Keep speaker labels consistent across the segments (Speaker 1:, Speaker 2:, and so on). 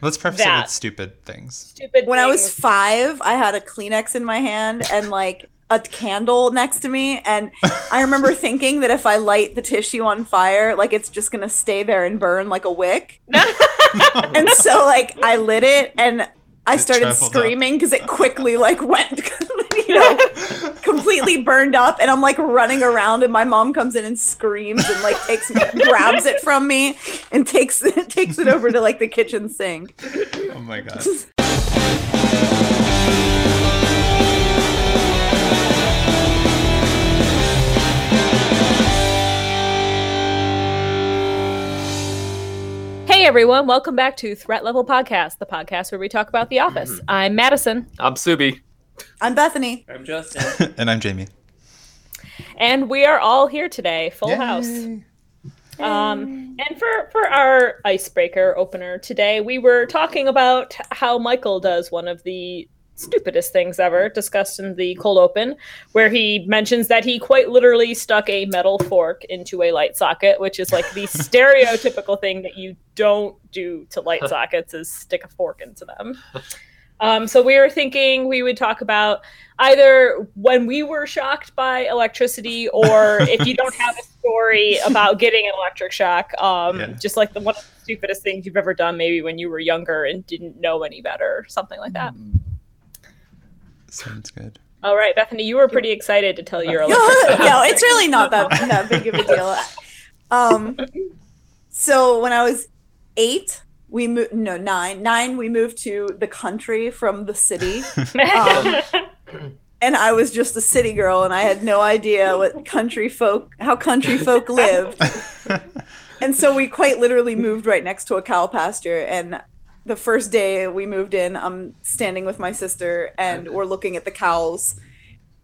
Speaker 1: Let's preface it with
Speaker 2: That.
Speaker 1: stupid things.
Speaker 2: Stupid.
Speaker 3: When I was
Speaker 2: things.
Speaker 3: five, I had a Kleenex in my hand and like a candle next to me. And I remember thinking that if I light the tissue on fire, like it's just going to stay there and burn like a wick.
Speaker 1: Oh
Speaker 3: And so, like, I lit it and I
Speaker 1: It
Speaker 3: started
Speaker 1: traveled up.
Speaker 3: screaming because it quickly, like, went, you know, completely burned up. And I'm like running around, and my mom comes in and screams and like takes, grabs it from me and takes it, takes it over to like the kitchen sink.
Speaker 1: oh my god.
Speaker 2: Hey everyone, welcome back to Threat Level Podcast, the podcast where we talk about The
Speaker 1: Mm-hmm.
Speaker 2: Office. I'm Madison,
Speaker 4: I'm Subi.
Speaker 3: I'm Bethany.
Speaker 5: I'm Justin.
Speaker 1: and I'm Jamie.
Speaker 2: and we are all here today, full
Speaker 1: Yay.
Speaker 2: house. Um, and for for our icebreaker opener today, we were talking about how Michael does one of the stupidest things ever discussed in the cold open, where he mentions that he quite literally stuck a metal fork into a light socket, which is like the stereotypical thing that you don't do to light sockets is stick a fork into them. Um, so we were thinking we would talk about either when we were shocked by electricity or if you don't have a story about getting an electric shock um,
Speaker 1: Yeah.
Speaker 2: just like the one of the stupidest things you've ever done maybe when you were younger and didn't know any better something like that
Speaker 1: Sounds good.
Speaker 2: all right bethany you were pretty excited to tell your
Speaker 3: no,
Speaker 2: electric shock
Speaker 3: no, it's really not that, that big of a deal. Um, so when I was eight, we moved, no, nine, nine, we moved to the country from the city. and I was just a city girl and I had no idea what country folk, how country folk lived. and so we quite literally moved right next to a cow pasture. And the first day we moved in, I'm standing with my sister and we're looking at the cows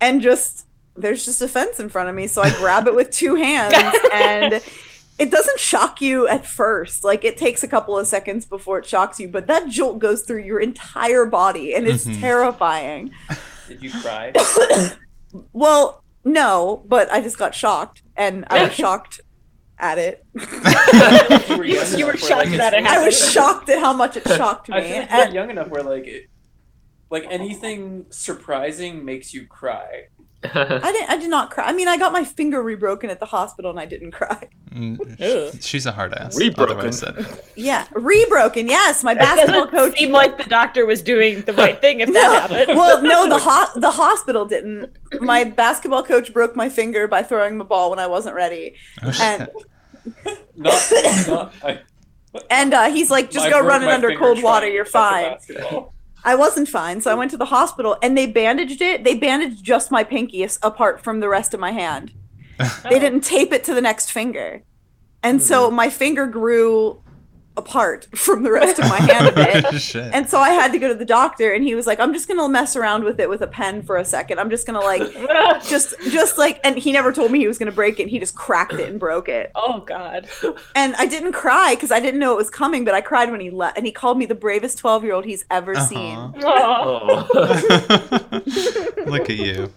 Speaker 3: and just there's just a fence in front of me. So I grab it with two hands and it doesn't shock you at first. Like it takes a couple of seconds before it shocks you, but that jolt goes through your entire body and it's
Speaker 1: Mhm.
Speaker 3: terrifying.
Speaker 5: Did you cry?
Speaker 3: Well, no, but I just got shocked, and I was shocked at it.
Speaker 5: You were, young
Speaker 2: You were
Speaker 5: enough where,
Speaker 2: shocked
Speaker 5: like,
Speaker 2: that it
Speaker 5: it's-
Speaker 2: happened.
Speaker 3: um, I was shocked at how much it shocked me.
Speaker 5: I feel like
Speaker 3: And-
Speaker 5: we're young enough where like, it, like anything surprising makes you cry.
Speaker 3: I didn't. I did not cry. I mean, I got my finger rebroken at the hospital, and I didn't cry.
Speaker 1: Mm,
Speaker 2: Ew.
Speaker 1: She's a hard ass.
Speaker 4: Rebroken.
Speaker 1: otherwise said.
Speaker 3: Yeah, rebroken. Yes, my
Speaker 2: It
Speaker 3: basketball
Speaker 2: doesn't
Speaker 3: coach.
Speaker 2: seem like the doctor was doing the right thing if that
Speaker 3: No,
Speaker 2: happened
Speaker 3: well, no, the ho- the hospital didn't. My basketball coach broke my finger by throwing the ball when I wasn't ready,
Speaker 1: Oh, shit.
Speaker 2: Uh,
Speaker 3: and
Speaker 5: Not, not I,
Speaker 3: and uh, he's like, "Just
Speaker 5: I
Speaker 3: go
Speaker 5: broke
Speaker 3: run it
Speaker 5: my
Speaker 3: under
Speaker 5: finger
Speaker 3: cold
Speaker 5: trying
Speaker 3: water.
Speaker 5: to
Speaker 3: You're
Speaker 5: catch a
Speaker 3: fine."
Speaker 5: basketball.
Speaker 3: I wasn't fine, so I went to the hospital and they bandaged it. They bandaged just my pinky as- apart from the rest of my hand.
Speaker 2: Oh.
Speaker 3: They didn't tape it to the next finger. And so
Speaker 5: Hmm.
Speaker 3: my finger grew apart from the rest of my hand a bit.
Speaker 1: Oh, Shit.
Speaker 3: And so I had to go to the doctor and he was like, "I'm just going to mess around with it with a pen for a second. I'm just going to like just just like and he never told me he was going to break it. He just cracked it and broke it.
Speaker 2: oh god
Speaker 3: And I didn't cry cuz I didn't know it was coming, but I cried when he left and he called me the bravest 12-year-old he's ever
Speaker 1: Uh-huh.
Speaker 3: seen.
Speaker 2: oh,
Speaker 4: oh.
Speaker 1: Look at you.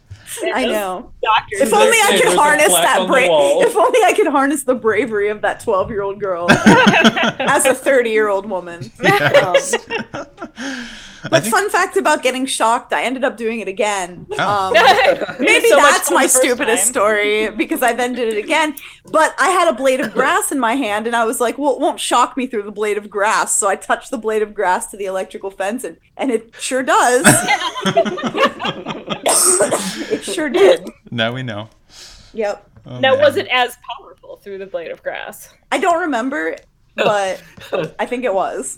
Speaker 3: I know.
Speaker 2: doctors
Speaker 3: If only I
Speaker 5: Hey,
Speaker 3: could
Speaker 5: there's a
Speaker 3: harness
Speaker 5: plaque
Speaker 3: that
Speaker 5: on the
Speaker 3: bra-
Speaker 5: wall.
Speaker 3: If only I could harness the bravery of that twelve-year-old girl as a thirty-year-old woman. Um,
Speaker 1: I
Speaker 3: but
Speaker 1: think
Speaker 3: fun fact about getting shocked, I ended up doing it again.
Speaker 1: Oh.
Speaker 3: Um,
Speaker 2: It was
Speaker 3: maybe
Speaker 2: so much
Speaker 3: that's
Speaker 2: fun
Speaker 3: my
Speaker 2: the first
Speaker 3: stupidest
Speaker 2: time.
Speaker 3: story because I then did it again. But I had a blade of grass in my hand, and I was like, "Well, it won't shock me through the blade of grass." So I touched the blade of grass to the electrical fence, and and it sure does. it sure did.
Speaker 1: now we know.
Speaker 3: Yep.
Speaker 1: Oh,
Speaker 2: Now,
Speaker 1: man.
Speaker 2: was it as powerful through the blade of grass?
Speaker 3: I don't remember,
Speaker 2: Oh.
Speaker 3: but I think it was.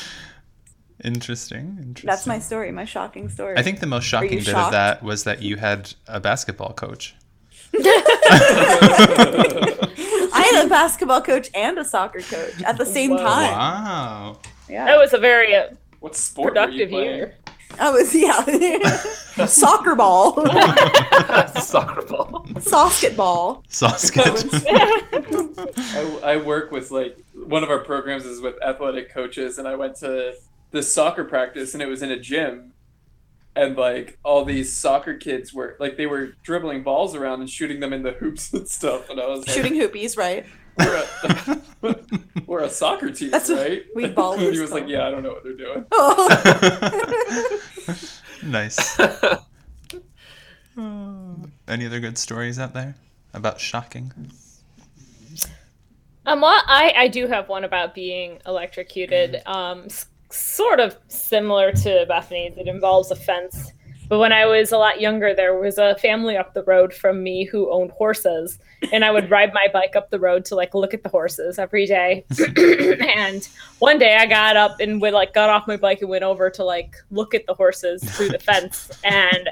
Speaker 1: interesting. Interesting.
Speaker 3: That's my story, my shocking story.
Speaker 1: I think the most shocking bit of
Speaker 3: shocked?
Speaker 1: that was that you had a basketball coach.
Speaker 3: I had a basketball coach and a soccer coach at the same
Speaker 2: Whoa.
Speaker 3: time.
Speaker 1: Wow.
Speaker 3: Yeah,
Speaker 2: That was a very uh,
Speaker 5: What sport
Speaker 2: productive
Speaker 5: were you playing?
Speaker 2: year.
Speaker 3: I was yeah, soccer ball,
Speaker 4: Soccer ball.
Speaker 3: socket ball.
Speaker 1: Sausage.
Speaker 5: I, I work with like one of our programs is with athletic coaches, and I went to the soccer practice, and it was in a gym, and like all these soccer kids were like they were dribbling balls around and shooting them in the hoops and stuff, and I was like,
Speaker 3: Shooting hoopies, right?
Speaker 5: We're a, we're a soccer team,
Speaker 3: That's what
Speaker 5: right?
Speaker 3: we ball
Speaker 5: And he was
Speaker 3: whistle.
Speaker 5: like, yeah, I don't know what they're doing.
Speaker 3: Oh,
Speaker 1: nice. Uh, Any other good stories out there about shocking?
Speaker 2: Um, well, I, I do have one about being electrocuted. Um, s- sort of similar to Bethany's. It involves a fence. But when I was a lot younger, there was a family up the road from me who owned horses, and I would ride my bike up the road to like look at the horses every day. and one day, I got up and went like got off my bike and went over to like look at the horses through the fence, and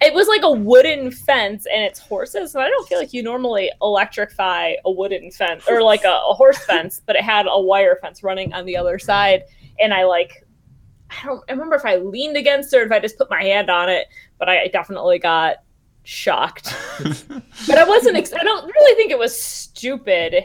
Speaker 2: it was like a wooden fence and it's horses and i don't feel like you normally electrify a wooden fence or like a, a horse fence but it had a wire fence running on the other side and i like i don't I remember if i leaned against it or if i just put my hand on it but i definitely got shocked but i wasn't ex- i don't really think it was stupid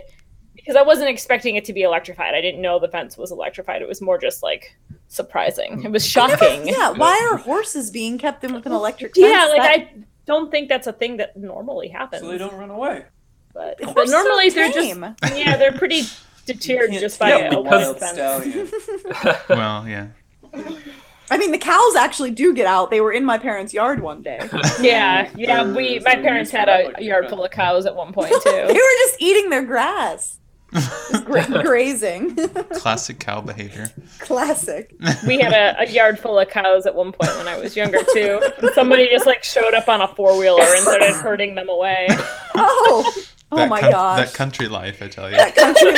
Speaker 2: because i wasn't expecting it to be electrified i didn't know the fence was electrified it was more just like surprising it was shocking
Speaker 3: yeah. Why are horses being kept in with an electric fence?
Speaker 2: yeah, like
Speaker 3: That-
Speaker 2: I don't think that's a thing that normally happens.
Speaker 5: So they don't run away.
Speaker 2: but, but
Speaker 3: horses are
Speaker 2: normally they're just
Speaker 3: tame.
Speaker 2: yeah, they're pretty deterred
Speaker 5: You can't
Speaker 2: just by
Speaker 4: Yeah,
Speaker 5: tame
Speaker 2: a
Speaker 5: a
Speaker 2: wild
Speaker 4: because-
Speaker 5: wild
Speaker 2: fence.
Speaker 5: stallion.
Speaker 4: Oh,
Speaker 1: well, yeah.
Speaker 3: I mean, the cows actually do get out. They were in my parents' yard one day.
Speaker 2: Yeah, yeah.
Speaker 5: They're-
Speaker 2: We my
Speaker 5: they're
Speaker 2: parents
Speaker 5: used
Speaker 2: had
Speaker 5: to that, like,
Speaker 2: a yard
Speaker 5: yeah.
Speaker 2: full of cows at one point
Speaker 3: they were
Speaker 2: too.
Speaker 3: just eating their grass, just gra- grazing.
Speaker 1: Classic cow behavior.
Speaker 3: Classic.
Speaker 2: We had a, a yard full of cows at one point when I was younger too. And somebody just like showed up on a four wheeler and started herding them away.
Speaker 3: Oh, oh
Speaker 1: That
Speaker 3: my
Speaker 1: coun-
Speaker 3: gosh.
Speaker 1: That country life, I tell
Speaker 3: That country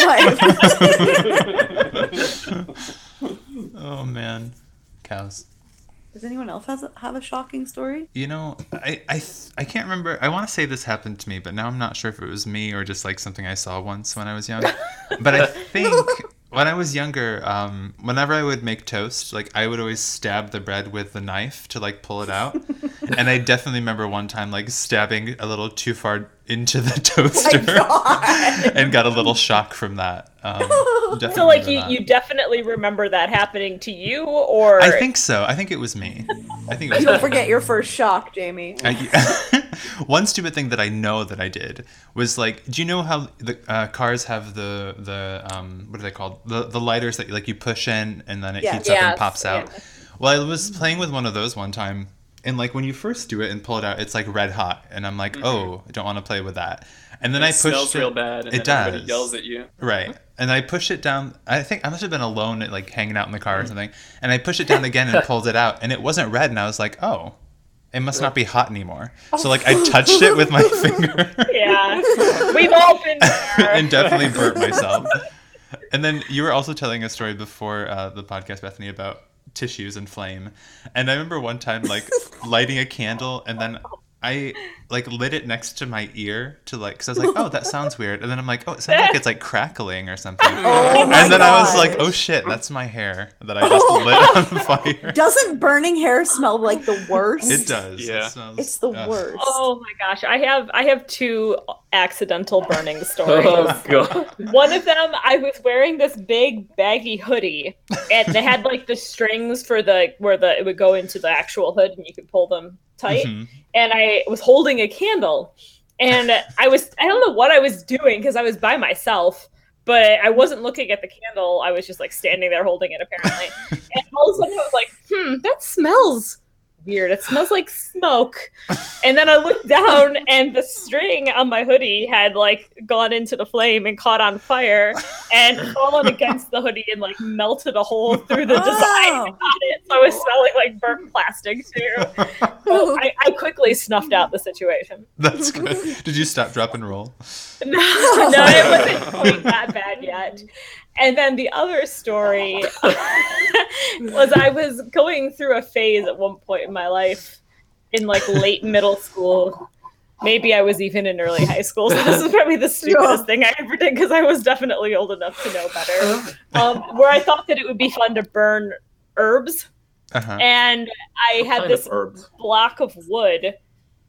Speaker 3: life.
Speaker 1: you. oh man, cows.
Speaker 3: Does anyone else has, have a shocking story?
Speaker 1: You know, I I, th- I can't remember. I want to say this happened to me, but now I'm not sure if it was me or just like something I saw once when I was young. but I think when I was younger, um, whenever I would make toast, like I would always stab the bread with the knife to like pull it out. and I definitely remember one time like stabbing a little too far into the
Speaker 2: Oh
Speaker 1: toaster
Speaker 3: God.
Speaker 1: and got a little shock from that. Um, definitely
Speaker 2: So like
Speaker 1: remember
Speaker 2: you,
Speaker 1: that.
Speaker 2: you definitely remember that happening to you or
Speaker 1: I think so. I think it was me. I think it was
Speaker 3: Don't
Speaker 1: me.
Speaker 3: forget your first shock, Jamie.
Speaker 1: I, one stupid thing that I know that I did was like, do you know how the uh, cars have the the um, what are they called? The the lighters that like you push in and then it
Speaker 3: Yeah.
Speaker 1: heats up
Speaker 2: Yes,
Speaker 1: and pops out.
Speaker 2: yeah.
Speaker 1: Well, I was playing with one of those one time, and like when you first do it and pull it out, it's like red hot, and I'm like, oh, I don't want to play with that. And then I
Speaker 5: Mm-hmm. It
Speaker 1: pushed
Speaker 5: smells
Speaker 1: it-
Speaker 5: real bad. And
Speaker 1: it
Speaker 5: then everybody
Speaker 1: does.
Speaker 5: yells at you.
Speaker 1: Right. And I pushed it down. I think I must have been alone, like hanging out in the car or something. And I pushed it down again and pulled it out, and it wasn't red. And I was like, oh, it must not be hot anymore. So like I touched it with my finger
Speaker 2: yeah. We've all been there.
Speaker 1: and definitely burnt myself. And then you were also telling a story before uh, the podcast, Bethany, about tissues and flame. And I remember one time like lighting a candle and then. I like lit it next to my ear to like, cause I was like, oh, that sounds weird, and then I'm like, oh, it sounds like it's like crackling or something
Speaker 3: Oh my
Speaker 1: and then I was like,
Speaker 3: gosh.
Speaker 1: "Oh shit, that's my hair that I just lit on fire."
Speaker 3: Doesn't burning hair smell like the worst?
Speaker 1: It does. It
Speaker 4: Yeah.
Speaker 1: smells-
Speaker 3: It's the
Speaker 1: ugh.
Speaker 3: worst.
Speaker 2: Oh my gosh, I have I have two accidental burning stories.
Speaker 4: oh god.
Speaker 2: One of them, I was wearing this big baggy hoodie, and they had like the strings for the where the it would go into the actual hood, and you could pull them tight.
Speaker 1: Mhm.
Speaker 2: And I was holding a candle, and I was I don't know what I was doing because I was by myself. But I wasn't looking at the candle. I was just like standing there holding it, apparently. And all of a sudden, I was like, "Hmm, that smells weird. It smells like smoke." And then I looked down, and the string on my hoodie had like gone into the flame and caught on fire and fallen against the hoodie and like melted a hole through the design
Speaker 3: Oh.
Speaker 2: on it. So I was smelling like burnt plastic too.
Speaker 3: Oh
Speaker 2: So I, I quickly snuffed out the situation.
Speaker 1: That's good. Did you stop, drop, and roll?
Speaker 2: No, no, it wasn't quite that bad yet. And then the other story was I was going through a phase at one point in my life in like late middle school. Maybe I was even in early high school. So this is probably the stupidest thing I ever did because I was definitely old enough to know better. Um, where I thought that it would be fun to burn herbs.
Speaker 1: Uh-huh.
Speaker 2: And I had
Speaker 4: Kind of
Speaker 2: this
Speaker 4: herbs.
Speaker 2: block of wood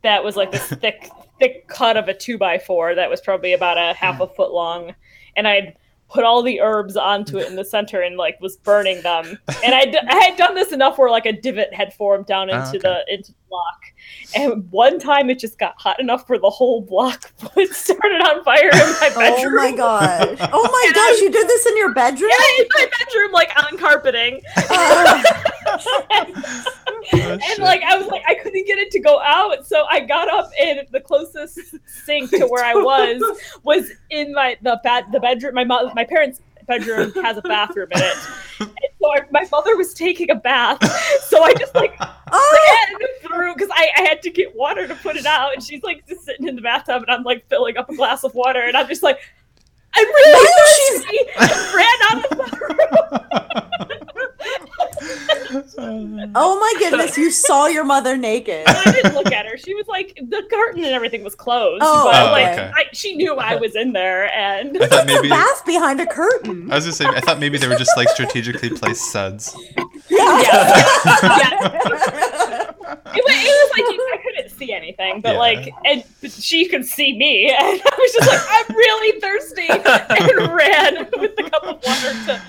Speaker 2: that was like this thick thick cut of a two by four that was probably about a half a foot long and i'd put all the herbs onto it in the center and like was burning them. And I, d- I had done this enough where like a divot had formed down into
Speaker 1: Ah, okay.
Speaker 2: the into the block. And one time it just got hot enough where the whole block was started on fire in my
Speaker 3: Oh
Speaker 2: bedroom.
Speaker 3: my gosh. Oh my
Speaker 2: And I-
Speaker 3: gosh, you did this in your bedroom?
Speaker 2: Yeah, in my bedroom, like on carpeting.
Speaker 3: Uh,
Speaker 1: Oh, shit.
Speaker 2: And like I was like I couldn't get it to go out, so I got up and the closest sink to where I was was in my the bed the bedroom. My mom, my parents' bedroom has a bathroom in it, and so I, my mother was taking a bath. So I just like
Speaker 3: oh,
Speaker 2: ran through because I, I had to get water to put it out, and she's like just sitting in the bathtub, and I'm like filling up a glass of water, and I'm just like. I'm really
Speaker 3: Why
Speaker 2: thirsty. and ran out of the
Speaker 3: oh my goodness, you saw your mother naked.
Speaker 2: I didn't look at her. She was like the curtain and everything was closed.
Speaker 3: Oh,
Speaker 2: but
Speaker 1: Oh,
Speaker 2: like
Speaker 1: okay.
Speaker 2: I, she knew I was in there and
Speaker 1: I thought
Speaker 3: It's a
Speaker 1: maybe. I
Speaker 3: bath behind a curtain.
Speaker 1: was gonna say. I thought maybe they were just like strategically placed suds.
Speaker 3: Yeah.
Speaker 2: yeah, it was, it was like you- I couldn't see anything, but
Speaker 1: Yeah.
Speaker 2: like and but she could see me and I was just like, I'm really thirsty and ran with the cup of water to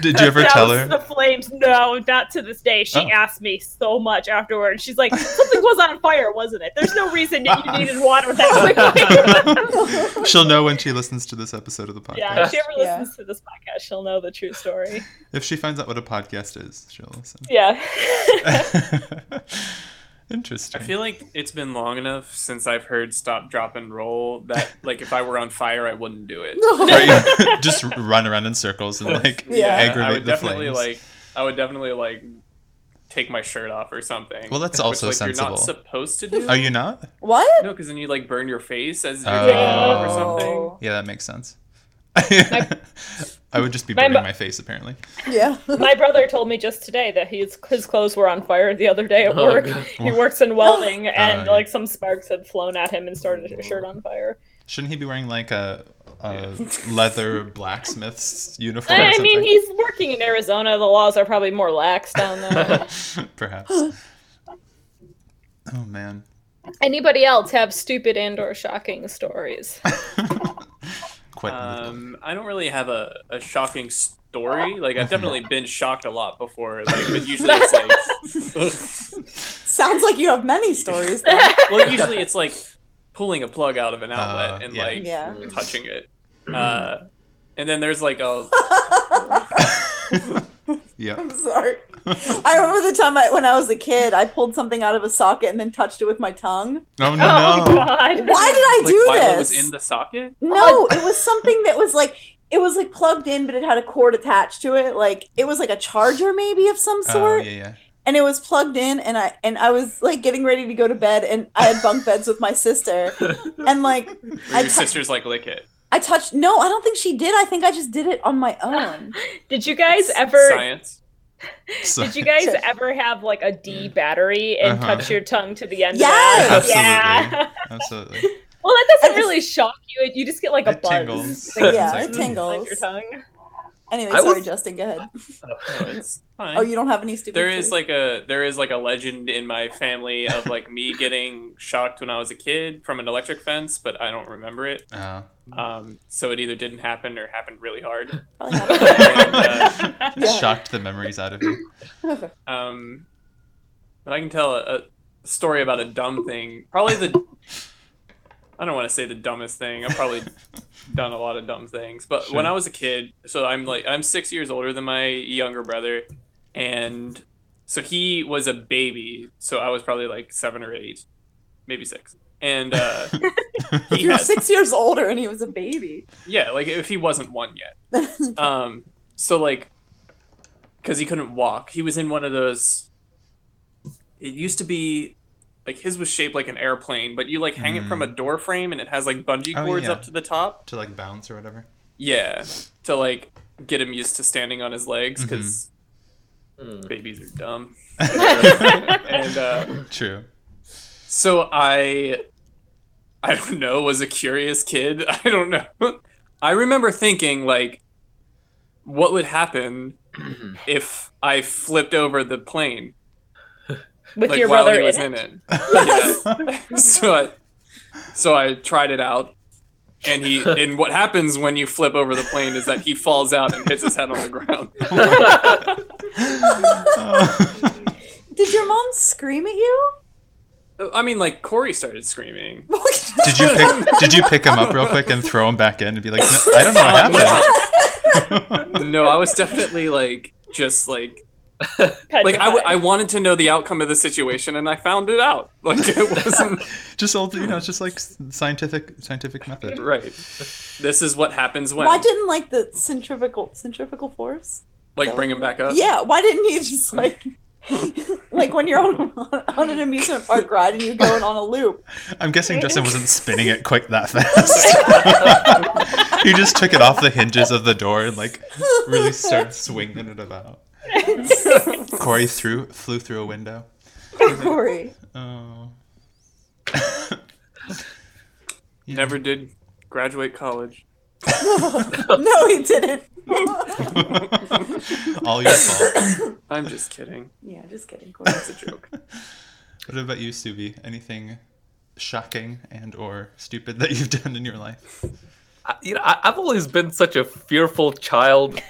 Speaker 1: Did you ever
Speaker 2: douse
Speaker 1: tell her?
Speaker 2: the flames. No, not to this day. She
Speaker 1: Oh.
Speaker 2: asked me so much afterwards. She's like, Something was on fire, wasn't it? There's no reason that you needed water that quickly.
Speaker 1: She'll know when she listens to this episode of the podcast.
Speaker 2: Yeah, if she ever
Speaker 3: Yeah.
Speaker 2: listens to this podcast, she'll know the true story.
Speaker 1: If she finds out what a podcast is, she'll listen.
Speaker 2: Yeah.
Speaker 1: Interesting.
Speaker 5: I feel like it's been long enough since I've heard "Stop, Drop, and Roll" that, like, if I were on fire, I wouldn't do it.
Speaker 1: Right? just run around in circles and like
Speaker 3: Yeah.
Speaker 1: aggravate
Speaker 5: I would
Speaker 1: the
Speaker 5: definitely
Speaker 1: flames.
Speaker 5: like. I would definitely like take my shirt off or something.
Speaker 1: Well, that's
Speaker 5: Which,
Speaker 1: also
Speaker 5: like, You're
Speaker 1: sensible.
Speaker 5: not supposed to do.
Speaker 1: Are you not?
Speaker 3: What?
Speaker 5: No, because then you like burn your face as you're
Speaker 1: Oh.
Speaker 5: taking it off or something.
Speaker 3: Oh.
Speaker 1: Yeah, that makes sense. I would just be
Speaker 2: My
Speaker 1: burning
Speaker 2: bu-
Speaker 1: my face, apparently.
Speaker 3: Yeah.
Speaker 2: My brother told me just today that his his clothes were on fire the other day at
Speaker 4: Oh,
Speaker 2: work.
Speaker 4: God.
Speaker 2: He works in welding, and
Speaker 1: yeah.
Speaker 2: like some sparks had flown at him and started his shirt on fire.
Speaker 1: Shouldn't he be wearing like a, a leather blacksmith's uniform? or
Speaker 2: I
Speaker 1: something?
Speaker 2: mean, he's working in Arizona. The laws are probably more lax down there.
Speaker 1: perhaps. Oh man.
Speaker 2: Anybody else have stupid and or shocking stories?
Speaker 1: Quite um,
Speaker 5: Um, I don't really have a, a shocking story. Like I've definitely been shocked a lot before. Like, but usually it's like,
Speaker 3: Sounds like you have many stories. Then.
Speaker 5: well, usually it's like pulling a plug out of an outlet
Speaker 1: Uh,
Speaker 5: and
Speaker 1: yeah. Mm-hmm.
Speaker 5: like
Speaker 3: Yeah.
Speaker 5: touching it. Uh, and then there's like a Um.
Speaker 1: Yeah.
Speaker 3: I'm sorry. I remember the time I, when I was a kid, I pulled something out of a socket and then touched it with my tongue.
Speaker 1: Oh
Speaker 2: Oh
Speaker 1: no.
Speaker 2: God!
Speaker 3: Why did I
Speaker 5: like
Speaker 3: do
Speaker 5: while
Speaker 3: this?
Speaker 5: it was in the socket.
Speaker 3: No, it was something that was like it was like plugged in, but it had a cord attached to it. Like it was like a charger maybe of some
Speaker 1: Oh
Speaker 3: sort,
Speaker 1: yeah, yeah.
Speaker 3: and it was plugged in. And I and I was like getting ready to go to bed, and I had bunk beds with my sister, and like
Speaker 5: Where
Speaker 3: I
Speaker 5: your
Speaker 3: tou-
Speaker 5: sisters like lick it.
Speaker 3: I touched. No, I don't think she did. I think I just did it on my own.
Speaker 2: Did you guys ever
Speaker 5: Science.
Speaker 1: So,
Speaker 2: Did you guys
Speaker 3: Sure.
Speaker 2: ever have like a D battery and
Speaker 1: Mm. Uh-huh.
Speaker 2: touch your tongue to the end?
Speaker 3: Yes!
Speaker 2: Of it? Yeah.
Speaker 1: absolutely.
Speaker 2: Well, that doesn't
Speaker 3: I just-
Speaker 2: really shock you. it- You just get like a
Speaker 1: It
Speaker 2: buzz. Mm.
Speaker 1: tingles.
Speaker 2: Like,
Speaker 3: Yeah,
Speaker 2: zzz,
Speaker 3: it tingles.
Speaker 2: on your tongue.
Speaker 3: Anyway,
Speaker 4: I
Speaker 3: sorry,
Speaker 4: was-
Speaker 3: Justin. Go ahead.
Speaker 5: No, it's fine.
Speaker 3: Oh, you don't have any stupid.
Speaker 5: there is
Speaker 3: stories?
Speaker 5: like a there is like a legend in my family of like me getting shocked when I was a kid from an electric fence, but I don't remember it.
Speaker 1: Oh.
Speaker 5: Um, so it either didn't happen or happened really hard. uh,
Speaker 3: Probably not. Yeah.
Speaker 1: Shocked the memories out of you.
Speaker 5: Um, but I can tell a, a story about a dumb thing. Probably the I don't want to say the dumbest thing. I've probably done a lot of dumb things. But when
Speaker 1: Sure.
Speaker 5: I was a kid, so I'm like I'm six years older than my younger brother, and so he was a baby. So I was probably like seven or eight, maybe six. And uh, he
Speaker 3: You're
Speaker 5: had,
Speaker 3: six years older, and he was a baby.
Speaker 5: yeah, like if he wasn't one yet. um so like because he couldn't walk he was in one of those it used to be like his was shaped like an airplane but you like hang it from a door frame and it has like bungee
Speaker 1: Hmm. Oh,
Speaker 5: cords
Speaker 1: yeah.
Speaker 5: up to the top
Speaker 1: To like bounce or whatever.
Speaker 5: yeah to like get him used to standing on his legs
Speaker 1: Mm-hmm.
Speaker 5: because
Speaker 4: Hmm.
Speaker 5: babies are dumb and uh
Speaker 1: True.
Speaker 5: so I, I don't know, was a curious kid. I don't know. I remember thinking like, what would happen if I flipped over the plane
Speaker 2: With
Speaker 5: like
Speaker 2: your
Speaker 5: while
Speaker 2: brother
Speaker 5: he
Speaker 2: in
Speaker 5: was
Speaker 2: it.
Speaker 5: in it? Yeah. so I, so I tried it out, and he and what happens when you flip over the plane is that he falls out and hits his head on the ground.
Speaker 3: Did your mom scream at you?
Speaker 5: I mean, like Corey started screaming.
Speaker 1: Did you pick? Did you pick him up real quick and throw him back in and be like, "No, I don't know what happened.
Speaker 5: No, I was definitely like just like like I, w- I wanted to know the outcome of the situation and I found it out. Like it wasn't
Speaker 1: just old, you know, it's just like s- scientific scientific method.
Speaker 5: right. This is what happens when
Speaker 3: Why didn't like the centrifugal centrifugal force?
Speaker 5: like bring him back up.
Speaker 3: yeah, why didn't you just like like when you're on, on an amusement park ride and you're going on a loop?
Speaker 1: I'm guessing Justin wasn't spinning it quite that fast. he just took it off the hinges of the door and like really started swinging it about. Corey threw flew through a window.
Speaker 3: Corey.
Speaker 1: Oh.
Speaker 5: Never did graduate college.
Speaker 3: No, he didn't.
Speaker 1: All your fault.
Speaker 5: I'm just kidding.
Speaker 3: yeah, just kidding, Corey.
Speaker 5: It's a joke.
Speaker 1: What about you, Subi? Anything shocking and or stupid that you've done in your life?
Speaker 4: I, you know, I, I've always been such a fearful child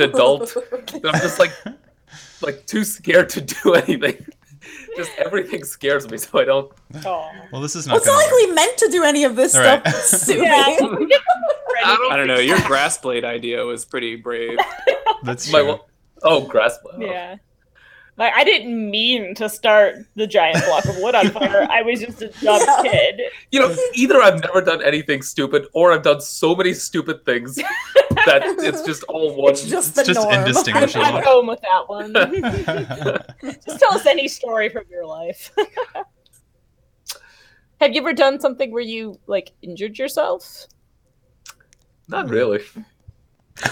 Speaker 4: adult that I'm just like, like too scared to do anything. Just everything scares me, so I don't.
Speaker 2: Aw.
Speaker 1: Well, this is not
Speaker 3: Well, it's not
Speaker 1: gonna
Speaker 3: like
Speaker 1: work.
Speaker 3: we meant to do any of this
Speaker 1: All
Speaker 3: stuff,
Speaker 1: right.
Speaker 3: Sue.
Speaker 2: Yeah.
Speaker 4: I don't,
Speaker 5: I don't know.
Speaker 4: think
Speaker 5: Your grass blade idea was pretty brave.
Speaker 1: That's
Speaker 4: My
Speaker 1: true.
Speaker 4: wa- oh, grass. oh.
Speaker 2: Yeah. Like I didn't mean to start the giant block of wood on fire. I was just a dumb
Speaker 3: Yeah.
Speaker 2: kid.
Speaker 4: You know, either I've never done anything stupid, or I've done so many stupid things that it's just all one.
Speaker 3: It's just the
Speaker 1: It's just
Speaker 3: norm.
Speaker 2: I'm,
Speaker 1: indistinguishable.
Speaker 2: I'm home with that one. just tell us any story from your life. Have you ever done something where you like injured yourself?
Speaker 4: Not really.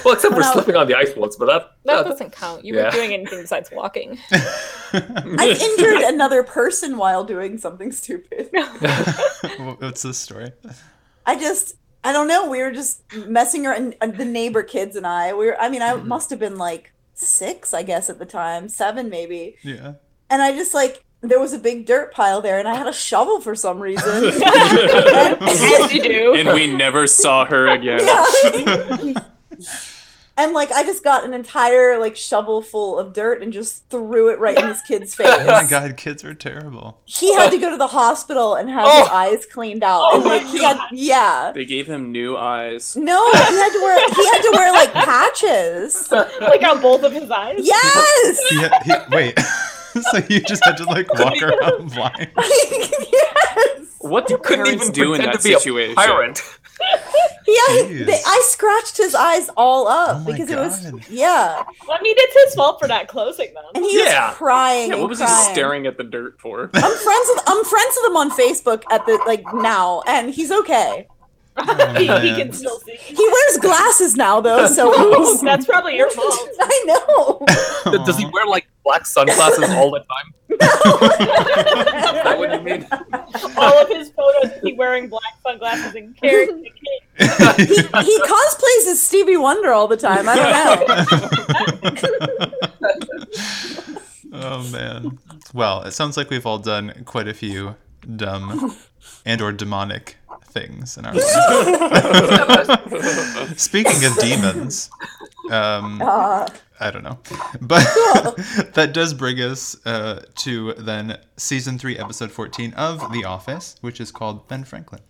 Speaker 4: Well, except for
Speaker 3: Well-
Speaker 4: slipping on the ice once, but that,
Speaker 2: That
Speaker 5: Uh,
Speaker 4: that-
Speaker 2: doesn't count. You
Speaker 4: yeah.
Speaker 2: weren't doing anything besides walking.
Speaker 3: I've injured another person while doing something stupid.
Speaker 1: What's this story?
Speaker 3: I just, I don't know. We were just messing around. and The neighbor kids and I, we were, I mean, I must have been like six, I guess, at the time, seven maybe.
Speaker 1: Yeah.
Speaker 3: And I just like, there was a big dirt pile there and I had a shovel for some reason.
Speaker 2: As you do.
Speaker 5: And we never saw her again.
Speaker 1: Oh
Speaker 3: Yeah. and like, I just got an entire like shovel full of dirt and just threw it right in this kid's face.
Speaker 1: Oh my god, kids are terrible.
Speaker 3: He had to go to the hospital and have his
Speaker 4: Oh.
Speaker 3: eyes cleaned out. and
Speaker 2: Oh my
Speaker 3: like, he had, yeah.
Speaker 5: They gave him new eyes.
Speaker 3: No, he had to wear he had to wear like patches.
Speaker 2: like on both of his eyes.
Speaker 3: Yes.
Speaker 1: He ha- he- wait. so you just had to like walk around blind.
Speaker 3: yes.
Speaker 5: What do
Speaker 4: couldn't
Speaker 5: parents
Speaker 4: even
Speaker 5: do in
Speaker 4: pretend
Speaker 5: that
Speaker 4: to be a
Speaker 5: situation?
Speaker 4: pirate.
Speaker 3: Yeah, he-
Speaker 1: Jeez.
Speaker 3: they, I scratched his eyes all up
Speaker 1: Oh my
Speaker 3: because it
Speaker 1: God.
Speaker 3: was yeah,
Speaker 2: Well, I mean, it's his fault for not closing them.
Speaker 3: and he
Speaker 4: Yeah.
Speaker 3: was crying.
Speaker 5: Yeah,
Speaker 3: and
Speaker 5: what was
Speaker 3: crying.
Speaker 5: he staring at the dirt for?
Speaker 3: I'm friends with I'm friends with him on Facebook at the like now, and he's okay.
Speaker 1: Oh,
Speaker 2: he, he
Speaker 1: man.
Speaker 2: can still see.
Speaker 3: He wears glasses now though, so he's-
Speaker 5: Oh,
Speaker 2: That's probably your fault.
Speaker 3: I know.
Speaker 4: Th- Does he wear like black sunglasses all the time? Is that what you mean?
Speaker 2: All of his photos, he wearing black sunglasses and carrying the kid.
Speaker 3: He, he cosplays as Stevie Wonder all the time. I don't know.
Speaker 1: oh man. Well, it sounds like we've all done quite a few dumb and or demonic things in our lives. Speaking of demons, um,
Speaker 3: Uh,
Speaker 1: I don't know. But that does bring us uh, to then season three, episode 14 of The Office, which is called Ben Franklin.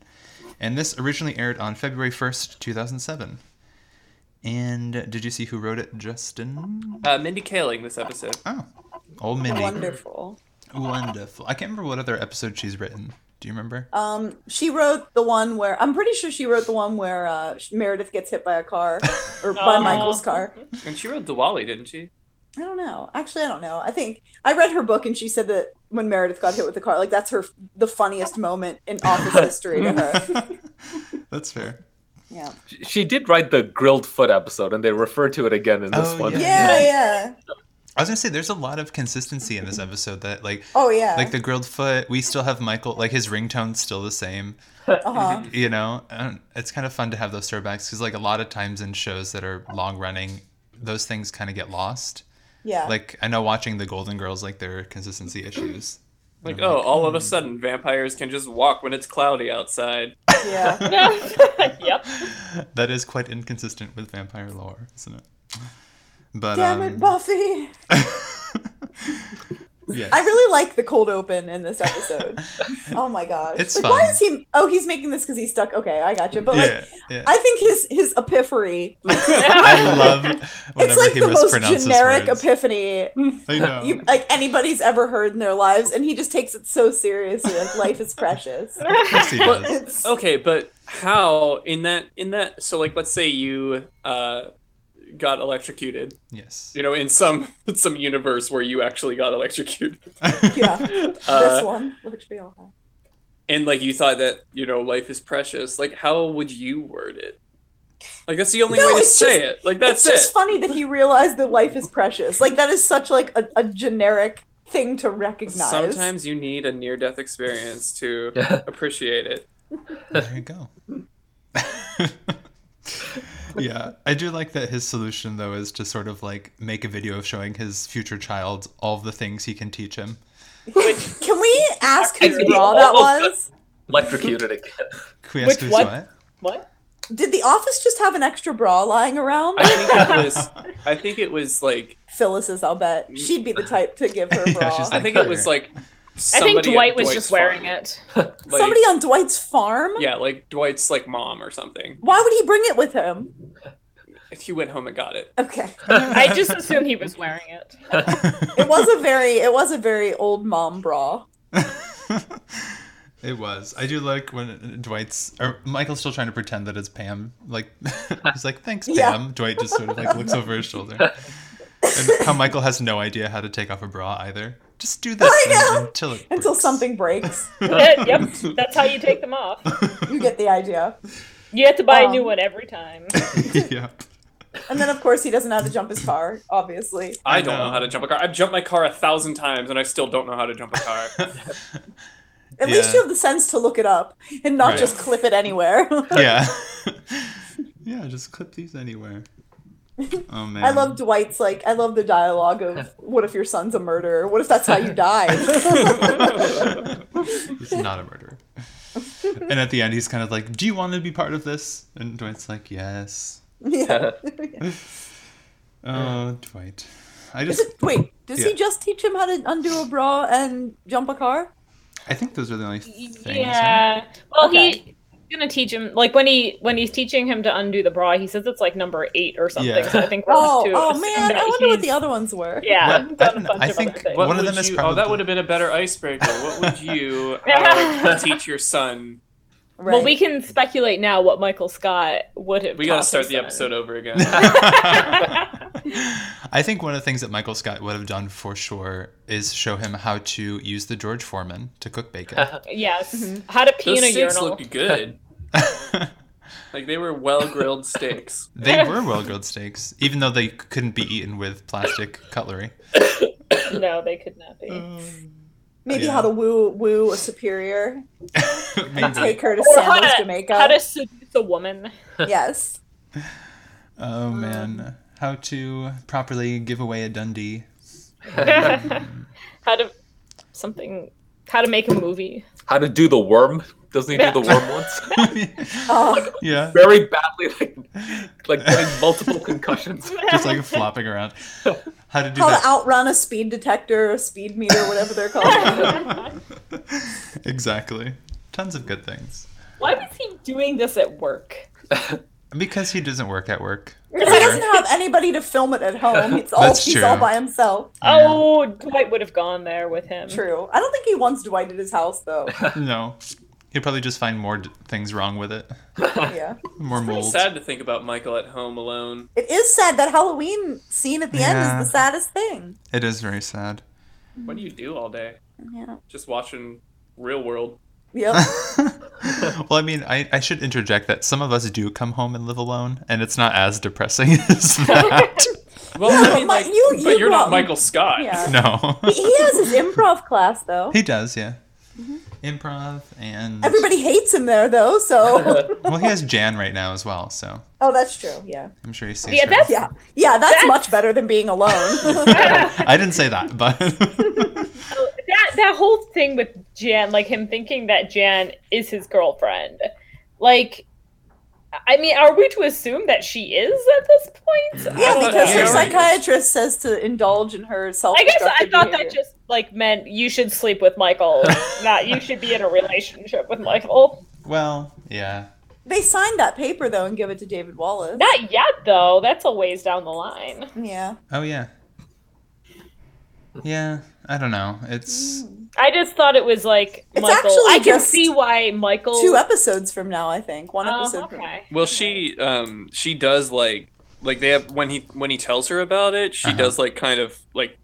Speaker 1: And this originally aired on February 1st, 2007. And did you see who wrote it, Justin?
Speaker 5: Uh, Mindy Kaling this episode.
Speaker 1: Oh, old Mindy.
Speaker 3: wonderful.
Speaker 1: Wonderful. I can't remember what other episode she's written. Do you remember?
Speaker 3: Um, she wrote the one where I'm pretty sure she wrote the one where uh, sh- Meredith gets hit by a car or by
Speaker 2: Oh.
Speaker 3: Michael's car.
Speaker 5: And she wrote Diwali, didn't she?
Speaker 3: I don't know. Actually, I don't know. I think I read her book and she said that when Meredith got hit with the car, like that's her the funniest moment in office history to her.
Speaker 1: That's fair.
Speaker 3: Yeah.
Speaker 4: She- She did write the grilled foot episode, and they refer to it again in this
Speaker 1: Oh,
Speaker 4: one.
Speaker 3: Yeah, yeah.
Speaker 1: I was gonna say there's a lot of consistency in this episode that like
Speaker 3: Oh yeah.
Speaker 1: like the grilled foot, we still have Michael like his ringtone's still the same.
Speaker 3: uh-huh.
Speaker 1: you know I don't- it's kind of fun to have those throwbacks because like a lot of times in shows that are long running those things kind of get lost
Speaker 3: Yeah.
Speaker 1: like i know watching the golden girls like there are consistency issues
Speaker 5: Like,
Speaker 1: I'm
Speaker 5: oh,
Speaker 1: like,
Speaker 5: all of a
Speaker 1: hmm.
Speaker 5: sudden, vampires can just walk when it's cloudy outside.
Speaker 3: Yeah.
Speaker 2: yep.
Speaker 1: That is quite inconsistent with vampire lore, isn't it? But
Speaker 3: Damn
Speaker 1: um,
Speaker 3: it, Buffy.
Speaker 1: yes.
Speaker 3: I really like the cold open in this episode. oh my gosh.
Speaker 1: It's
Speaker 3: like, why
Speaker 1: fun.
Speaker 3: is he oh he's making this because he's stuck. Okay, I got you. But like
Speaker 1: yeah, yeah.
Speaker 3: I think his his epiphany
Speaker 1: I love whenever
Speaker 3: it's like
Speaker 1: he
Speaker 3: the most
Speaker 1: mispronounces
Speaker 3: generic
Speaker 1: words. Oh.
Speaker 3: epiphany
Speaker 1: I know.
Speaker 3: you, like anybody's ever heard in their lives, and he just takes it so seriously. Like life is precious.
Speaker 1: Of course he
Speaker 5: But-
Speaker 1: does.
Speaker 3: It's-
Speaker 5: Okay, but how in that in that? So, like, let's say you uh, got electrocuted.
Speaker 1: Yes.
Speaker 5: You know, in some some universe where you actually got electrocuted.
Speaker 3: yeah, this
Speaker 5: Uh,
Speaker 3: one, which we all have.
Speaker 5: and like you thought that you know life is precious like how would you word it like that's the only
Speaker 3: No,
Speaker 5: way to
Speaker 3: it's
Speaker 5: say it like that's
Speaker 3: it's just
Speaker 5: it
Speaker 3: funny that he realized that life is precious. Like that is such like a, a generic thing to recognize.
Speaker 5: sometimes you need a near-death experience to
Speaker 4: Yeah.
Speaker 5: appreciate it
Speaker 1: there you go. yeah, I do like that his solution though is to sort of like make a video of showing his future child all the things he can teach him.
Speaker 3: Can we ask who
Speaker 4: I think he
Speaker 3: raw that
Speaker 4: almost-
Speaker 3: was?
Speaker 4: Electrocuted again.
Speaker 1: Can we ask
Speaker 2: Which
Speaker 1: who's
Speaker 2: one?
Speaker 1: what?
Speaker 2: What?
Speaker 3: Did the office just have an extra bra lying around?
Speaker 5: i think it was i think it was like
Speaker 3: Phyllis's, I'll bet she'd be the type to give her a
Speaker 1: Yeah,
Speaker 3: bra.
Speaker 1: she's
Speaker 5: i
Speaker 1: like-
Speaker 5: think it was like
Speaker 2: I think
Speaker 5: somebody at
Speaker 2: Dwight was
Speaker 5: Dwight's
Speaker 2: just wearing
Speaker 5: farm.
Speaker 2: it.
Speaker 5: Like,
Speaker 3: Somebody on Dwight's farm.
Speaker 5: yeah like dwight's like mom or something
Speaker 3: Why would he bring it with him?
Speaker 5: if he went home and got it
Speaker 3: Okay.
Speaker 2: I just assumed he was wearing it.
Speaker 3: It was a very it was a very old mom bra.
Speaker 1: it was. I do like when Dwight's or Michael's still trying to pretend that it's Pam. Like he's like, "Thanks, Pam."
Speaker 3: Yeah.
Speaker 1: Dwight just sort of like looks over his shoulder. And how Michael has no idea how to take off a bra either. Just do this
Speaker 3: I know.
Speaker 1: un- until it
Speaker 3: Until
Speaker 1: breaks.
Speaker 3: something breaks.
Speaker 2: yep, that's how you take them off.
Speaker 3: You get the idea.
Speaker 2: You have to buy a new
Speaker 3: Um,
Speaker 2: one every time.
Speaker 1: yeah.
Speaker 3: And then of course he doesn't know how to jump his car, obviously.
Speaker 5: i
Speaker 1: I
Speaker 5: don't know.
Speaker 1: know.
Speaker 5: how to jump a car i've jumped my car a thousand times and i still don't know how to jump a car
Speaker 3: At least
Speaker 1: Yeah.
Speaker 3: you have the sense to look it up and not
Speaker 1: Right.
Speaker 3: just clip it anywhere.
Speaker 1: yeah. yeah, just clip these anywhere. Oh man.
Speaker 3: I love Dwight's like I love the dialogue of what if your son's a murderer? What if that's how you died?
Speaker 1: He's not a murderer. and at the end he's kind of like, "Do you want to be part of this?" And Dwight's like, "Yes."
Speaker 3: yeah.
Speaker 1: Oh, Dwight. I
Speaker 3: Is
Speaker 1: just
Speaker 3: it, wait, does he
Speaker 1: Yeah.
Speaker 3: just teach him how to undo a bra and jump a car?
Speaker 1: I think those are the only things. right?
Speaker 2: yeah. Well,
Speaker 3: Okay.
Speaker 2: he he's gonna teach him like when he when he's teaching him to undo the bra. He says it's like number eight or something.
Speaker 1: Yeah.
Speaker 2: So I think we're
Speaker 3: Oh,
Speaker 2: to
Speaker 3: oh
Speaker 2: assume
Speaker 3: man,
Speaker 2: that
Speaker 3: I wonder what
Speaker 2: he's-
Speaker 3: the other ones were.
Speaker 2: yeah.
Speaker 1: Well, I
Speaker 2: done a
Speaker 1: don't know.
Speaker 2: bunch
Speaker 1: I
Speaker 2: of
Speaker 1: think
Speaker 2: other things.
Speaker 1: One
Speaker 5: What
Speaker 1: of
Speaker 5: would
Speaker 1: them is
Speaker 5: you- Oh, that
Speaker 1: probably-
Speaker 5: would have been a better icebreaker. What would you uh, teach your son?
Speaker 3: Right.
Speaker 2: Well, we can speculate now what Michael Scott would have.
Speaker 5: We got to
Speaker 2: taught
Speaker 5: start
Speaker 2: his
Speaker 5: the
Speaker 2: son.
Speaker 5: episode over again.
Speaker 1: I think one of the things that Michael Scott would have done for sure is show him how to use the George Foreman to cook bacon.
Speaker 2: Yes.
Speaker 3: Mm-hmm.
Speaker 2: How to pee
Speaker 5: Those
Speaker 2: in a
Speaker 5: steaks
Speaker 2: urinal.
Speaker 5: looked good. Like they were well grilled steaks.
Speaker 1: they were well grilled steaks, even though they couldn't be eaten with plastic cutlery.
Speaker 2: No, they could not be.
Speaker 3: Mm. Maybe
Speaker 1: Yeah.
Speaker 3: how to woo woo a superior,
Speaker 1: Maybe.
Speaker 3: take her to
Speaker 2: Or how
Speaker 3: Sandals,
Speaker 2: to-
Speaker 3: Jamaica.
Speaker 2: How to seduce a woman.
Speaker 3: yes.
Speaker 1: Oh
Speaker 5: um,
Speaker 1: man, how to properly give away a Dundee.
Speaker 2: how to something. How to make a movie.
Speaker 4: How to do the worm? Doesn't he do the worm once?
Speaker 3: Oh,
Speaker 1: yeah,
Speaker 4: Very badly, like like getting multiple concussions.
Speaker 1: just like flopping around. How to do
Speaker 3: how
Speaker 1: that?
Speaker 3: to outrun a speed detector, a speed meter, whatever they're called.
Speaker 1: exactly. Tons of good things.
Speaker 2: Why was he doing this at work?
Speaker 1: Because he doesn't work at work.
Speaker 3: Because he doesn't have anybody to film it at home. It's all
Speaker 1: That's
Speaker 3: he's
Speaker 1: true.
Speaker 3: all by himself.
Speaker 2: Oh, Dwight would have gone there with him.
Speaker 3: True. I don't think he wants Dwight at his house though.
Speaker 1: No. He'd probably just find more d- things wrong with it.
Speaker 3: Yeah.
Speaker 1: More
Speaker 5: Pretty
Speaker 1: mold.
Speaker 5: sad to think about Michael at home alone.
Speaker 3: It is sad that Halloween scene at the end
Speaker 1: Yeah.
Speaker 3: is the saddest thing.
Speaker 1: It is very sad.
Speaker 5: What do you do all day?
Speaker 3: Yeah.
Speaker 5: Just watching Real World.
Speaker 3: Yep.
Speaker 1: well, I mean, I, I should interject that some of us do come home and live alone, and it's not as depressing as that.
Speaker 5: Well,
Speaker 3: Yeah,
Speaker 5: I mean,
Speaker 3: but
Speaker 5: like,
Speaker 3: you-
Speaker 5: but
Speaker 3: you
Speaker 5: you're not
Speaker 3: brought-
Speaker 5: Michael Scott.
Speaker 3: Yeah.
Speaker 1: no.
Speaker 3: he has his improv class though.
Speaker 2: Mm-hmm.
Speaker 1: he does, yeah. improv and
Speaker 3: Everybody hates him there though, so
Speaker 1: well, he has Jan right now as well, so
Speaker 3: oh, that's true. Yeah,
Speaker 1: I'm sure he sees
Speaker 2: Yeah,
Speaker 1: her.
Speaker 2: that's-
Speaker 3: yeah, yeah. That's,
Speaker 2: That's-
Speaker 3: much better than being alone.
Speaker 1: I didn't say that, but
Speaker 2: that that whole thing with Jan, like him thinking that Jan is his girlfriend, like. I mean, are we to assume that she is at this point?
Speaker 3: yeah, because
Speaker 4: Yeah,
Speaker 3: her
Speaker 4: right.
Speaker 3: psychiatrist says to indulge in her self.
Speaker 2: I guess I thought that just like meant you should sleep with Michael, not you should be in a relationship with Michael.
Speaker 1: well, yeah.
Speaker 3: they signed that paper though and give it to David Wallace.
Speaker 2: Not yet, though. That's a ways down the line.
Speaker 3: yeah,
Speaker 1: Oh yeah. Yeah, I don't know. It's
Speaker 2: I just thought it was like
Speaker 3: It's
Speaker 2: Michael.
Speaker 3: actually
Speaker 2: I can
Speaker 3: just
Speaker 2: see why Michael.
Speaker 3: two episodes from now, I think. One
Speaker 2: Oh,
Speaker 3: episode. From now.
Speaker 2: okay.
Speaker 5: Well, she um she does like like they have when he when he tells her about it, she
Speaker 1: Uh-huh.
Speaker 5: does like kind of like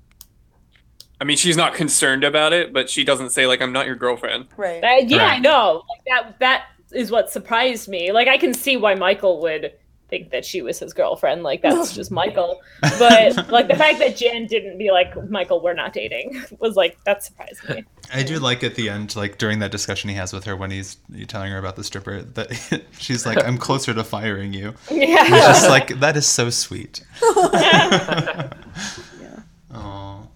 Speaker 5: I mean, she's not concerned about it, but she doesn't say like I'm not your girlfriend.
Speaker 3: Right.
Speaker 2: That- yeah, I
Speaker 1: Right.
Speaker 2: know. Like that. That is what surprised me. Like I can see why Michael would think that she was his girlfriend. Like that's just Michael. But like the fact that Jan didn't be like Michael, we're not dating, was like that surprised me.
Speaker 1: I do like at the end, like during that discussion he has with her when he's telling her about the stripper, that she's like, "I'm closer to firing you."
Speaker 2: Yeah.
Speaker 1: It's just like that is so sweet. Oh,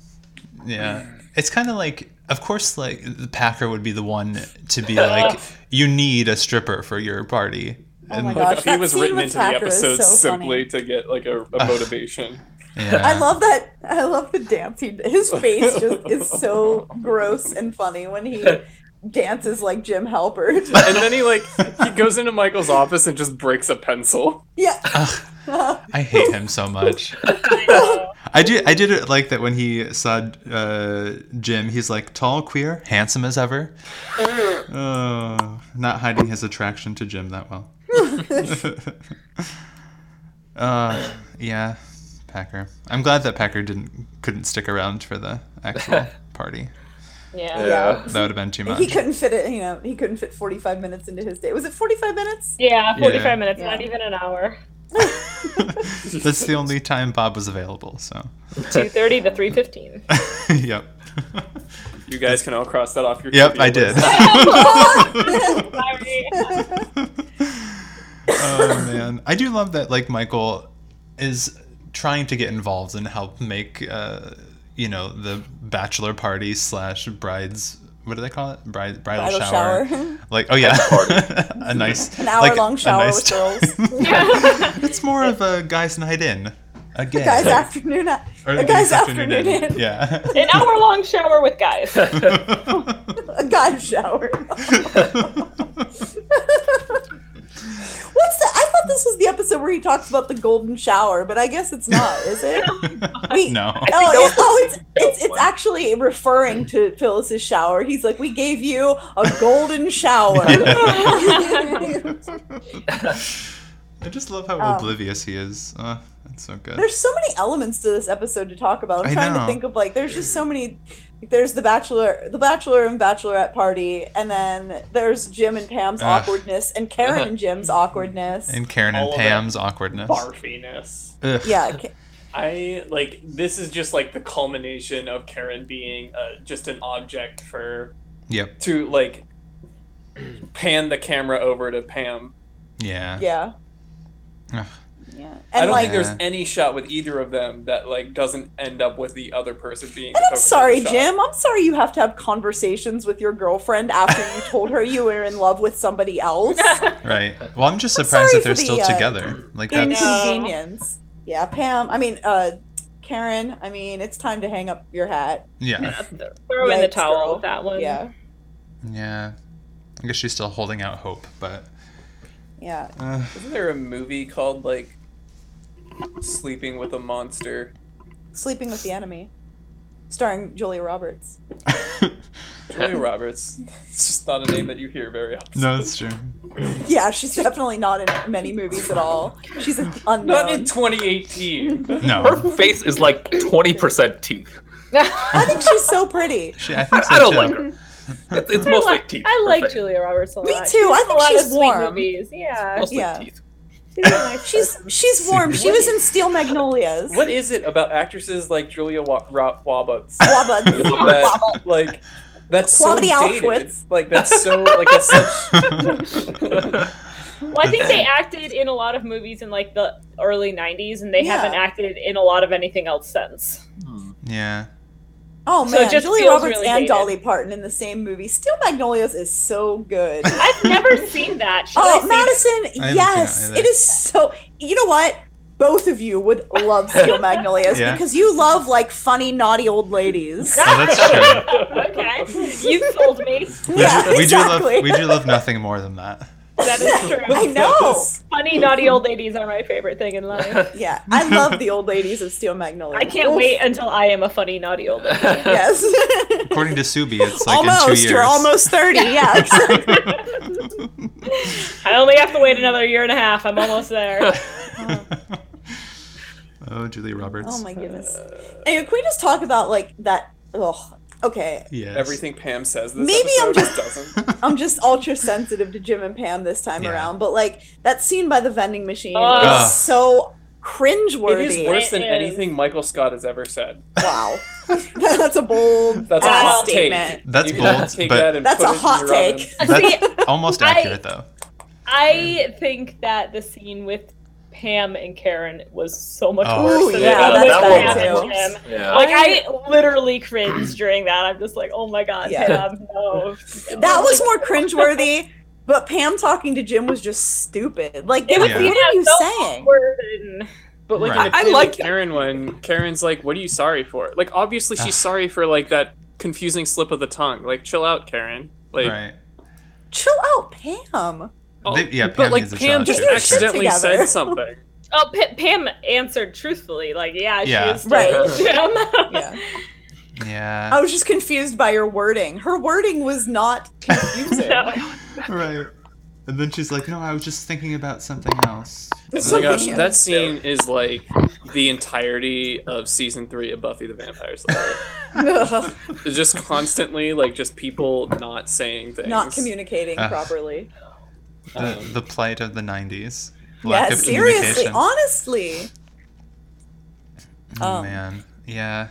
Speaker 1: yeah. It's kind of like, of course, like the Packer would be the one to be like, you need a stripper for your party.
Speaker 3: Oh my
Speaker 1: And-
Speaker 3: gosh,
Speaker 5: he
Speaker 3: that
Speaker 5: was
Speaker 3: scene
Speaker 5: written
Speaker 3: with
Speaker 5: into
Speaker 3: Packer
Speaker 5: the
Speaker 3: is
Speaker 5: episode
Speaker 3: so
Speaker 5: simply
Speaker 3: funny.
Speaker 5: to get like a,
Speaker 1: Uh.
Speaker 5: a motivation.
Speaker 1: yeah.
Speaker 3: I love that. I love the dance. He, his face just is so gross and funny when he dances like Jim Halpert.
Speaker 5: and then he like he goes into Michael's office and just breaks a pencil.
Speaker 3: Yeah.
Speaker 1: Ugh, I hate him so much.
Speaker 2: I know.
Speaker 1: I do. I did it like that when he saw uh, Jim. He's like tall, queer, handsome as ever. Oh, not hiding his attraction to Jim that well. uh, yeah, Packer. I'm glad that Packer didn't couldn't stick around for the actual party.
Speaker 2: Yeah. yeah.
Speaker 4: Yeah.
Speaker 1: That would have been too
Speaker 3: He
Speaker 1: much.
Speaker 3: couldn't fit it, you know, he couldn't fit 45 minutes into his day. Was it 45 minutes?
Speaker 2: 45
Speaker 1: Yeah.
Speaker 2: minutes,
Speaker 3: Yeah.
Speaker 2: not even an hour.
Speaker 1: That's the only time Bob was available. So,
Speaker 2: 2.30 to 3.15.
Speaker 1: yep,
Speaker 5: You guys can all cross that off your
Speaker 1: yep,
Speaker 5: trivia
Speaker 1: I
Speaker 5: list.
Speaker 1: did.
Speaker 2: Sorry.
Speaker 1: oh man, I do love that. Like Michael is trying to get involved and help make, uh, you know, the bachelor party slash brides. What do they call it? Bride, bridal,
Speaker 3: Bridal
Speaker 1: shower.
Speaker 3: shower.
Speaker 1: Like oh yeah,
Speaker 4: party.
Speaker 1: a nice
Speaker 3: An hour
Speaker 1: like,
Speaker 3: long
Speaker 1: a
Speaker 3: shower
Speaker 1: nice
Speaker 3: with
Speaker 1: time.
Speaker 3: girls.
Speaker 1: it's more of a guys' night in. Again,
Speaker 3: Guys afternoon. A
Speaker 1: Or
Speaker 3: a guy's afternoon. in.
Speaker 1: Yeah.
Speaker 2: An hour long shower with guys.
Speaker 3: A guy's shower. What's that? I thought this was the episode where he talks about the golden shower, but I guess it's not, is it? Wait,
Speaker 1: no.
Speaker 3: Oh,
Speaker 4: that was-
Speaker 3: it- oh, it's, it's,
Speaker 4: one.
Speaker 3: it's actually referring to Phyllis's shower. He's like, we gave you a golden shower.
Speaker 1: I just love how
Speaker 3: Oh.
Speaker 1: oblivious he is. Uh, that's so good.
Speaker 3: There's so many elements to this episode to talk about. I'm
Speaker 1: I
Speaker 3: trying
Speaker 1: know.
Speaker 3: to think of like, there's just so many. like, There's the bachelor, the bachelor and bachelorette party, and then there's Jim and Pam's
Speaker 1: Ugh.
Speaker 3: awkwardness, and Karen and Jim's awkwardness.
Speaker 1: And Karen and
Speaker 5: All of that
Speaker 1: Pam's awkwardness.
Speaker 5: Barfiness.
Speaker 1: Ugh.
Speaker 3: yeah, K-
Speaker 5: I like this is just like the culmination of Karen being uh, just an object for
Speaker 1: Yep.
Speaker 5: to like pan the camera over to Pam.
Speaker 1: Yeah.
Speaker 3: yeah,
Speaker 1: Ugh.
Speaker 3: yeah.
Speaker 5: I
Speaker 3: And
Speaker 5: don't
Speaker 3: like,
Speaker 5: think
Speaker 1: Yeah.
Speaker 5: there's any shot with either of them that like doesn't end up with the other person being.
Speaker 3: And
Speaker 5: the
Speaker 3: I'm
Speaker 5: focus of
Speaker 3: sorry,
Speaker 5: the shot.
Speaker 3: Jim. I'm sorry you have to have conversations with your girlfriend after you told her you were in love with somebody else.
Speaker 1: Right. Well, I'm just surprised
Speaker 3: sorry
Speaker 1: that they're
Speaker 3: for the,
Speaker 1: still
Speaker 3: uh,
Speaker 1: together. Like that's.
Speaker 2: know.
Speaker 3: Inconvenience. Yeah, Pam. I mean, uh, Karen. I mean, it's time to hang up your hat.
Speaker 1: Yeah.
Speaker 2: Throw in the
Speaker 3: Yikes,
Speaker 2: towel
Speaker 3: girl.
Speaker 2: with that one.
Speaker 3: Yeah,
Speaker 1: Yeah. I guess she's still holding out hope, but.
Speaker 3: yeah.
Speaker 1: Uh,
Speaker 5: Isn't there a movie called like Sleeping with a Monster?
Speaker 3: Sleeping with the Enemy, starring Julia Roberts.
Speaker 5: Julia Roberts. It's just not a name that you hear very often.
Speaker 1: no, that's true.
Speaker 3: Yeah, she's definitely not in many movies at all. She's an unknown.
Speaker 5: Not in 2018.
Speaker 1: No.
Speaker 4: Her face is like 20% teeth.
Speaker 3: I think she's so pretty.
Speaker 1: She, I, think
Speaker 4: I,
Speaker 1: so
Speaker 4: I don't
Speaker 1: too.
Speaker 4: like her. It's, it's
Speaker 2: I
Speaker 4: mostly
Speaker 2: like,
Speaker 4: teeth.
Speaker 2: I
Speaker 4: Her
Speaker 2: like
Speaker 4: face.
Speaker 2: Julia Roberts a lot.
Speaker 3: Me
Speaker 2: She's
Speaker 3: too.
Speaker 2: in
Speaker 3: I
Speaker 2: a
Speaker 3: think
Speaker 2: lot of
Speaker 3: she's
Speaker 2: sweet
Speaker 3: warm.
Speaker 2: Movies. Yeah.
Speaker 4: Mostly
Speaker 3: Yeah.
Speaker 4: teeth.
Speaker 2: She's a nice
Speaker 3: She's
Speaker 2: person.
Speaker 3: she's warm. She was in Steel Magnolias.
Speaker 5: What is it about actresses like Julia Wa- Ro- Roberts
Speaker 3: Wabba.
Speaker 5: that like That's so
Speaker 3: Quality
Speaker 5: dated.
Speaker 3: outfits.
Speaker 5: Like that's so like that's such
Speaker 2: Well, I think they acted in a lot of movies in like the early '90s, and they
Speaker 3: Yeah.
Speaker 2: haven't acted in a lot of anything else since.
Speaker 1: yeah.
Speaker 3: Oh
Speaker 2: So it
Speaker 3: man,
Speaker 2: just
Speaker 3: Julia
Speaker 2: feels
Speaker 3: Roberts
Speaker 2: really
Speaker 3: and
Speaker 2: dated.
Speaker 3: Dolly Parton in the same movie. Steel Magnolias is so good.
Speaker 2: I've never seen that. Should I
Speaker 3: oh,
Speaker 2: see
Speaker 3: Madison,
Speaker 1: I haven't
Speaker 3: yes,
Speaker 1: seen it
Speaker 3: it
Speaker 1: either.
Speaker 3: is so. You know what? Both of you would love Steel Magnolias
Speaker 1: Yeah.
Speaker 3: because you love like funny, naughty old ladies.
Speaker 1: Oh, that's true.
Speaker 2: okay, you sold me.
Speaker 1: We,
Speaker 3: Yeah,
Speaker 1: do, we do
Speaker 3: exactly.
Speaker 1: love we do love nothing more than that.
Speaker 2: That is true.
Speaker 3: I know.
Speaker 2: Funny, naughty old ladies are my favorite thing in life.
Speaker 3: Yeah, I love the old ladies of Steel Magnolias.
Speaker 2: I can't
Speaker 3: Oof.
Speaker 2: wait until I am a funny, naughty old lady.
Speaker 3: Yes,
Speaker 1: According to Subi, it's like in two
Speaker 3: almost.
Speaker 1: years.
Speaker 3: You're almost thirty. Yeah, exactly.
Speaker 2: I only have to wait another year and a half. I'm almost there.
Speaker 1: oh, Julie Roberts.
Speaker 3: oh my goodness. Anyway, can we just talk about like that? Ugh. Okay,
Speaker 1: Yes.
Speaker 5: everything Pam says. This
Speaker 3: Maybe I'm just-
Speaker 5: episode doesn't.
Speaker 3: I'm just ultra sensitive to Jim and Pam this time
Speaker 1: Yeah.
Speaker 3: around, but like that scene by the vending machine
Speaker 2: Ugh.
Speaker 3: is so cringeworthy.
Speaker 5: It is worse than
Speaker 2: It is.
Speaker 5: anything Michael Scott has ever said.
Speaker 3: Wow, that's a bold
Speaker 5: That's
Speaker 3: ass
Speaker 5: a hot
Speaker 3: statement.
Speaker 5: take.
Speaker 1: That's
Speaker 5: You cannot
Speaker 1: bold,
Speaker 5: take
Speaker 1: but-
Speaker 5: that and
Speaker 3: That's
Speaker 5: put
Speaker 3: a
Speaker 5: it in
Speaker 3: hot
Speaker 5: your oven.
Speaker 3: take.
Speaker 2: See,
Speaker 1: That's almost
Speaker 2: I-
Speaker 1: accurate though.
Speaker 2: I think that the scene with Pam and Karen was so much
Speaker 1: Oh,
Speaker 2: worse
Speaker 3: Ooh,
Speaker 2: than
Speaker 4: yeah,
Speaker 2: the scene
Speaker 4: that
Speaker 2: with
Speaker 4: one
Speaker 2: Pam
Speaker 3: was
Speaker 2: and
Speaker 3: worse.
Speaker 2: Jim.
Speaker 4: Yeah.
Speaker 2: Like I literally cringed during that. I'm just like, oh my god,
Speaker 3: Yeah.
Speaker 2: Pam, no.
Speaker 3: That was more cringeworthy, but Pam talking to Jim was just stupid. Like,
Speaker 2: It
Speaker 3: what
Speaker 2: was
Speaker 1: Yeah.
Speaker 3: are you
Speaker 2: so
Speaker 3: saying?
Speaker 2: awkward and-
Speaker 5: But like,
Speaker 1: Right.
Speaker 5: in the
Speaker 4: I- I
Speaker 5: scene
Speaker 4: like-
Speaker 5: with Karen when Karen's like, "What are you sorry for?" Like, obviously she's
Speaker 1: Ah.
Speaker 5: sorry for like that confusing slip of the tongue. Like, chill out, Karen. Like,
Speaker 1: right.
Speaker 3: Chill out, Pam.
Speaker 5: oh,
Speaker 1: They- yeah, Pam
Speaker 5: but like
Speaker 1: needs a
Speaker 5: Pam
Speaker 1: child
Speaker 5: just
Speaker 1: too, sure.
Speaker 5: accidentally
Speaker 3: Get together.
Speaker 5: said something.
Speaker 2: Oh, Pa- Pam answered truthfully. Like, yeah, she
Speaker 1: Yeah.
Speaker 2: was
Speaker 3: Right.
Speaker 2: Jim.
Speaker 3: Yeah.
Speaker 1: Yeah.
Speaker 3: I was just confused by your wording. Her wording was not confusing.
Speaker 2: So-
Speaker 1: Right. And then she's like, "No, I was just thinking about something else."
Speaker 5: Oh my gosh,
Speaker 3: Something
Speaker 5: that
Speaker 3: else.
Speaker 5: scene is like the entirety of season three of Buffy the Vampire Slayer.
Speaker 3: Ugh,
Speaker 5: It's just constantly like just people not saying things.
Speaker 3: not communicating
Speaker 1: Ugh.
Speaker 3: properly.
Speaker 1: The,
Speaker 5: Um,
Speaker 1: the plight of the '90s.
Speaker 3: Yeah, seriously,
Speaker 1: communication.
Speaker 3: honestly.
Speaker 1: Oh
Speaker 3: Um,
Speaker 1: man. Yeah.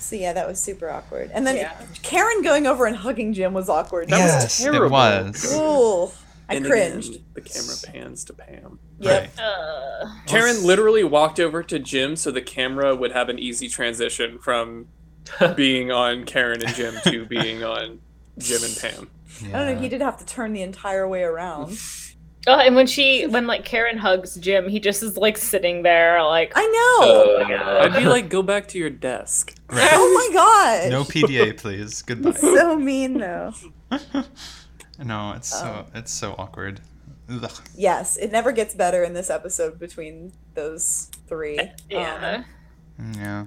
Speaker 3: So yeah, that was super awkward. And then
Speaker 2: Yeah.
Speaker 3: Karen going over and hugging Jim was awkward.
Speaker 5: That was
Speaker 1: yes,
Speaker 5: terrible.
Speaker 1: it was.
Speaker 3: Ooh, I
Speaker 5: And again,
Speaker 3: cringed.
Speaker 5: the camera pans to Pam.
Speaker 3: Yep.
Speaker 1: Right.
Speaker 2: Uh,
Speaker 5: Karen literally walked over to Jim so the camera would have an easy transition from being on Karen and Jim to being on Jim and Pam.
Speaker 1: Yeah.
Speaker 3: I don't know. He did have to turn the entire way around.
Speaker 2: oh, and when she, when like Karen hugs Jim, he just is like sitting there, like,
Speaker 3: I know.
Speaker 4: Uh,
Speaker 5: I'd be like, go back to your desk.
Speaker 1: Right.
Speaker 3: oh my god.
Speaker 1: No PDA, please. Goodbye.
Speaker 3: So mean though.
Speaker 1: No, it's so it's so awkward. Ugh.
Speaker 3: Yes, it never gets better in this episode between those three.
Speaker 2: yeah.
Speaker 3: Um,
Speaker 1: Yeah.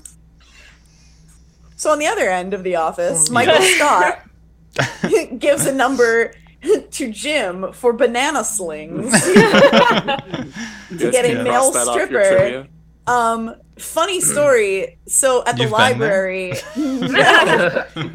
Speaker 3: so on the other end of the office, Michael Scott gives a number to Jim for banana slings.
Speaker 5: To
Speaker 3: get a male stripper. Um, funny story. So at the
Speaker 1: You've been
Speaker 3: library,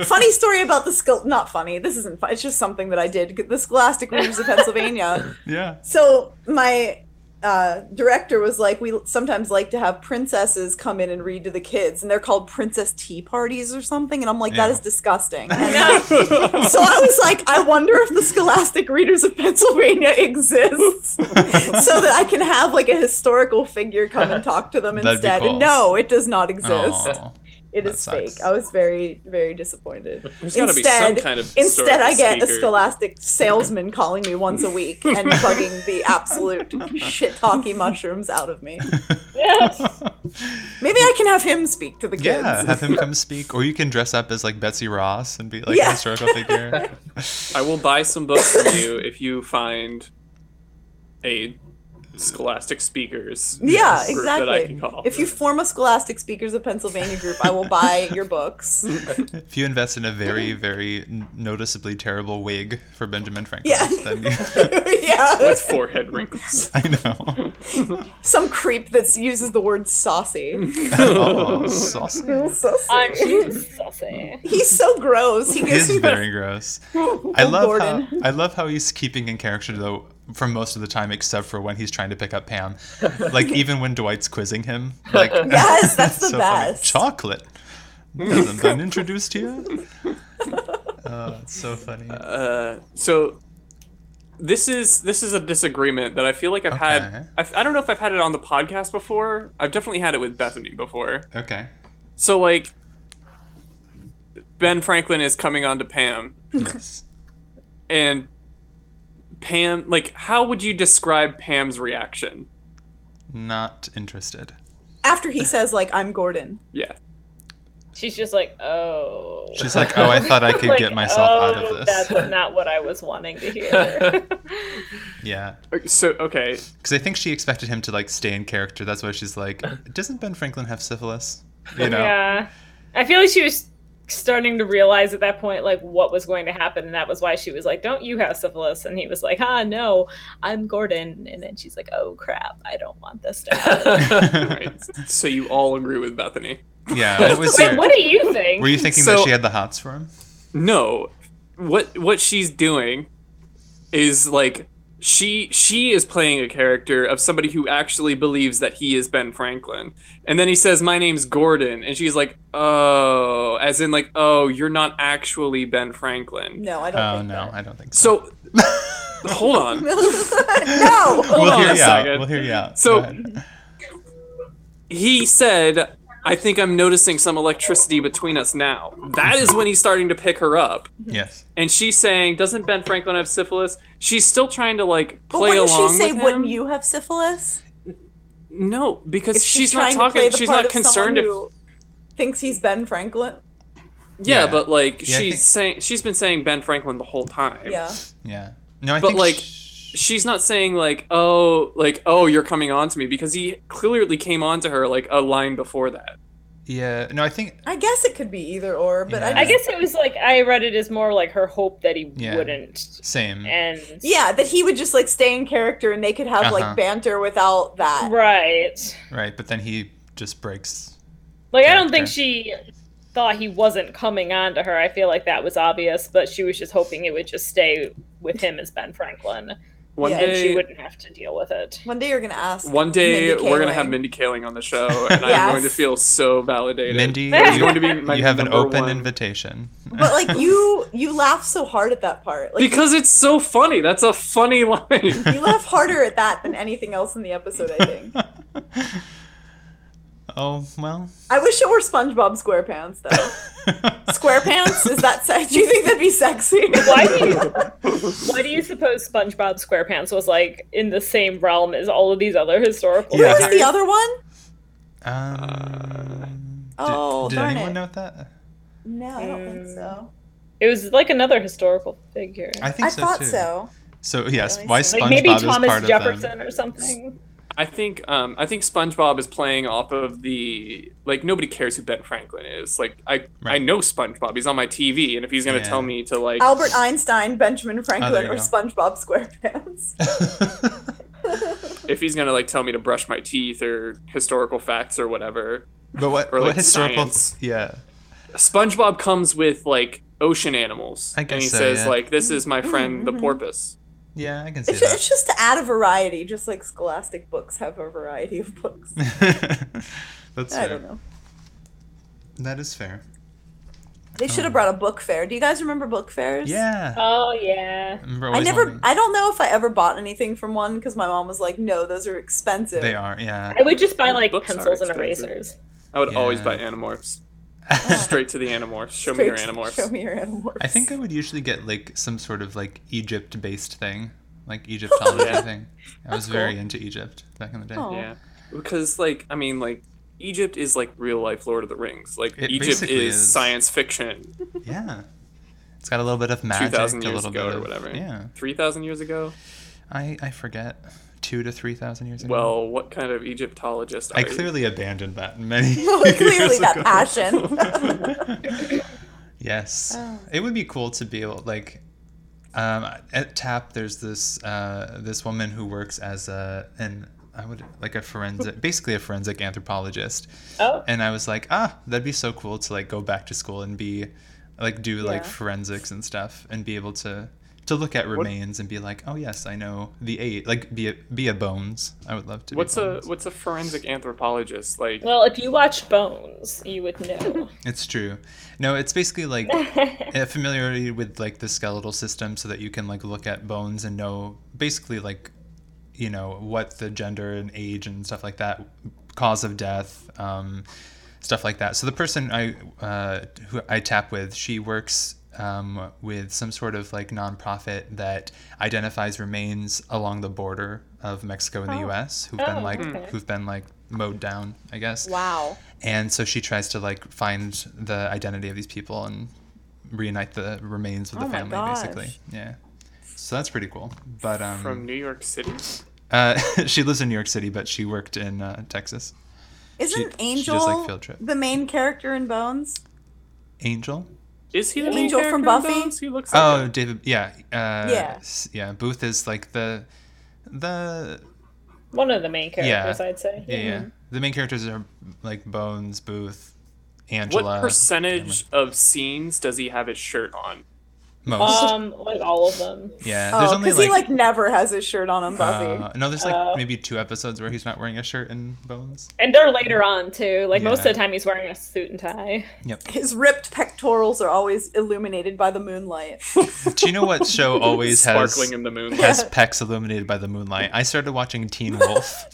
Speaker 3: funny story about the school. Not funny. This isn't. Fun. It's just something that I did. The Scholastic Rooms of Pennsylvania.
Speaker 1: yeah.
Speaker 3: So my uh, director was like, we sometimes like to have princesses come in and read to the kids, and they're called princess tea parties or something. And I'm like, that
Speaker 1: Yeah.
Speaker 3: is disgusting. And, like, so I was like, I wonder if the Scholastic Readers of Pennsylvania exists, so that I can have like a historical figure come and talk to them
Speaker 1: That'd be
Speaker 3: instead.
Speaker 1: cool.
Speaker 3: And no, it does not exist.
Speaker 1: Oh.
Speaker 3: it
Speaker 1: that
Speaker 3: is fake.
Speaker 1: sucks.
Speaker 3: I was very, very disappointed.
Speaker 5: There's got to be some kind of
Speaker 3: Instead, I get a
Speaker 5: historical
Speaker 3: scholastic salesman calling me once a week and bugging the absolute shit talky mushrooms out of me. Maybe I can have him speak to the kids.
Speaker 1: yeah. Have him come speak, or you can dress up as like Betsy Ross and be like
Speaker 3: Yeah.
Speaker 1: a historical figure.
Speaker 5: speaker. I will buy some books from you if you find a scholastic speakers.
Speaker 3: Yeah,
Speaker 5: group That I
Speaker 3: exactly.
Speaker 5: can call.
Speaker 3: If you form a Scholastic Speakers of Pennsylvania group, I will buy your books.
Speaker 1: If you invest in a very, very n- noticeably terrible wig for Benjamin Franklin,
Speaker 3: Yeah.
Speaker 1: then you,
Speaker 3: yeah.
Speaker 5: with forehead wrinkles.
Speaker 1: I know.
Speaker 3: Some creep that uses the word saucy.
Speaker 1: Oh, saucy.
Speaker 2: I'm
Speaker 3: saucy.
Speaker 2: saucy.
Speaker 3: He's so gross. He gives
Speaker 1: He's
Speaker 3: me the
Speaker 1: very gross. I love how,
Speaker 3: Gordon.
Speaker 1: I love how he's keeping in character though for most of the time, except for when he's trying to pick up Pam. Like even when Dwight's quizzing him, like
Speaker 3: Yes, that's the
Speaker 1: funny.
Speaker 3: best.
Speaker 1: Chocolate hasn't been introduced here. Oh, it's so funny.
Speaker 5: Uh, so this is this is a disagreement that I feel like I've
Speaker 1: Okay.
Speaker 5: had. I've, I don't know if I've had it on the podcast before. I've definitely had it with Bethany before.
Speaker 1: Okay.
Speaker 5: So like, Ben Franklin is coming on to Pam,
Speaker 1: Yes.
Speaker 5: and Pam, like, how would you describe Pam's reaction?
Speaker 1: Not interested.
Speaker 3: After he says like I'm Gordon.
Speaker 5: Yeah,
Speaker 2: She's just like, oh.
Speaker 1: She's like, oh, I thought I could
Speaker 2: Like,
Speaker 1: get myself out
Speaker 2: oh,
Speaker 1: of this.
Speaker 2: That's not what I was wanting to hear.
Speaker 1: Yeah.
Speaker 5: Okay, so okay,
Speaker 1: Because I think she expected him to like stay in character. That's why she's like, doesn't Ben Franklin have syphilis? You know.
Speaker 2: Yeah. I feel like she was starting to realize at that point, like, what was going to happen. And that was why she was like, Don't you have syphilis? And he was like, Ah, no, I'm Gordon. And then she's like, Oh, crap. I don't want this to happen.
Speaker 1: Yeah.
Speaker 5: Alright, so you all agree with Bethany?
Speaker 1: What was
Speaker 2: Wait,
Speaker 1: your-
Speaker 2: what do you think?
Speaker 1: Were you thinking that
Speaker 5: So-
Speaker 1: she had the hots for him?
Speaker 5: No, what what she's doing is like she she is playing a character of somebody who actually believes that he is Ben Franklin. And then he says, "My name's Gordon," and she's like, "Oh," as in like, "Oh, you're not actually Ben Franklin."
Speaker 3: No, I don't.
Speaker 1: Oh
Speaker 3: think
Speaker 1: no,
Speaker 3: that.
Speaker 1: I don't think so.
Speaker 5: So, hold on.
Speaker 3: no.
Speaker 1: we'll
Speaker 5: on
Speaker 1: hear
Speaker 5: a
Speaker 1: you out.
Speaker 5: second.
Speaker 1: We'll hear you out.
Speaker 5: So-
Speaker 1: Go ahead.
Speaker 5: he said, I think I'm noticing some electricity between us now. That is when he's starting to pick her up.
Speaker 1: yes.
Speaker 5: And she's saying, Doesn't Ben Franklin have syphilis? She's still trying to like
Speaker 3: But
Speaker 5: play
Speaker 3: wouldn't
Speaker 5: along.
Speaker 3: she say,
Speaker 5: with him.
Speaker 3: "Wouldn't you have syphilis"?
Speaker 5: No, because
Speaker 3: If
Speaker 5: she's,
Speaker 3: she's
Speaker 5: not
Speaker 3: trying to play
Speaker 5: talking.
Speaker 3: the
Speaker 5: She's
Speaker 3: part
Speaker 5: not
Speaker 3: of someone
Speaker 5: concerned. If,
Speaker 3: who thinks he's Ben Franklin.
Speaker 5: yeah,
Speaker 1: Yeah.
Speaker 5: but like
Speaker 1: Yeah, I
Speaker 5: she's
Speaker 1: think-
Speaker 5: saying, she's been saying Ben Franklin the whole time.
Speaker 3: Yeah.
Speaker 1: Yeah. No, I
Speaker 5: But,
Speaker 1: think
Speaker 5: like,
Speaker 1: sh-
Speaker 5: she's not saying like, oh, like oh, you're coming on to me because he clearly came on to her like a line before that.
Speaker 1: yeah. No, I think
Speaker 3: I guess it could be either or, but
Speaker 1: Yeah.
Speaker 2: I
Speaker 3: I, just,
Speaker 2: guess it was like, I read it as more like her hope that he
Speaker 1: Yeah.
Speaker 2: wouldn't.
Speaker 1: same.
Speaker 3: Eh.
Speaker 2: And.
Speaker 3: yeah, that he would just like stay in character and they could have
Speaker 1: Uh-huh.
Speaker 3: like banter without that.
Speaker 2: Right.
Speaker 1: Right, but then he just breaks.
Speaker 2: Like, I don't think
Speaker 1: character.
Speaker 2: she thought he wasn't coming on to her. I feel like that was obvious, but she was just hoping it would just stay with him as Ben Franklin.
Speaker 5: One
Speaker 3: Yeah,
Speaker 2: And she
Speaker 5: day,
Speaker 2: wouldn't have to deal with it.
Speaker 3: One day you're gonna ask.
Speaker 5: one day
Speaker 3: Mindy
Speaker 5: we're gonna have
Speaker 3: Kaling.
Speaker 5: Mindy Kaling on the show, and I'm
Speaker 3: Yes.
Speaker 5: going to feel so validated.
Speaker 1: Mindy,
Speaker 5: She's
Speaker 1: you-
Speaker 5: going to be my
Speaker 1: you have an
Speaker 5: number
Speaker 1: open
Speaker 5: one.
Speaker 1: invitation.
Speaker 3: But like you, you laugh so hard at that part. Like
Speaker 5: because it's so funny. That's a funny line.
Speaker 3: you laugh harder at that than anything else in the episode. I think.
Speaker 1: oh well.
Speaker 3: I wish it were SpongeBob SquarePants though. SquarePants is that? Se- Do you think that'd be sexy?
Speaker 2: Why do you why do you suppose SpongeBob SquarePants was like in the same realm as all of these other historical
Speaker 1: Yeah.
Speaker 3: What was
Speaker 2: figures?
Speaker 3: the other one?
Speaker 1: Um, did-
Speaker 3: oh,
Speaker 1: did,
Speaker 3: darn
Speaker 1: anyone
Speaker 3: it.
Speaker 1: know that?
Speaker 3: No, I don't think
Speaker 2: Mm.
Speaker 3: so.
Speaker 2: It was like another historical figure.
Speaker 1: I think
Speaker 3: I
Speaker 1: so
Speaker 3: thought
Speaker 1: too.
Speaker 3: so.
Speaker 1: So yes,
Speaker 3: Really
Speaker 1: why
Speaker 3: so.
Speaker 1: SpongeBob
Speaker 2: like maybe
Speaker 1: is
Speaker 2: Thomas
Speaker 1: part
Speaker 2: Jefferson
Speaker 1: of
Speaker 2: or something.
Speaker 5: I think um, I think SpongeBob is playing off of the like nobody cares who Ben Franklin is. Like I I
Speaker 1: Right.
Speaker 5: know SpongeBob. He's on my TV, and if he's gonna
Speaker 1: Yeah.
Speaker 5: tell me to like
Speaker 3: Albert Einstein, Benjamin Franklin,
Speaker 1: Oh, you
Speaker 3: or
Speaker 1: go.
Speaker 3: SpongeBob SquarePants.
Speaker 1: them.
Speaker 5: if he's gonna like tell me to brush my teeth or historical facts or whatever,
Speaker 1: but what
Speaker 5: Or,
Speaker 1: what
Speaker 5: like,
Speaker 1: historical?
Speaker 5: science.
Speaker 1: Yeah,
Speaker 5: SpongeBob comes with like ocean animals,
Speaker 1: I guess
Speaker 5: and he
Speaker 1: so,
Speaker 5: says
Speaker 1: yeah.
Speaker 5: like, "This is my friend
Speaker 3: Mm-hmm.
Speaker 5: the porpoise."
Speaker 1: yeah, I can see
Speaker 3: It's just, it's just to add a variety, just like scholastic books have a variety of books.
Speaker 1: that. That's
Speaker 3: I
Speaker 1: fair.
Speaker 3: don't know.
Speaker 1: That is fair.
Speaker 3: They should have brought a book fair. Do you guys remember book fairs?
Speaker 1: Um, Yeah.
Speaker 2: Oh yeah.
Speaker 1: remember
Speaker 3: I
Speaker 1: always
Speaker 3: never.
Speaker 1: wanting-
Speaker 3: I don't know if I ever bought anything from one because my mom was like, "No, those are expensive."
Speaker 1: They are. Yeah.
Speaker 2: I would just buy
Speaker 5: Those
Speaker 2: like
Speaker 5: books are
Speaker 2: pencils and
Speaker 5: expensive.
Speaker 2: erasers.
Speaker 5: I would always
Speaker 1: Yeah.
Speaker 5: buy Animorphs.
Speaker 3: Oh.
Speaker 5: Straight to the Animorphs. Show me your
Speaker 3: Straight-
Speaker 5: Animorphs.
Speaker 3: Show me your Animorphs.
Speaker 1: I think I would usually get like some sort of like Egypt based thing, like Egyptology
Speaker 5: Yeah.
Speaker 1: thing. I was
Speaker 3: That's
Speaker 1: very
Speaker 3: cool.
Speaker 1: into Egypt back in the day.
Speaker 3: Oh.
Speaker 5: Yeah, because like I mean like Egypt is like real life Lord of the Rings. Like
Speaker 1: It
Speaker 5: Egypt
Speaker 1: basically
Speaker 5: is,
Speaker 1: is.
Speaker 5: science fiction.
Speaker 1: Yeah. It's got a little bit of magic,
Speaker 5: 2,000
Speaker 1: a
Speaker 5: years
Speaker 1: little
Speaker 5: ago
Speaker 1: bit
Speaker 5: or
Speaker 1: of,
Speaker 5: whatever.
Speaker 1: Yeah.
Speaker 5: Three thousand years ago.
Speaker 1: I I forget. 2 to 3,000 years ago.
Speaker 5: Well, what kind of Egyptologist? Are
Speaker 1: Hmm. I
Speaker 5: you?
Speaker 1: clearly abandoned that many
Speaker 3: Clearly,
Speaker 1: years
Speaker 3: that
Speaker 1: ago.
Speaker 3: passion.
Speaker 1: yes
Speaker 3: Oh.
Speaker 1: it would be cool to be able like um, at tap there's this uh, this woman who works as a an i would like a forensic basically a forensic anthropologist
Speaker 2: Oh.
Speaker 1: and i was like ah that'd be so cool to like go back to school and be like do like
Speaker 3: Yeah.
Speaker 1: forensics and stuff and be able to to look at remains and be like, oh yes, I know the eight. Like be a be a bones. I would love to. be
Speaker 5: What's a
Speaker 1: Bones.
Speaker 5: what's a forensic anthropologist like?
Speaker 2: Well, if you watch Bones, you would know.
Speaker 1: It's true. No, it's basically like a familiarity with like the skeletal system, so that you can like look at bones and know basically like, you know, what the gender and age and stuff like that, cause of death, um, stuff like that. So the person I uh, who I tap with, she works um, with some sort of like nonprofit that identifies remains along the border of Mexico and the U.S. who've
Speaker 2: Oh,
Speaker 1: been like
Speaker 2: okay.
Speaker 1: who've been like mowed down, I guess
Speaker 3: Wow.
Speaker 1: and so she tries to like find the identity of these people and reunite the remains of the
Speaker 3: Oh my
Speaker 1: family
Speaker 3: gosh.
Speaker 1: basically yeah so that's pretty cool but um
Speaker 5: From New York City.
Speaker 1: uh, she lives in new york city but she worked in uh, texas she
Speaker 3: Isn't
Speaker 1: does, like,
Speaker 3: Angel
Speaker 1: field trip.
Speaker 3: the main character in Bones?
Speaker 1: angel
Speaker 5: Is he the main
Speaker 3: Angel
Speaker 5: character
Speaker 3: from
Speaker 5: in
Speaker 3: Buffy?
Speaker 5: Bones? He looks like
Speaker 1: oh
Speaker 5: it.
Speaker 1: david yeah uh
Speaker 3: Yeah.
Speaker 1: s- yeah booth is like the the
Speaker 2: One of the main characters, I'd say.
Speaker 1: yeah,
Speaker 3: Mm-hmm.
Speaker 1: yeah the main characters are like bones booth angela
Speaker 5: What percentage of scenes does he have his shirt on?
Speaker 1: most
Speaker 2: Um, like all of them.
Speaker 1: yeah there's
Speaker 3: Oh,
Speaker 1: only
Speaker 3: because
Speaker 1: like,
Speaker 3: he like never has his shirt on on Buffy. Oh.
Speaker 1: uh, no there's like
Speaker 2: Uh,
Speaker 1: maybe two episodes where he's not wearing a shirt in bones
Speaker 2: And they're later on too. Like most of
Speaker 1: Yeah.
Speaker 2: the time, he's wearing a suit and tie.
Speaker 3: his ripped pectorals are always illuminated by the moonlight.
Speaker 1: Do you know what show always has
Speaker 5: Sparkling in the moonlight.
Speaker 1: has pecs illuminated by the moonlight? I started watching Teen Wolf,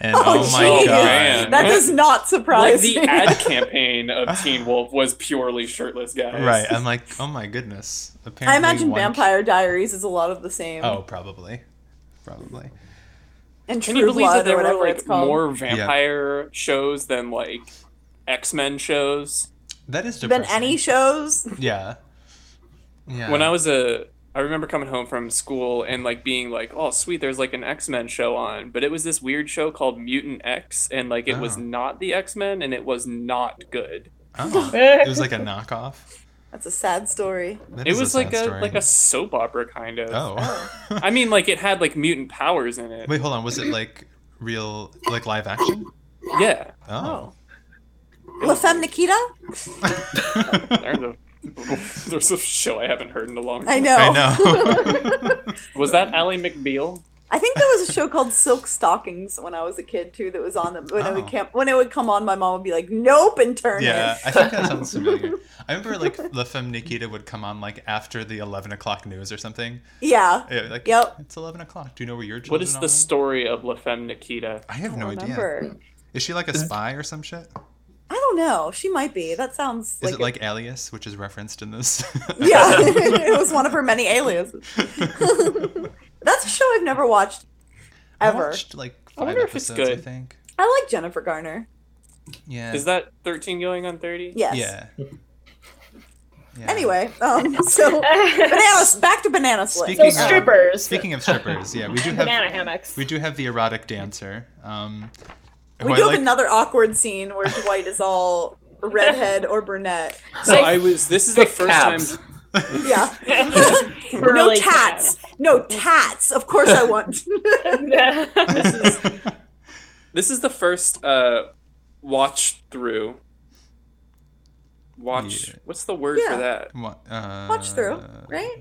Speaker 1: and
Speaker 3: Oh,
Speaker 1: oh, my
Speaker 3: geez.
Speaker 1: god,
Speaker 5: Man.
Speaker 3: that does not
Speaker 5: Like
Speaker 3: surprise
Speaker 5: the
Speaker 3: me.
Speaker 5: ad campaign of Teen Wolf was purely shirtless guys.
Speaker 1: right? I'm like, oh my goodness. Apparently,
Speaker 3: I imagine
Speaker 1: one-
Speaker 3: Vampire Diaries is a lot of the same.
Speaker 1: Oh, probably, probably.
Speaker 3: and
Speaker 5: Can
Speaker 3: True
Speaker 5: you believe
Speaker 3: Blood
Speaker 5: that there
Speaker 3: or
Speaker 5: were
Speaker 3: whatever
Speaker 5: like
Speaker 3: it's called.
Speaker 5: more vampire shows than like X Men shows?
Speaker 1: That is
Speaker 3: than
Speaker 1: depressing.
Speaker 3: any shows.
Speaker 1: Yeah, yeah.
Speaker 5: When I was a, I remember coming home from school and like being like, "Oh, sweet, there's like an X Men show on," but it was this weird show called Mutant X, and like it was
Speaker 1: Oh.
Speaker 5: not the X Men, and it was not good.
Speaker 1: oh, it was like a knockoff.
Speaker 3: That's a sad story.
Speaker 1: That
Speaker 5: It
Speaker 1: is
Speaker 5: was
Speaker 1: a
Speaker 5: like
Speaker 1: sad
Speaker 5: a
Speaker 1: story.
Speaker 5: like a soap opera kind of.
Speaker 1: oh.
Speaker 5: I mean, like it had like mutant powers in it.
Speaker 1: Wait, hold on. Was it like real, like live action?
Speaker 5: Yeah,
Speaker 1: Oh.
Speaker 3: La Femme Nikita?
Speaker 1: Oh.
Speaker 5: there's a there's a show I haven't heard in a long time.
Speaker 3: I know.
Speaker 1: I know.
Speaker 5: Was that Ally McBeal?
Speaker 3: I think there was a show called Silk Stockings when I was a kid too. That was on the when it
Speaker 1: Oh.
Speaker 3: would camp, when it would come on, my mom would be like, "Nope," and turn
Speaker 1: Yeah,
Speaker 3: it.
Speaker 1: I think that sounds familiar. I remember like La Femme Nikita would come on like after the eleven o'clock news or something.
Speaker 3: Yeah.
Speaker 1: Yeah, like
Speaker 3: Yep.
Speaker 1: it's eleven o'clock. Do you know where your children
Speaker 5: What is
Speaker 1: are?
Speaker 5: the story of La Femme Nikita?
Speaker 1: I have
Speaker 3: I
Speaker 1: no
Speaker 3: don't
Speaker 1: idea.
Speaker 3: remember.
Speaker 1: Is she like a spy or some shit? Is
Speaker 3: I don't know. She might be. That sounds like,
Speaker 1: it like Alias, which is referenced in this?
Speaker 3: yeah. it was one of her many aliases. That's a show I've never watched
Speaker 1: I
Speaker 3: ever.
Speaker 1: watched like
Speaker 5: I
Speaker 1: five
Speaker 5: wonder if it's
Speaker 1: episodes, I
Speaker 5: good.
Speaker 1: think.
Speaker 3: I like Jennifer Garner.
Speaker 1: Yeah.
Speaker 5: Is that 13 going on 30?
Speaker 3: Yes.
Speaker 1: yeah. Yeah.
Speaker 3: Anyway, um, so bananas. Back to banana split.
Speaker 2: so
Speaker 1: Speaking of-
Speaker 2: strippers,
Speaker 1: Speaking of strippers, yeah, we do
Speaker 2: banana
Speaker 1: have
Speaker 2: hammocks.
Speaker 1: we do have the erotic dancer. Um, who
Speaker 3: we
Speaker 1: I
Speaker 3: do have
Speaker 1: like-
Speaker 3: another awkward scene where Dwight is all redhead or brunette.
Speaker 5: So I was. This is the
Speaker 4: Thick
Speaker 5: first
Speaker 4: calves.
Speaker 5: time.
Speaker 3: Yeah. no
Speaker 2: Burly
Speaker 3: tats. No tats. Of course I want.
Speaker 2: cat.
Speaker 5: This is the first uh, watch through. Watch.
Speaker 1: Yeah.
Speaker 5: What's the word
Speaker 3: Yeah.
Speaker 5: for that?
Speaker 1: Wa- uh,
Speaker 3: Watch through, right?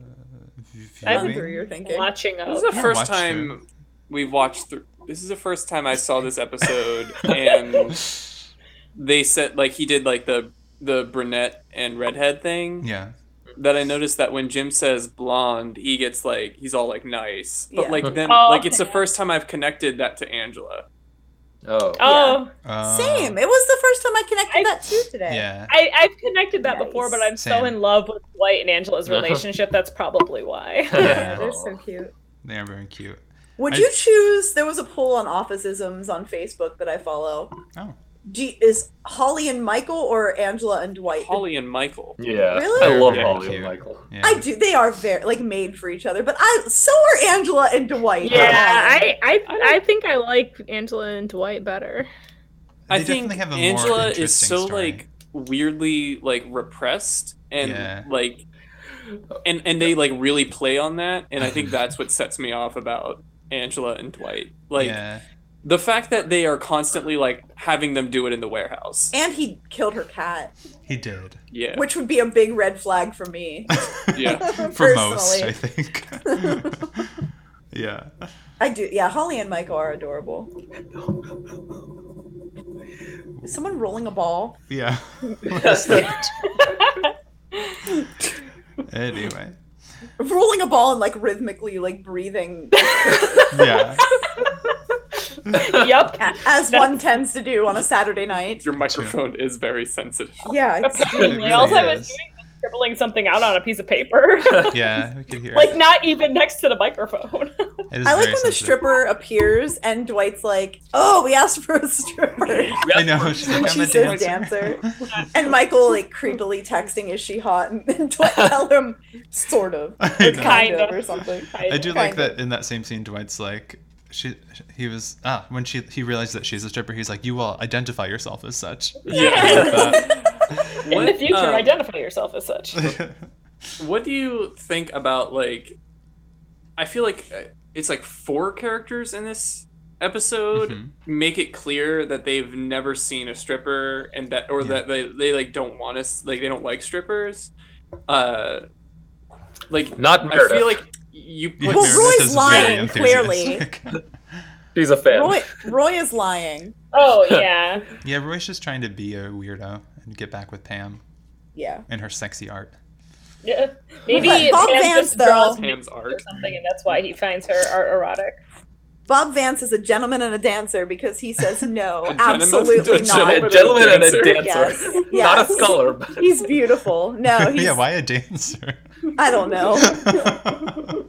Speaker 3: I
Speaker 1: viewing?
Speaker 3: remember you're thinking.
Speaker 2: Watching
Speaker 5: This is
Speaker 2: us.
Speaker 5: the
Speaker 1: Yeah, watch
Speaker 5: first time we've watched through. This is the first time I saw this episode, and they said like he did like the the brunette and redhead thing.
Speaker 1: Yeah.
Speaker 5: That I noticed that when Jim says blonde, he gets like he's all like nice, but
Speaker 3: Yeah.
Speaker 5: like then
Speaker 2: Oh,
Speaker 5: like it's the
Speaker 2: okay.
Speaker 5: first time I've connected that to Angela.
Speaker 4: Oh.
Speaker 2: Oh,
Speaker 1: Uh,
Speaker 3: Same. It was the first time I connected
Speaker 2: I-
Speaker 3: that too today.
Speaker 1: Yeah.
Speaker 2: I, I've connected that
Speaker 3: Nice.
Speaker 2: before, but I'm so
Speaker 1: Same.
Speaker 2: in love with Dwight and Angela's relationship. That's probably why.
Speaker 3: Yeah,
Speaker 1: Yeah.
Speaker 3: they're so cute.
Speaker 1: They are very cute.
Speaker 3: Would
Speaker 1: I-
Speaker 3: you choose? There was a poll on officeisms on Facebook that I follow.
Speaker 1: Oh.
Speaker 3: Do you- is Holly and Michael or Angela and Dwight?
Speaker 5: Holly and Michael.
Speaker 4: Yeah.
Speaker 3: Really?
Speaker 4: I love
Speaker 1: Yeah,
Speaker 4: Holly
Speaker 1: cute.
Speaker 4: and Michael.
Speaker 1: Yeah.
Speaker 3: I do. They are very like made for each other. But I so are Angela and Dwight.
Speaker 2: yeah, I, I I think I like Angela and Dwight better.
Speaker 1: They
Speaker 5: I think
Speaker 1: definitely have a more
Speaker 5: Angela is
Speaker 1: interesting
Speaker 5: so
Speaker 1: story.
Speaker 5: like weirdly like repressed and
Speaker 1: Yeah.
Speaker 5: like and and they like really play on that and I think that's what sets me off about Angela and Dwight. Like
Speaker 1: yeah.
Speaker 5: the fact that they are constantly like having them do it in the warehouse.
Speaker 3: And he killed her cat,
Speaker 1: He did.
Speaker 5: Yeah.
Speaker 3: which would be a big red flag for me.
Speaker 5: Yeah.
Speaker 1: For most, I
Speaker 3: Personally.
Speaker 1: think. yeah.
Speaker 3: I do. Yeah, Holly and Michael are adorable. Is someone rolling a ball?
Speaker 1: Yeah. anyway.
Speaker 3: Rolling a ball and like rhythmically like breathing
Speaker 1: Yeah.
Speaker 2: yep.
Speaker 3: as one tends to do on a Saturday night.
Speaker 5: Your microphone is very sensitive.
Speaker 3: Yeah, it's-
Speaker 2: Extremely.
Speaker 1: really
Speaker 2: All I was
Speaker 1: is.
Speaker 2: doing was scribbling something out on a piece of paper.
Speaker 1: Yeah, we could hear
Speaker 2: like
Speaker 1: it.
Speaker 2: not even next to the microphone.
Speaker 1: It is
Speaker 3: I
Speaker 1: very
Speaker 3: like when the
Speaker 1: sensitive.
Speaker 3: stripper appears and Dwight's like, "Oh, we asked for a stripper,"
Speaker 1: I know. She's like,
Speaker 3: and
Speaker 1: I'm
Speaker 3: she
Speaker 1: a
Speaker 3: says,
Speaker 1: dancer.
Speaker 3: "Dancer." and Michael like creepily texting, "Is she hot?" And then Dwight tell him, "Sort of,
Speaker 1: I
Speaker 3: or
Speaker 1: know.
Speaker 3: kind
Speaker 2: Kinda.
Speaker 3: of, or something."
Speaker 1: I do like
Speaker 3: Kinda.
Speaker 1: that in that same scene. Dwight's like, she, he was ah when she he realized that she's a stripper. He's like, you all identify yourself as such.
Speaker 2: In the future,
Speaker 5: um,
Speaker 2: identify yourself as such.
Speaker 5: What do you think about like? I feel like uh, it's like four characters in this episode
Speaker 1: Mhm.
Speaker 5: make it clear that they've never seen a stripper and that or
Speaker 1: Yeah.
Speaker 5: that they, they like don't want us like they don't like strippers. Uh, like
Speaker 4: Not
Speaker 5: I
Speaker 4: Meredith.
Speaker 5: feel like you put
Speaker 1: Yeah,
Speaker 3: Well,
Speaker 1: Meredith
Speaker 3: Roy's
Speaker 1: is very
Speaker 3: lying, clearly.
Speaker 1: enthusiastic.
Speaker 4: She's a fan.
Speaker 3: Roy, Roy is lying.
Speaker 2: Oh yeah.
Speaker 1: yeah, Roy's just trying to be a weirdo and get back with Pam
Speaker 3: Yeah,
Speaker 1: and her sexy art.
Speaker 2: yeah. Maybe
Speaker 3: But Bob
Speaker 2: Pam
Speaker 3: Vance,
Speaker 2: just draws
Speaker 3: though-
Speaker 5: Pam's
Speaker 2: or
Speaker 5: art.
Speaker 2: something, and that's why he finds her art erotic.
Speaker 3: Bob Vance is a gentleman and a dancer because he says no,
Speaker 5: gentleman-
Speaker 3: absolutely
Speaker 5: a
Speaker 4: a
Speaker 3: not.
Speaker 4: gentleman and a dancer.
Speaker 3: Yes,
Speaker 4: Not
Speaker 3: yes.
Speaker 4: a scholar, but
Speaker 3: He's beautiful. No, he's,
Speaker 1: yeah, why a dancer?
Speaker 3: I don't know. Oh.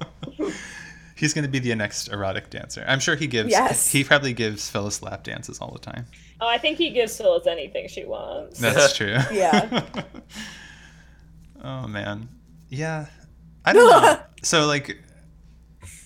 Speaker 1: He's going to be the next erotic dancer. I'm sure he gives.
Speaker 3: Yes.
Speaker 1: He probably gives Phyllis lap dances all the time.
Speaker 2: Oh, I think he gives Phyllis anything she wants.
Speaker 1: That's true.
Speaker 3: Yeah.
Speaker 1: oh man. Yeah. I don't know. so like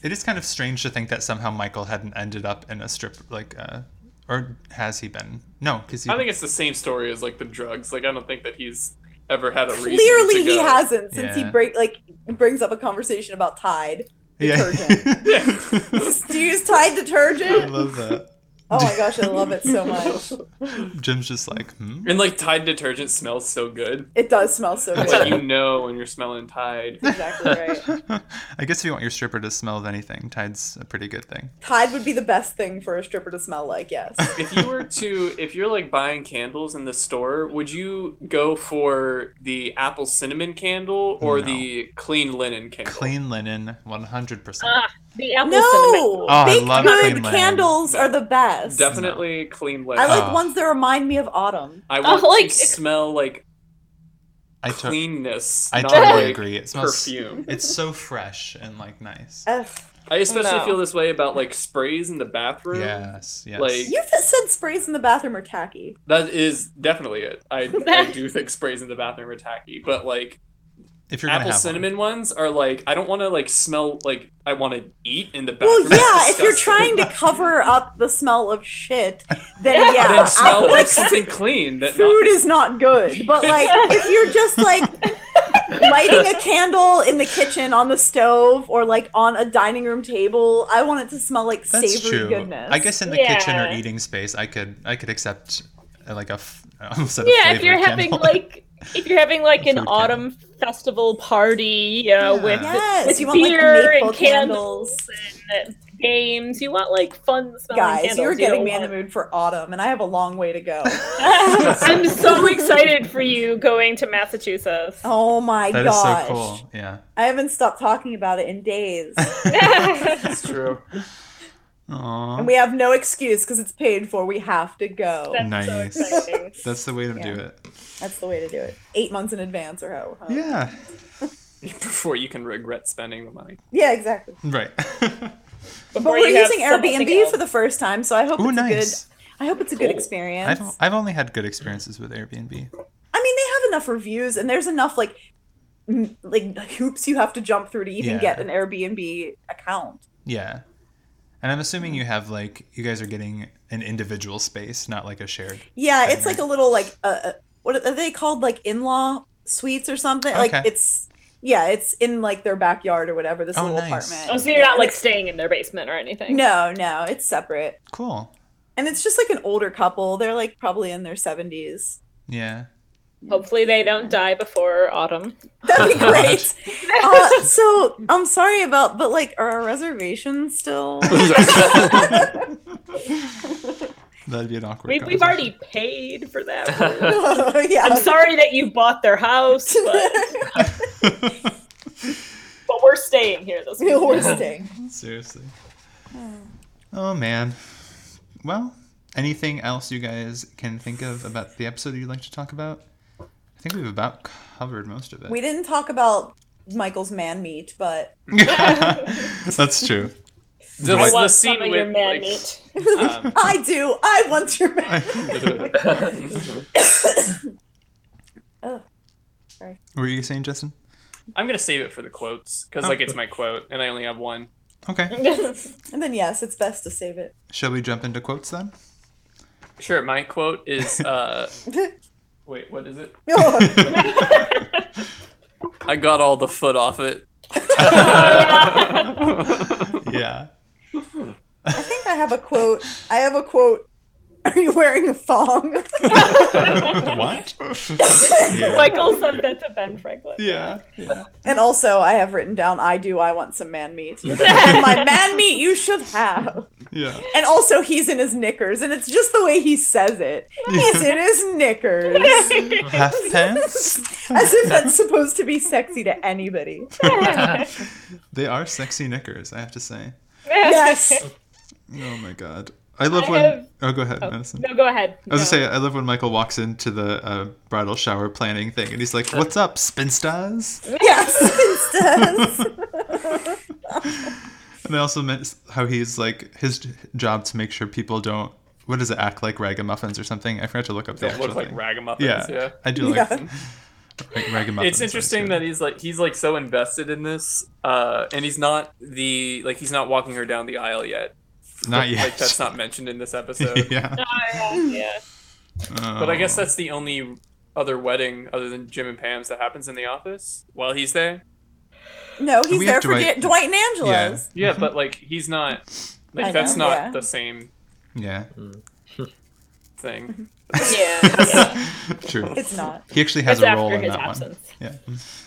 Speaker 1: it is kind of strange to think that somehow Michael hadn't ended up in a strip like uh or has he been? No, cuz he
Speaker 5: I think it's the same story as like the drugs. Like I don't think that he's ever had a reason.
Speaker 3: Clearly,
Speaker 5: to go.
Speaker 3: he hasn't since
Speaker 1: Yeah.
Speaker 3: he break like brings up a conversation about Tide.
Speaker 1: yeah.
Speaker 3: Do you use Tide
Speaker 1: I
Speaker 3: detergent?
Speaker 1: love that.
Speaker 3: Oh my gosh, I love it so much.
Speaker 1: Jim's just like, "Hmm."
Speaker 5: And like Tide detergent smells so good.
Speaker 3: It does smell so
Speaker 5: It's
Speaker 3: good.
Speaker 5: Like you know when you're smelling Tide.
Speaker 3: exactly right.
Speaker 1: I guess if you want your stripper to smell of anything, Tide's a pretty good thing.
Speaker 3: Tide would be the best thing for a stripper to smell like. Yes.
Speaker 5: If you were to, if you're like buying candles in the store, would you go for the apple cinnamon candle or
Speaker 1: No.
Speaker 5: the clean linen candle?
Speaker 1: Clean linen 100%.
Speaker 2: Ah, the apple cinnamon.
Speaker 3: No,
Speaker 1: Oh, I
Speaker 3: baked
Speaker 1: love
Speaker 3: good
Speaker 1: clean linen.
Speaker 3: candles are the best.
Speaker 5: Definitely clean linen.
Speaker 3: I like
Speaker 1: Oh.
Speaker 3: ones that remind me of autumn.
Speaker 5: I want
Speaker 2: Oh, like-
Speaker 5: to smell like
Speaker 1: I, to-
Speaker 5: cleanness.
Speaker 1: I
Speaker 5: not
Speaker 1: totally
Speaker 5: like
Speaker 1: agree. It smells
Speaker 5: Perfume.
Speaker 1: It's so fresh and like nice.
Speaker 3: Ugh.
Speaker 5: I especially
Speaker 2: No.
Speaker 5: feel this way about like sprays in the bathroom.
Speaker 1: Yes, yes.
Speaker 5: Like-
Speaker 3: You've said sprays in the bathroom are tacky.
Speaker 5: That is definitely it. I, I do think sprays in the bathroom are tacky, but like
Speaker 1: if you're
Speaker 5: apple
Speaker 1: gonna have
Speaker 5: cinnamon ones are like I don't want to like smell like I want to eat in the
Speaker 3: Well,
Speaker 5: bathroom.
Speaker 3: yeah, if
Speaker 5: It's
Speaker 3: you're trying
Speaker 5: disgusting.
Speaker 3: to cover up the smell of shit, then
Speaker 2: Yeah.
Speaker 3: yeah,
Speaker 5: then smell
Speaker 3: I-
Speaker 5: like something clean that
Speaker 3: food is not good. But like, if you're just like lighting a candle in the kitchen on the stove or like on a dining room table, I want it to smell like
Speaker 1: one. that's
Speaker 3: savory
Speaker 1: true.
Speaker 3: goodness.
Speaker 1: I guess in the kitchen or
Speaker 2: Yeah.
Speaker 1: eating space, I could I could accept uh, like a f- I almost said a
Speaker 2: Yeah, if
Speaker 1: flavored
Speaker 2: you're having
Speaker 1: candle.
Speaker 2: like if you're having like an
Speaker 1: Food
Speaker 2: autumn festival party, you know,
Speaker 1: Yeah.
Speaker 2: with
Speaker 3: yes,
Speaker 2: with
Speaker 3: you want
Speaker 2: beer
Speaker 3: like maple
Speaker 2: and candles, and games, you want like fun smelling
Speaker 3: Guys,
Speaker 2: candles.
Speaker 3: you're
Speaker 2: You don't
Speaker 3: getting me in the
Speaker 2: want-
Speaker 3: mood for autumn, and I have a long way to go.
Speaker 2: I'm so excited for you going to Massachusetts.
Speaker 3: Oh my
Speaker 1: That is
Speaker 3: gosh.
Speaker 1: so cool. Yeah.
Speaker 3: I haven't stopped talking about it in days.
Speaker 2: That's
Speaker 5: That's true.
Speaker 1: Aw,
Speaker 3: and we have no excuse because it's paid for. We have to go.
Speaker 1: That- Nice.
Speaker 2: so exciting.
Speaker 1: that's the way to do
Speaker 3: Yeah.
Speaker 1: it.
Speaker 3: That's the way to do it. Eight months in advance or how. how-
Speaker 1: Yeah.
Speaker 5: Before you can regret spending the money.
Speaker 3: Yeah, exactly.
Speaker 1: Right.
Speaker 2: Before
Speaker 3: but we're
Speaker 2: you have
Speaker 3: using
Speaker 2: something
Speaker 3: Airbnb
Speaker 2: else.
Speaker 3: for the first time, so I hope
Speaker 1: Ooh,
Speaker 3: it's
Speaker 1: nice.
Speaker 3: a good. I hope it's a good
Speaker 5: Cool.
Speaker 3: experience.
Speaker 1: I've,
Speaker 3: I,
Speaker 1: I've only had good experiences with Airbnb.
Speaker 3: mean, they have enough reviews, and there's enough like m- like hoops you have to jump through to even
Speaker 1: Yeah.
Speaker 3: get an Airbnb account.
Speaker 1: Yeah. And I'm assuming you have like you guys are getting an individual space, not like a shared.
Speaker 3: Yeah,
Speaker 1: Okay.
Speaker 3: it's like a little like uh, uh, what are they called? Like in law suites or something.
Speaker 1: Okay.
Speaker 3: Like it's yeah, it's in like their backyard or whatever. This
Speaker 1: Oh,
Speaker 3: little
Speaker 1: nice.
Speaker 3: apartment.
Speaker 2: Oh, so you're not like staying in their basement or anything.
Speaker 3: No, no, it's separate.
Speaker 1: Cool.
Speaker 3: And it's just like an older couple. They're like probably in their 70s.
Speaker 1: Yeah.
Speaker 2: Hopefully they don't die before autumn.
Speaker 3: That'd be
Speaker 1: God.
Speaker 3: great. Uh, so I'm sorry about, but like, are our reservations still?
Speaker 1: That'd be an awkward.
Speaker 2: We, we've
Speaker 1: conversation.
Speaker 2: already paid for that.
Speaker 3: yeah.
Speaker 2: I'm sorry that you bought their house, but, but we're staying here this week.
Speaker 3: We're staying.
Speaker 1: Seriously. Oh man. Well, anything else you guys can think of about the episode you'd like to talk about? I think we've about covered most of it.
Speaker 3: We didn't talk about Michael's man meat, but
Speaker 1: That's true.
Speaker 5: The,
Speaker 2: I
Speaker 5: the
Speaker 2: want
Speaker 5: scene
Speaker 2: some of
Speaker 5: with,
Speaker 2: your man
Speaker 5: like,
Speaker 2: meat.
Speaker 5: um,
Speaker 3: I do. I want your man.
Speaker 1: Were you saying, Justin?
Speaker 5: I'm gonna save it for the quotes because
Speaker 1: Oh.
Speaker 5: like it's my quote and I only have one.
Speaker 1: Okay.
Speaker 3: And then yes, it's best to save it.
Speaker 1: Shall we jump into quotes then?
Speaker 5: Sure, my quote is uh, wait, what is it? I got all the foot off it.
Speaker 1: Yeah.
Speaker 3: I think I have a quote. I have a quote. Are you wearing a thong?
Speaker 1: what? yeah.
Speaker 2: Michael said that to Ben Franklin.
Speaker 1: yeah. Yeah.
Speaker 3: and also, I have written down, I do. I want some man meat. My man meat, you should have.
Speaker 1: Yeah.
Speaker 3: And also, he's in his knickers, and it's just the way he says it. He's in his knickers.
Speaker 1: Half pants.
Speaker 3: As if that's supposed to be sexy to anybody.
Speaker 1: They are sexy knickers, I have to say.
Speaker 3: Yes.
Speaker 1: Oh my god. I love
Speaker 2: I
Speaker 1: when.
Speaker 2: have-
Speaker 1: Oh, go ahead, Madison.
Speaker 2: No, go ahead.
Speaker 1: I was gonna say, I love when Michael walks into the uh, bridal shower planning thing, and he's like, "What's up, spinsters?"
Speaker 3: Yes. It does.
Speaker 1: And I also meant how he's like his job to make sure people don't what does it act like ragamuffins or something. I forgot to look up the
Speaker 5: Don't
Speaker 1: actual
Speaker 5: look like
Speaker 1: thing.
Speaker 5: ragamuffins.
Speaker 1: yeah,
Speaker 5: Yeah,
Speaker 1: I do like
Speaker 3: Yeah.
Speaker 1: rag- ragamuffins.
Speaker 5: It's interesting that he's like he's like so invested in this, uh, and he's not the like he's not walking her down the aisle yet.
Speaker 1: not yet.
Speaker 5: Like that's not mentioned in this episode.
Speaker 1: yeah, Oh,
Speaker 2: Oh, yeah.
Speaker 5: But I guess
Speaker 1: Um,
Speaker 5: that's the only other wedding other than Jim and Pam's that happens in the office while he's there.
Speaker 3: No, he's
Speaker 1: We
Speaker 3: there
Speaker 1: have
Speaker 3: for
Speaker 1: Dwight-
Speaker 3: Dwight, Dwight and Angela's.
Speaker 5: Yeah, but like he's not
Speaker 3: I
Speaker 5: like that's
Speaker 3: know,
Speaker 5: not
Speaker 3: yeah.
Speaker 5: the same
Speaker 1: yeah,
Speaker 5: thing.
Speaker 2: Yeah. yeah.
Speaker 1: true.
Speaker 3: It's not.
Speaker 1: He actually has
Speaker 2: It's
Speaker 1: a role
Speaker 2: after
Speaker 1: in
Speaker 2: his
Speaker 1: that
Speaker 2: absence.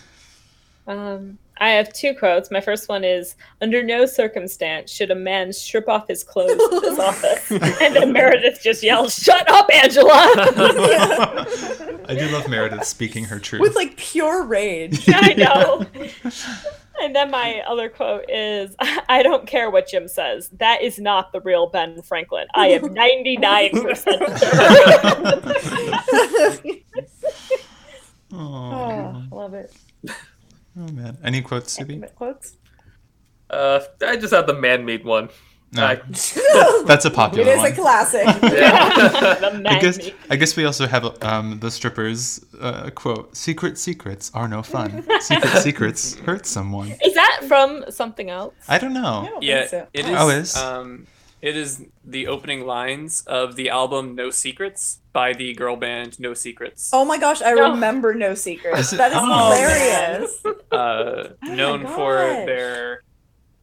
Speaker 1: one. Yeah,
Speaker 2: Um, I have two quotes. My first one is Under no circumstance should a man strip off his clothes in this office. And then Meredith just yells, Shut up, Angela!
Speaker 1: I do love Meredith speaking her truth.
Speaker 3: With like pure rage.
Speaker 2: I know. And then my other quote is I don't care what Jim says. That is not the real Ben Franklin. I am 99% sure.
Speaker 1: oh,
Speaker 3: love it.
Speaker 1: oh, man, any quotes, Subi?
Speaker 3: Quotes?
Speaker 4: Uh, I just had the man-made one.
Speaker 1: No,
Speaker 4: I-
Speaker 1: that's a
Speaker 3: it
Speaker 1: popular
Speaker 3: is
Speaker 1: one.
Speaker 3: a classic.
Speaker 4: yeah.
Speaker 2: the
Speaker 1: I
Speaker 2: man
Speaker 1: guess
Speaker 2: meat.
Speaker 1: I guess we also have um, the strippers uh, quote: "Secret secrets are no fun. Secret secrets hurt someone."
Speaker 2: Is that from something else?
Speaker 1: I don't know.
Speaker 3: I don't
Speaker 5: Yeah,
Speaker 3: think so.
Speaker 5: it is.
Speaker 1: Oh, is?
Speaker 5: Um, it is the opening lines of the album "No Secrets" by the girl band No Secrets,
Speaker 3: Oh my gosh, I
Speaker 2: No.
Speaker 3: remember no secrets.
Speaker 1: Is it-
Speaker 3: That is
Speaker 1: Oh,
Speaker 3: hilarious.
Speaker 5: uh,
Speaker 3: oh my
Speaker 5: known for
Speaker 3: gosh.
Speaker 5: their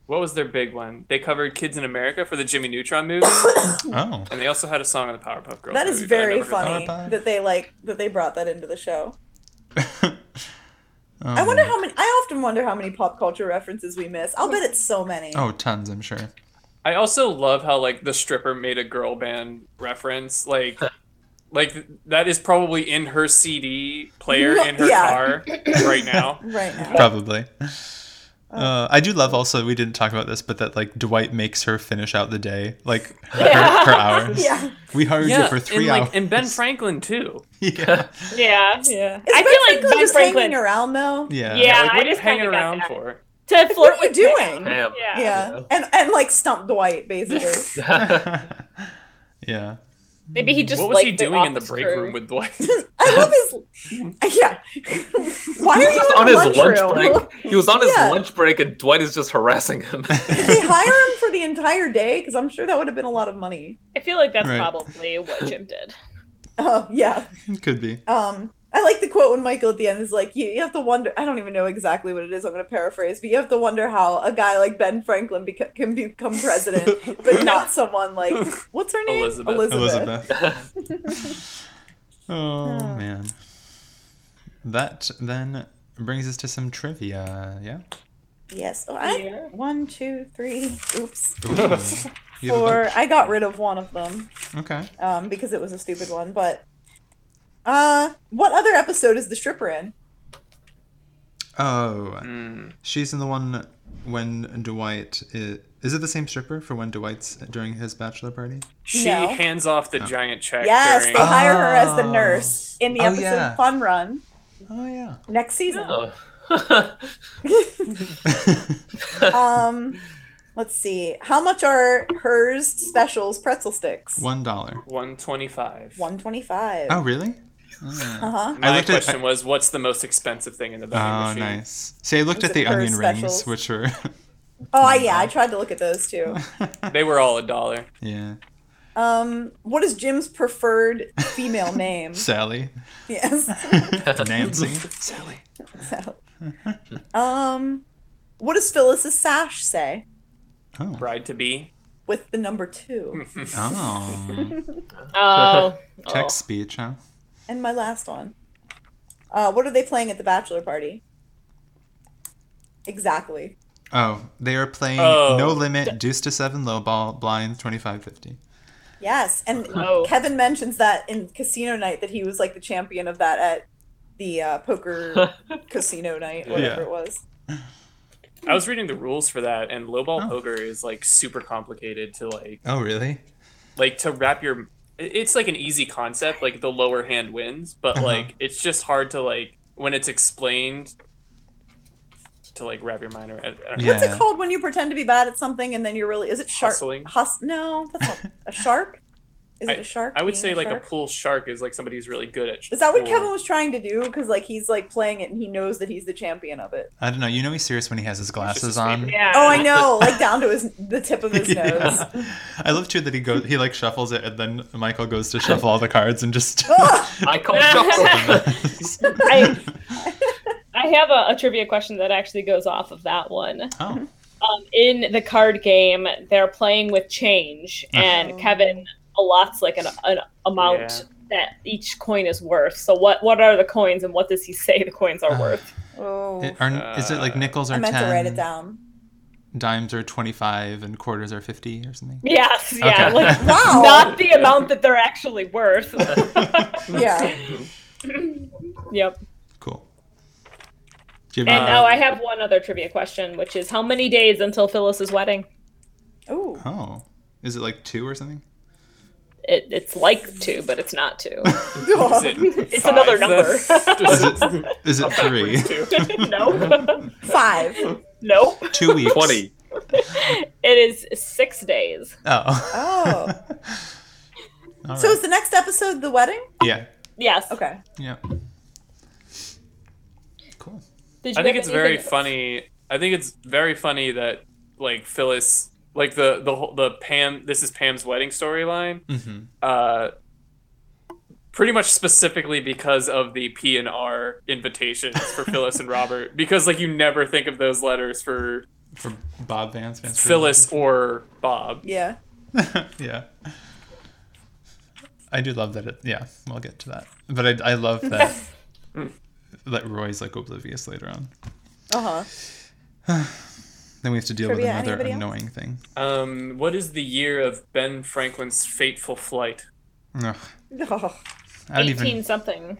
Speaker 5: what was their big one? They covered "Kids in America" for the Jimmy Neutron movie,
Speaker 1: Oh,
Speaker 5: and they also had a song on the Powerpuff Girls.
Speaker 3: That is
Speaker 5: movie, but I
Speaker 3: very
Speaker 5: never heard
Speaker 3: funny
Speaker 1: thought about it.
Speaker 3: that they like that they brought that into the show. I
Speaker 1: Oh. Um,
Speaker 3: wonder how many I often wonder how many pop culture references we miss. I'll bet it's so many.
Speaker 1: Oh, tons, I'm sure.
Speaker 5: I also love how like the stripper made a girl band reference, like. Like that is probably in her CD player in her
Speaker 3: Yeah.
Speaker 5: car right now.
Speaker 3: Right now.
Speaker 1: Probably. Uh, I do love also we didn't talk about this, but that like Dwight makes her finish out the day, like her,
Speaker 2: Yeah.
Speaker 1: her hours.
Speaker 3: Yeah.
Speaker 1: We hired you for
Speaker 5: and,
Speaker 1: three
Speaker 5: like,
Speaker 1: hours.
Speaker 5: and Ben Franklin too.
Speaker 1: yeah.
Speaker 2: Yeah, yeah.
Speaker 3: Is
Speaker 2: I feel
Speaker 3: Ben Franklin
Speaker 2: like Ben
Speaker 3: just
Speaker 2: Franklin
Speaker 3: hanging around though.
Speaker 1: Yeah.
Speaker 2: Yeah.
Speaker 5: like,
Speaker 2: I
Speaker 5: what are you
Speaker 2: just kinda
Speaker 5: hanging
Speaker 2: got
Speaker 5: around
Speaker 2: that.
Speaker 5: for?
Speaker 2: to
Speaker 3: What
Speaker 2: flirt
Speaker 3: are you
Speaker 2: with
Speaker 3: doing?
Speaker 2: Pam.
Speaker 4: Pam.
Speaker 2: Yeah.
Speaker 3: Yeah. And and like stump Dwight basically.
Speaker 1: yeah.
Speaker 2: Maybe he just
Speaker 5: what was
Speaker 2: liked
Speaker 5: he
Speaker 2: the
Speaker 5: doing in the
Speaker 2: office
Speaker 5: break
Speaker 2: crew.
Speaker 5: room with Dwight?
Speaker 3: I love his Yeah. Why are you
Speaker 4: He
Speaker 3: in
Speaker 4: was on
Speaker 3: the
Speaker 4: his lunch,
Speaker 3: room?
Speaker 4: break. He was on his
Speaker 3: Yeah.
Speaker 4: lunch break, and Dwight is just harassing him.
Speaker 3: Did they hire him for the entire day? Because I'm sure that would have been a lot of money.
Speaker 2: I feel like that's
Speaker 1: Right.
Speaker 2: probably what Jim did.
Speaker 3: Oh yeah.
Speaker 1: Could be.
Speaker 3: Um, I like the quote when Michael at the end is like, you, you have to wonder, I don't even know exactly what it is, I'm going to paraphrase, but you have to wonder how a guy like Ben Franklin beca- can become president, but not someone like, what's her name?
Speaker 5: Elizabeth.
Speaker 1: Elizabeth.
Speaker 4: I
Speaker 1: Oh
Speaker 3: Oh.
Speaker 1: man. That then brings us to some trivia. Yeah.
Speaker 3: Yes. Oh, I,
Speaker 2: Yeah.
Speaker 3: One, two, three. Oops.
Speaker 1: Ooh. You have a
Speaker 3: Four.
Speaker 1: bunch.
Speaker 3: I got rid of one of them
Speaker 1: Okay.
Speaker 3: um, because it was a stupid one, but. Uh, what other episode is the stripper in?
Speaker 1: Oh,
Speaker 5: Mm.
Speaker 1: she's in the one when Dwight is. Is it the same stripper for when Dwight's during his bachelor party?
Speaker 5: She
Speaker 3: No.
Speaker 5: hands off the
Speaker 1: No.
Speaker 5: giant check.
Speaker 3: Yes,
Speaker 5: during-
Speaker 3: they hire her as the
Speaker 1: Oh.
Speaker 3: nurse in the
Speaker 1: Oh,
Speaker 3: episode
Speaker 1: yeah.
Speaker 3: Fun Run
Speaker 1: Oh yeah.
Speaker 3: next season. um, let's see. How much are hers specials pretzel sticks?
Speaker 1: One dollar.
Speaker 5: 125.
Speaker 3: One twenty-five.
Speaker 1: Oh really? Oh,
Speaker 3: Uh huh.
Speaker 1: I
Speaker 5: My
Speaker 1: looked at-
Speaker 5: question was, what's the most expensive thing in the vending
Speaker 1: Oh,
Speaker 5: machine?
Speaker 1: nice. See, I looked
Speaker 3: Was
Speaker 1: at
Speaker 3: it
Speaker 1: the
Speaker 3: her
Speaker 1: onion rings,
Speaker 3: specials?
Speaker 1: which were.
Speaker 3: Oh I- yeah, I tried to look at those too.
Speaker 5: They were all a dollar.
Speaker 1: yeah.
Speaker 3: Um, what is Jim's preferred female name?
Speaker 1: Sally.
Speaker 3: yes.
Speaker 1: Nancy. Sally.
Speaker 3: So, um, what does Phyllis's sash say
Speaker 1: Oh.
Speaker 5: Bride to be.
Speaker 3: with the number two?
Speaker 1: Oh.
Speaker 2: Oh.
Speaker 1: Text speech, huh?
Speaker 3: And my last one. Uh, what are they playing at the bachelor party? Exactly.
Speaker 1: Oh, they are playing
Speaker 5: Oh.
Speaker 1: No Limit, Deuce to Seven, Low Ball, Blinds, twenty five fifty.
Speaker 3: Yes, and
Speaker 2: Oh.
Speaker 3: Kevin mentions that in Casino Night that he was like the champion of that at the uh, poker casino night,
Speaker 1: Yeah.
Speaker 3: whatever it was.
Speaker 5: I was reading the rules for that, and lowball
Speaker 1: Oh.
Speaker 5: poker is like super complicated to like
Speaker 1: Oh, really?
Speaker 5: like to wrap your. it- It's like an easy concept, like the lower hand wins, but
Speaker 1: Uh-huh.
Speaker 5: like it's just hard to like when it's explained to like wrap your mind around. I don't know.
Speaker 1: Yeah.
Speaker 3: What's it called when you pretend to be bad at something and then you're really is it shark?
Speaker 5: Hustling?
Speaker 3: Hus- no, that's not a shark. Is it a shark?
Speaker 5: I would
Speaker 3: Being
Speaker 5: say like
Speaker 3: shark?
Speaker 5: a pool shark is like somebody who's really good at.
Speaker 3: Is that what
Speaker 5: pool.
Speaker 3: Kevin was trying to do? Because like he's like playing it and he knows that he's the champion of it.
Speaker 1: I don't know. You know he's serious when he has his glasses
Speaker 5: his
Speaker 1: on.
Speaker 2: Yeah.
Speaker 3: Oh, I know, like down to his the tip of his nose.
Speaker 1: Yeah. I love too that he goes. He like shuffles it, and then Michael goes to shuffle all the cards and just.
Speaker 3: Ugh.
Speaker 4: call shuffle.
Speaker 2: I- I have a, a trivia question that actually goes off of that one.
Speaker 1: oh,
Speaker 2: Um, in the card game, they're playing with change,
Speaker 5: Uh-huh.
Speaker 2: and
Speaker 3: Oh.
Speaker 2: Kevin allots like an, an amount that each coin is worth. So, what what are the coins, and what does he say the coins are
Speaker 5: Uh-huh.
Speaker 1: Uh,
Speaker 2: worth?
Speaker 3: oh,
Speaker 1: It- are- is it like nickels
Speaker 3: I
Speaker 1: are
Speaker 3: meant to write
Speaker 1: ten,
Speaker 3: it down.
Speaker 1: dimes are twenty five, and quarters are fifty or something?
Speaker 2: Yes, yeah,
Speaker 1: Okay.
Speaker 2: like
Speaker 3: Wow.
Speaker 2: not the amount that they're actually worth.
Speaker 3: yeah.
Speaker 2: yep.
Speaker 1: Cool. Do you
Speaker 2: And
Speaker 1: have
Speaker 2: oh, I have one other trivia question, which is how many days until Phyllis's wedding?
Speaker 3: Ooh.
Speaker 1: any- oh, is it like two or something?
Speaker 2: It, it's like two, but it's not two.
Speaker 5: Is it
Speaker 2: It's
Speaker 5: five?
Speaker 2: another number.
Speaker 1: Is it, is it three?
Speaker 2: no,
Speaker 3: Five.
Speaker 2: nope.
Speaker 1: two weeks.
Speaker 4: Twenty.
Speaker 2: It is six days.
Speaker 1: Oh.
Speaker 3: Oh.
Speaker 1: All
Speaker 3: So
Speaker 1: right.
Speaker 3: is the next episode the wedding?
Speaker 1: yeah.
Speaker 2: Yes.
Speaker 3: Okay.
Speaker 1: Yeah. Cool.
Speaker 2: Did
Speaker 5: I
Speaker 2: you have
Speaker 5: think it's very
Speaker 2: anything-
Speaker 5: funny. I think it's very funny that like Phyllis, like the the whole the Pam. This is Pam's wedding storyline.
Speaker 1: Mm-hmm.
Speaker 5: Uh, pretty much specifically because of the P and R invitations for Phyllis and Robert. Because like you never think of those letters for
Speaker 1: For Bob Vance. Vance
Speaker 5: Phyllis or Bob.
Speaker 3: Yeah.
Speaker 1: yeah. I do love that it. Yeah, we'll get to that. But I, I love that that Roy's like oblivious later on.
Speaker 3: Uh huh.
Speaker 1: Then we have to deal
Speaker 3: Trivia,
Speaker 1: with another
Speaker 3: anybody else?
Speaker 1: annoying thing.
Speaker 5: Um, what is the year of Ben Franklin's fateful flight?
Speaker 1: Ugh,
Speaker 3: Oh,
Speaker 1: I don't
Speaker 2: 18
Speaker 1: even.
Speaker 2: something.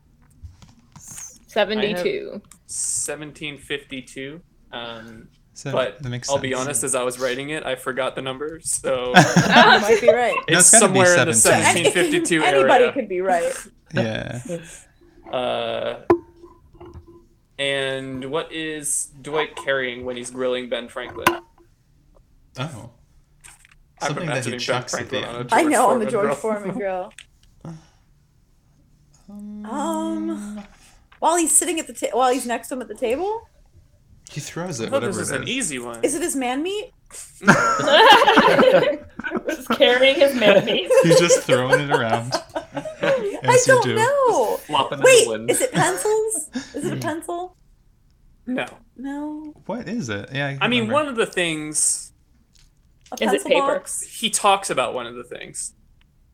Speaker 2: 72.
Speaker 5: Seventeen fifty two. Um,
Speaker 1: So
Speaker 5: but
Speaker 1: that makes
Speaker 5: I'll be
Speaker 1: sense.
Speaker 5: honest, as I was writing it, I forgot the number, so.
Speaker 3: you might be right.
Speaker 1: No,
Speaker 5: it's
Speaker 1: it's gotta be
Speaker 5: somewhere in the
Speaker 1: 17.
Speaker 5: 1752
Speaker 3: Anybody
Speaker 5: area.
Speaker 3: could be right.
Speaker 1: Yeah.
Speaker 5: Uh, and what is Dwight carrying when he's grilling Ben Franklin?
Speaker 1: Oh.
Speaker 5: I'm
Speaker 1: Something that he
Speaker 5: imagining Ben
Speaker 1: chucks at the
Speaker 5: Franklin on a
Speaker 1: end.
Speaker 3: I
Speaker 5: George
Speaker 3: know on the
Speaker 5: Foreman
Speaker 3: George
Speaker 5: grill.
Speaker 3: Foreman grill. Um, while he's sitting at the ta- while he's next to him at the table,
Speaker 1: He throws
Speaker 5: I
Speaker 1: it.
Speaker 5: thought
Speaker 1: Whatever
Speaker 5: this was
Speaker 1: it
Speaker 5: an E.
Speaker 1: is.
Speaker 5: easy one.
Speaker 3: is it his man meat?
Speaker 2: Just carrying his mayonnaise.
Speaker 1: He's just throwing it around.
Speaker 3: I
Speaker 1: Yes, you
Speaker 3: don't
Speaker 1: do.
Speaker 3: know.
Speaker 4: flopping
Speaker 3: Wait,
Speaker 4: wind.
Speaker 3: is it pencils?
Speaker 1: Mm.
Speaker 3: Is it a pencil?
Speaker 5: No.
Speaker 3: No.
Speaker 1: What is it? Yeah.
Speaker 5: I mean,
Speaker 1: remember.
Speaker 5: one of the things
Speaker 3: A
Speaker 2: Is it
Speaker 3: pencil
Speaker 2: paper?
Speaker 3: box?
Speaker 5: he talks about one of the things.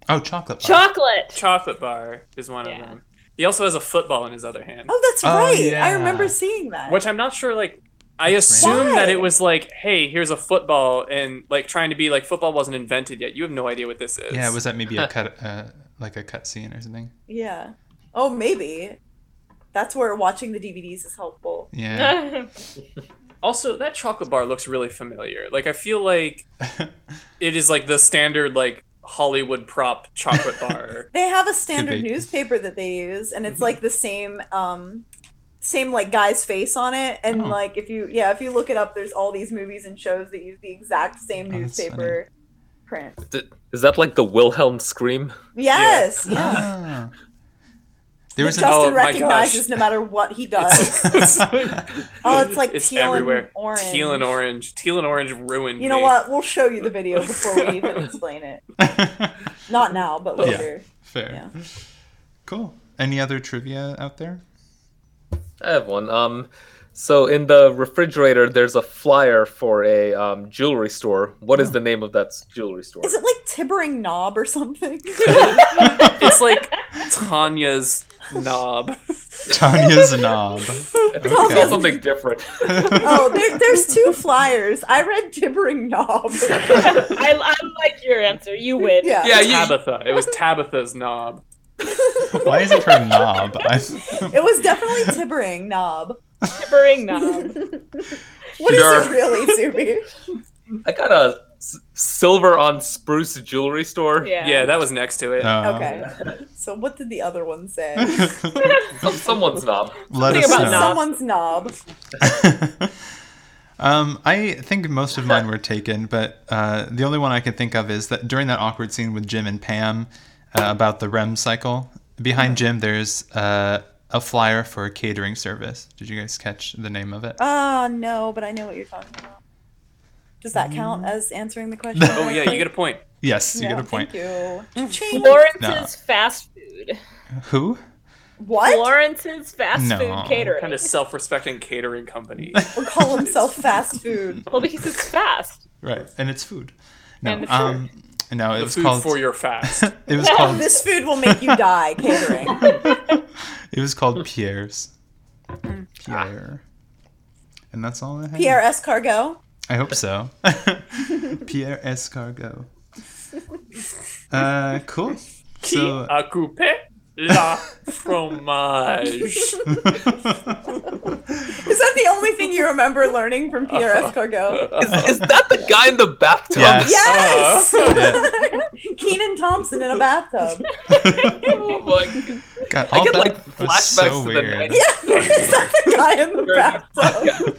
Speaker 1: Oh, chocolate. bar.
Speaker 2: Chocolate.
Speaker 5: Chocolate bar is one
Speaker 2: Yeah.
Speaker 5: of them. He also has a football in his other hand,
Speaker 3: Oh, that's
Speaker 1: Oh,
Speaker 3: right. I
Speaker 1: yeah.
Speaker 3: remember seeing that.
Speaker 5: which I'm not sure. Like, I
Speaker 1: That's
Speaker 5: assume
Speaker 3: random.
Speaker 5: that it was like, hey, here's a football, and like trying to be like football wasn't invented yet. You have no idea what this is.
Speaker 1: Yeah, was that maybe a cut, uh, like a cut scene or something?
Speaker 3: yeah. Oh, maybe. That's where watching the DVDs is helpful.
Speaker 1: Yeah.
Speaker 2: That's
Speaker 5: also that chocolate bar looks really familiar. Like, I feel like it is like the standard like Hollywood prop chocolate bar.
Speaker 3: They have a standard
Speaker 1: be.
Speaker 3: newspaper that they use, and it's like the same, um, same like guy's face on it. And
Speaker 1: Oh.
Speaker 3: like if you, yeah, if you look it up, there's all these movies and shows that use the exact same
Speaker 1: Oh, that's
Speaker 3: newspaper print.
Speaker 4: D- Is that like the Wilhelm scream?
Speaker 3: Yes, yeah.
Speaker 1: Ah. There
Speaker 3: That
Speaker 1: was an.
Speaker 5: Oh,
Speaker 3: Justin
Speaker 5: my gosh.
Speaker 3: recognizes no matter what he does. oh, it's like
Speaker 5: It's
Speaker 3: teal
Speaker 5: everywhere.
Speaker 3: and orange.
Speaker 5: Teal and orange. Teal and orange ruined
Speaker 3: You know
Speaker 5: me.
Speaker 3: what? We'll show you the video before we even explain it. Not now, but
Speaker 1: Yeah.
Speaker 3: later.
Speaker 1: Fair. Cool. Any other trivia out there?
Speaker 4: I have one. Um, so in the refrigerator, there's a flyer for a um, jewelry store. What is the name of that s- jewelry store?
Speaker 3: Is it like Tibbering Knob or something?
Speaker 5: It's like Tanya's knob.
Speaker 1: Tanya's knob.
Speaker 4: I think it's
Speaker 1: Okay.
Speaker 4: called something different.
Speaker 3: oh, there, there's two flyers. I read Tibbering Knob.
Speaker 2: I, I like your answer. You win.
Speaker 3: Yeah.
Speaker 4: yeah, you,
Speaker 5: Tabitha. It was Tabitha's knob.
Speaker 1: Why is it her knob? I,
Speaker 3: It was definitely Tibbering Knob.
Speaker 2: Tippering knob.
Speaker 3: What is
Speaker 4: Sure.
Speaker 3: it really, Zuby?
Speaker 4: I got a s- silver on spruce jewelry store.
Speaker 2: Yeah.
Speaker 5: Yeah, that was next to it.
Speaker 1: Uh,
Speaker 3: Okay. So what did the other one say?
Speaker 4: Some, someone's knob.
Speaker 1: Let
Speaker 2: Think
Speaker 1: us
Speaker 2: about
Speaker 1: know.
Speaker 2: knob.
Speaker 3: Someone's knob.
Speaker 1: Um, I think most of mine were taken, but uh, the only one I could think of is that during that awkward scene with Jim and Pam uh, about the REM cycle, behind
Speaker 5: Mm-hmm.
Speaker 1: Jim there's uh, a flyer for a catering service. Did you guys catch the name of it?
Speaker 3: Ah, no, but I know what you're talking about. Does that count as answering the question?
Speaker 5: Oh yeah, you get a point.
Speaker 1: yes, you
Speaker 3: Yeah,
Speaker 1: get a point.
Speaker 3: Thank you.
Speaker 2: Lawrence's
Speaker 1: No.
Speaker 2: fast food.
Speaker 1: Who?
Speaker 3: What?
Speaker 2: Lawrence's fast
Speaker 1: No.
Speaker 2: food catering.
Speaker 5: Kind of self-respecting catering company.
Speaker 3: Or call himself fast food.
Speaker 2: Well, because it's fast.
Speaker 1: Right, and it's food. No,
Speaker 2: And it's
Speaker 1: um, no, it
Speaker 5: The
Speaker 1: was
Speaker 5: food
Speaker 1: called.
Speaker 5: for your fast.
Speaker 1: it was called.
Speaker 3: This food will make you die, catering.
Speaker 1: It was called Pierre's. Pierre. And that's all I had.
Speaker 3: Mm. Pierre Escargot.
Speaker 1: I hope so. Pierre Escargot. Uh, cool.
Speaker 5: Qui
Speaker 1: So-
Speaker 5: a coupé la fromage?
Speaker 3: Is that the only thing you remember learning from Pierre
Speaker 5: Uh-huh.
Speaker 3: Escargot?
Speaker 4: Is, is that the guy in the bathtub?
Speaker 1: Yes.
Speaker 3: Yes!
Speaker 1: Yeah.
Speaker 3: Keenan Thompson in a bathtub.
Speaker 4: Oh my-
Speaker 1: God,
Speaker 4: I
Speaker 1: all
Speaker 4: get
Speaker 1: that
Speaker 4: like
Speaker 1: was
Speaker 4: flashbacks
Speaker 1: so
Speaker 4: to the
Speaker 1: weird.
Speaker 4: 90s.
Speaker 3: Is that the guy in the bathtub?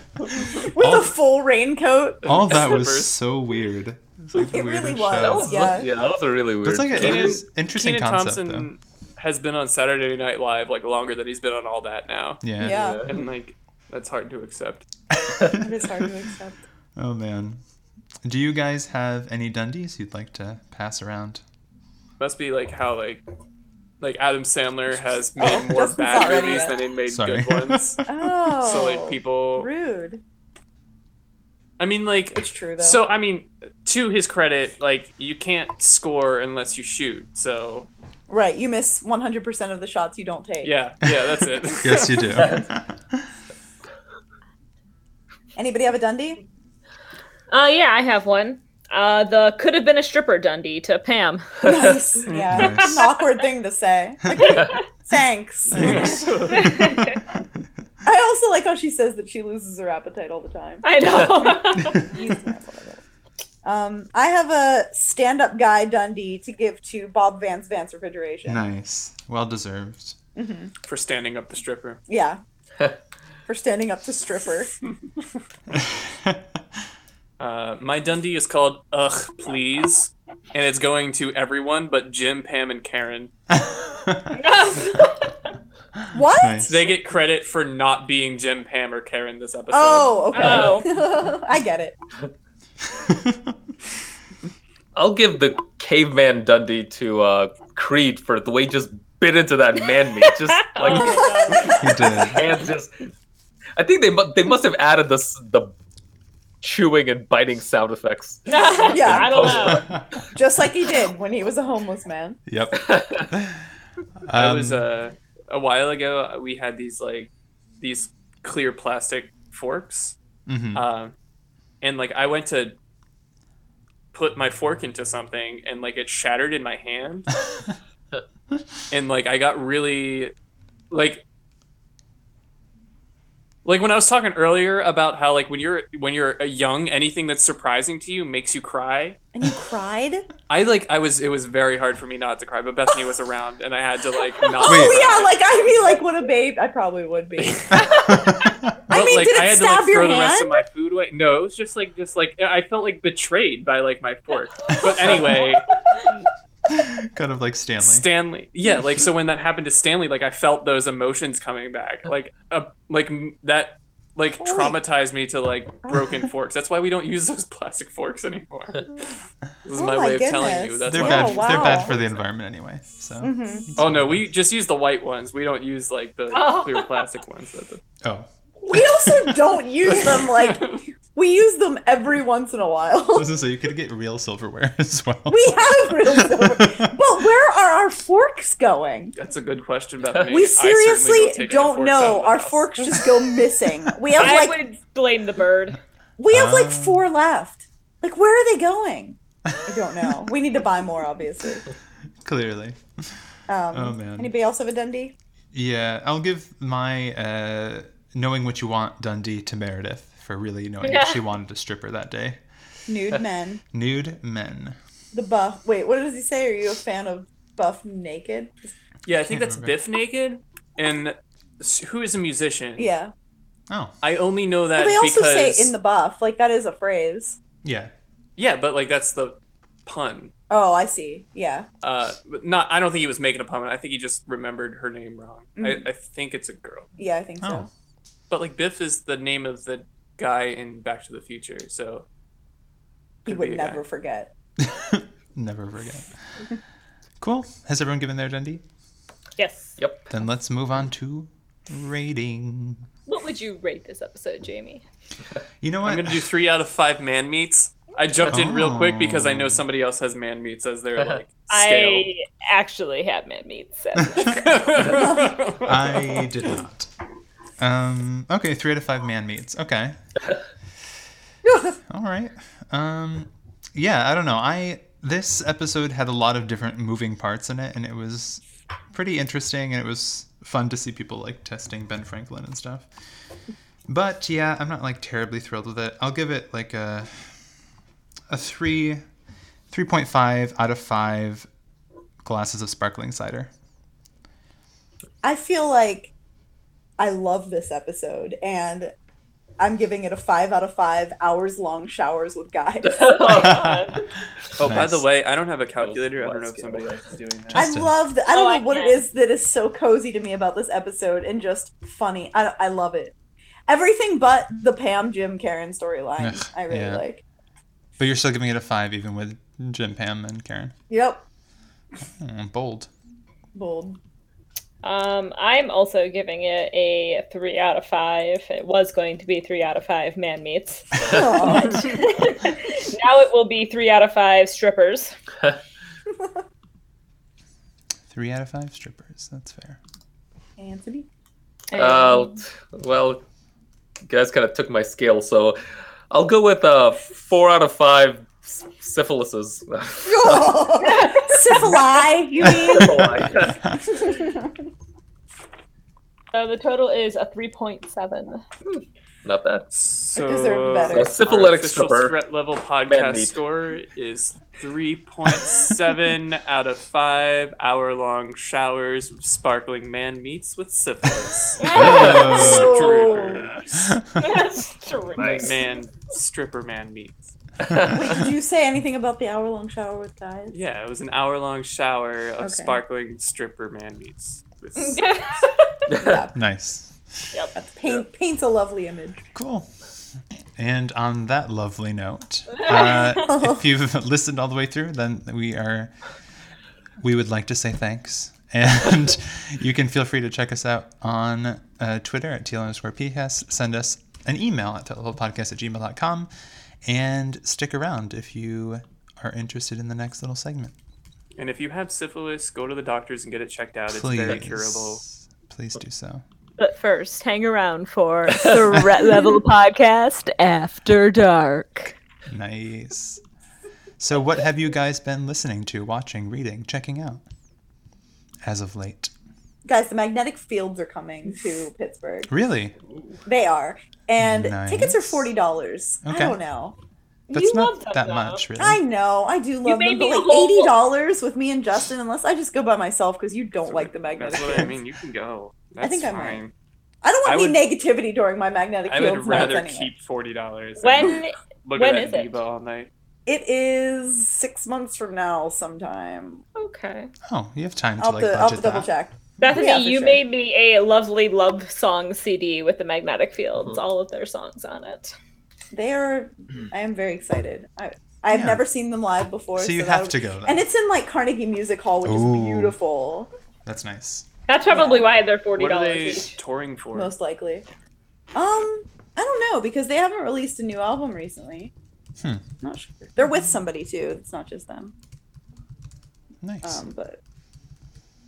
Speaker 3: With
Speaker 1: All-
Speaker 3: a full raincoat?
Speaker 1: All that was
Speaker 5: Slippers.
Speaker 1: so weird. It's like the
Speaker 3: It really
Speaker 1: weirdest
Speaker 3: was,
Speaker 4: That
Speaker 1: show.
Speaker 4: was
Speaker 3: Yeah.
Speaker 4: yeah. that was a really weird.
Speaker 1: But it's like a, it
Speaker 5: Keenan-
Speaker 1: is interesting
Speaker 5: Keenan
Speaker 1: concept
Speaker 5: Thompson
Speaker 1: though.
Speaker 5: has been on Saturday Night Live like longer than he's been on all that now,
Speaker 1: Yeah.
Speaker 3: Yeah,
Speaker 5: and like that's hard to accept.
Speaker 3: it is hard to accept.
Speaker 1: Oh man. Do you guys have any Dundies you'd like to pass around?
Speaker 5: Must be like how like like Adam Sandler has made more
Speaker 3: Oh. Justin's not
Speaker 5: bad
Speaker 3: ready
Speaker 5: movies
Speaker 3: yet.
Speaker 5: than he made
Speaker 1: Sorry.
Speaker 5: good ones.
Speaker 3: Oh.
Speaker 5: so like people,
Speaker 3: Rude.
Speaker 5: I mean like
Speaker 3: It's true, though.
Speaker 5: so I mean to his credit, like you can't score unless you shoot. So
Speaker 3: right, you miss 100% of the shots you don't take.
Speaker 5: yeah, yeah, that's it.
Speaker 1: Yes, you do.
Speaker 3: Anybody have a Dundee?
Speaker 2: Uh, yeah, I have one. Uh, the could have been a stripper Dundee to Pam.
Speaker 3: Nice. Yeah.
Speaker 1: Nice.
Speaker 3: An awkward thing to say. Like, thanks.
Speaker 1: Thanks.
Speaker 3: I also like how she says that she loses her appetite all the time.
Speaker 2: I know.
Speaker 3: Um, I have a stand-up guy Dundee to give to Bob Vance Vance Refrigeration.
Speaker 1: nice. Well deserved.
Speaker 5: For standing up the stripper.
Speaker 3: Yeah, for standing up to stripper.
Speaker 5: Uh, my Dundee is called Ugh Please, and it's going to everyone but Jim, Pam, and Karen.
Speaker 3: What?
Speaker 1: Nice.
Speaker 5: They get credit for not being Jim, Pam, or Karen this episode.
Speaker 3: Oh, okay.
Speaker 2: Oh.
Speaker 3: I get it.
Speaker 4: I'll give the caveman Dundee to uh, Creed for the way he just bit into that man meat. Just
Speaker 3: Oh,
Speaker 4: like
Speaker 1: You did.
Speaker 4: hands just. I think they mu- they must have added the s- the chewing and biting sound effects.
Speaker 2: yeah, I don't know.
Speaker 3: Just like he did when he was a homeless man.
Speaker 1: yep.
Speaker 5: I
Speaker 1: Um,
Speaker 5: was uh, a while ago. We had these like these clear plastic forks,
Speaker 1: mhm.
Speaker 5: um, and like I went to put my fork into something, and like it shattered in my hand, and like I got really like. Like when I was talking earlier about how like when you're when you're young, anything that's surprising to you makes you cry.
Speaker 3: And you cried?
Speaker 5: I like I was it was very hard for me not to cry, but Bethany was around and I had to like
Speaker 1: Wait.
Speaker 5: not. cry.
Speaker 3: Oh, yeah, like I'd be like, what a babe. I probably would be. I
Speaker 5: But,
Speaker 3: mean,
Speaker 5: like,
Speaker 3: did it
Speaker 5: I had
Speaker 3: stab
Speaker 5: to like
Speaker 3: your
Speaker 5: throw
Speaker 3: hand?
Speaker 5: the rest of my food away. No, it was just like just like I felt like betrayed by like my fork. But anyway,
Speaker 1: kind of like Stanley.
Speaker 5: Stanley. Yeah, like so when that happened to Stanley, like I felt those emotions coming back. Like uh, like m- that like
Speaker 3: Holy-
Speaker 5: traumatized me to like broken forks. That's why we don't use those plastic forks anymore. This is
Speaker 3: Oh
Speaker 5: my,
Speaker 3: my
Speaker 5: way of telling
Speaker 3: goodness.
Speaker 5: you. That's
Speaker 1: they're
Speaker 5: why.
Speaker 1: bad.
Speaker 3: Oh, wow.
Speaker 1: They're bad for the environment anyway. So.
Speaker 3: Mhm.
Speaker 5: Oh no, we just use the white ones. We don't use like the
Speaker 2: Oh.
Speaker 5: clear plastic ones. That's a-
Speaker 1: Oh.
Speaker 3: We also don't use them like we use them every once in a
Speaker 1: I
Speaker 3: while.
Speaker 1: was gonna say you could get real silverware as well.
Speaker 3: We have real silver. But where are our forks going?
Speaker 5: That's a good question, Bethany.
Speaker 3: We
Speaker 5: I certainly
Speaker 3: seriously
Speaker 5: take any
Speaker 3: don't
Speaker 5: forks out of
Speaker 3: know.
Speaker 5: the
Speaker 3: Our
Speaker 5: house.
Speaker 3: forks just go missing. We have
Speaker 2: I
Speaker 3: like
Speaker 2: would blame the bird.
Speaker 3: we have like
Speaker 1: Um.
Speaker 3: four left. Like where are they going? I don't know. We need to buy more, obviously.
Speaker 1: Clearly.
Speaker 3: Um,
Speaker 1: Oh, man.
Speaker 3: Anybody else have a Dundee?
Speaker 1: Yeah, I'll give my uh, knowing what you want Dundee to Meredith for really knowing that she wanted a stripper that day.
Speaker 3: Nude men.
Speaker 1: Nude men.
Speaker 3: The buff. Wait, what does he say? Are you a fan of buff naked?
Speaker 5: Yeah, I think that's
Speaker 1: remember.
Speaker 5: Biff Naked, and s- who is a musician?
Speaker 3: Yeah.
Speaker 1: Oh,
Speaker 5: I only know that
Speaker 3: But they also
Speaker 5: because
Speaker 3: say in the buff. Like that is a phrase.
Speaker 1: yeah.
Speaker 5: yeah, but like that's the pun.
Speaker 3: Oh, I see. Yeah.
Speaker 5: Uh, but not. I don't think he was making a pun. I think he just remembered her name wrong.
Speaker 3: Mhm.
Speaker 5: I, I think it's a girl.
Speaker 3: Yeah, I think
Speaker 1: Oh,
Speaker 3: so.
Speaker 5: But like Biff is the name of the guy in Back to the Future, so
Speaker 3: He
Speaker 5: could
Speaker 3: would
Speaker 5: be a
Speaker 3: never
Speaker 5: guy.
Speaker 3: forget.
Speaker 1: never forget. cool. Has everyone given their Dundee?
Speaker 2: Yes.
Speaker 4: Yep.
Speaker 1: Then let's move on to rating.
Speaker 2: What would you rate this episode, Jamie?
Speaker 1: You know
Speaker 5: I'm
Speaker 1: what?
Speaker 5: gonna do three out of five man meats. I jumped in real quick because I
Speaker 1: Oh.
Speaker 5: know somebody else has man meats as their like scale.
Speaker 2: I actually have man meat. So.
Speaker 1: I did not. Um. Okay, three out of five man meats. Okay. All right. Um. Yeah, I don't know. I this episode had a lot of different moving parts in it, and it was pretty interesting, and it was fun to see people like testing Ben Franklin and stuff. But yeah, I'm not like terribly thrilled with it. I'll give it like a a three, three point five out of five glasses of sparkling cider.
Speaker 3: I feel like I love this episode and I'm giving it a five out of five hours long showers with guys.
Speaker 5: oh, by
Speaker 1: Nice.
Speaker 5: the way, I don't have a calculator. I don't know if somebody else is doing that.
Speaker 3: I
Speaker 1: Justin.
Speaker 3: love that. I don't
Speaker 2: Oh, I
Speaker 3: know what
Speaker 2: can.
Speaker 3: it is that is so cozy to me about this episode and just funny. I, I love it. Everything but the Pam, Jim, Karen storyline,
Speaker 1: Ugh,
Speaker 3: I really
Speaker 1: yeah.
Speaker 3: like.
Speaker 1: But you're still giving it a five, even with Jim, Pam, and Karen.
Speaker 3: Yep.
Speaker 1: Mm, bold.
Speaker 3: Bold.
Speaker 2: Um, I'm also giving it a three out of five. It was going to be three out of five man meats.
Speaker 3: Aw.
Speaker 2: now it will be three out of five strippers.
Speaker 1: Three out of five strippers. That's fair.
Speaker 3: Anthony?
Speaker 4: Uh, well, you guys kind of took my scale, so I'll go with uh, four out of five s- syphilises.
Speaker 2: Um,
Speaker 3: Syphili, you mean?
Speaker 2: so the total is a 3.7.
Speaker 4: Not bad.
Speaker 5: So,
Speaker 3: deserve better.
Speaker 4: So syphilitic
Speaker 5: Our official
Speaker 4: stripper.
Speaker 5: threat level
Speaker 4: Man
Speaker 5: podcast
Speaker 4: meat.
Speaker 5: score is 3.7 out of 5 hour long showers of sparkling man meats with syphilis.
Speaker 3: Oh.
Speaker 5: Strippers.
Speaker 2: That's true.
Speaker 5: Man, stripper man meats.
Speaker 3: Did you say anything about the hour long shower with guys?
Speaker 5: Yeah, it was an hour long shower of
Speaker 3: Okay.
Speaker 5: sparkling stripper man meats. with syphilis.
Speaker 1: nice.
Speaker 3: Paint paints a lovely image.
Speaker 1: Cool. And on that lovely note, uh, if you've listened all the way through, then we are. We would like to say thanks And you can feel free to check us out on uh, Twitter at TL underscore PCast. Send us an email at podcast at gmail.com. And stick around if you are interested in the next little segment.
Speaker 5: And if you have syphilis, go to the doctors and get it checked out.
Speaker 1: Please,
Speaker 5: It's very curable.
Speaker 1: please do so.
Speaker 2: But first, hang around for the Ret Level Podcast After Dark.
Speaker 1: Nice. So, what have you guys been listening to, watching, reading, checking out as of late?
Speaker 3: Guys, the magnetic fields are coming to Pittsburgh.
Speaker 1: Really?
Speaker 3: They are. And
Speaker 1: Nice.
Speaker 3: tickets are $40. I
Speaker 1: Okay.
Speaker 3: don't know.
Speaker 1: That's
Speaker 2: You
Speaker 1: not
Speaker 2: love them,
Speaker 1: that
Speaker 2: though.
Speaker 1: much, really.
Speaker 3: I know. I do love
Speaker 2: made
Speaker 3: them, but
Speaker 2: me
Speaker 3: like
Speaker 2: whole-
Speaker 3: $80 with me and Justin, unless I just go by myself because you don't like the magnetic
Speaker 5: That's what I
Speaker 3: fields.
Speaker 5: mean. You can go. That's
Speaker 3: I think I might.
Speaker 5: fine.
Speaker 3: I don't
Speaker 5: I
Speaker 3: want any negativity during my magnetic
Speaker 5: I
Speaker 3: fields.
Speaker 5: would
Speaker 3: nights
Speaker 5: rather
Speaker 3: anyway.
Speaker 5: keep forty dollars.
Speaker 2: When
Speaker 5: look
Speaker 2: when
Speaker 5: at
Speaker 2: is
Speaker 5: that
Speaker 2: it?
Speaker 5: Diva all night.
Speaker 3: It is six months from now, sometime.
Speaker 2: okay,
Speaker 1: Oh, you have time to
Speaker 3: I'll,
Speaker 1: like
Speaker 3: have to- I'll have
Speaker 1: budget
Speaker 3: to double
Speaker 1: that.
Speaker 3: check.
Speaker 2: Bethany,
Speaker 3: Yeah, for
Speaker 2: you
Speaker 3: sure.
Speaker 2: made me a lovely love song CD with the Magnetic Fields, all of their songs on it.
Speaker 3: They are. I am very excited. I, I've
Speaker 1: Yeah.
Speaker 3: never seen them live before.
Speaker 1: So you
Speaker 3: that
Speaker 1: have
Speaker 3: would-
Speaker 1: to go. Then.
Speaker 3: And it's in like Carnegie Music Hall, which
Speaker 1: Ooh.
Speaker 3: is beautiful,
Speaker 1: That's nice.
Speaker 2: That's probably
Speaker 3: Yeah.
Speaker 2: why they're forty
Speaker 5: What are they
Speaker 2: dollars each.
Speaker 5: touring for?
Speaker 3: most likely. Um, I don't know because they haven't released a new album recently.
Speaker 1: Hmm.
Speaker 3: Not sure. They're with somebody too. It's not just them.
Speaker 1: Nice.
Speaker 3: Um, but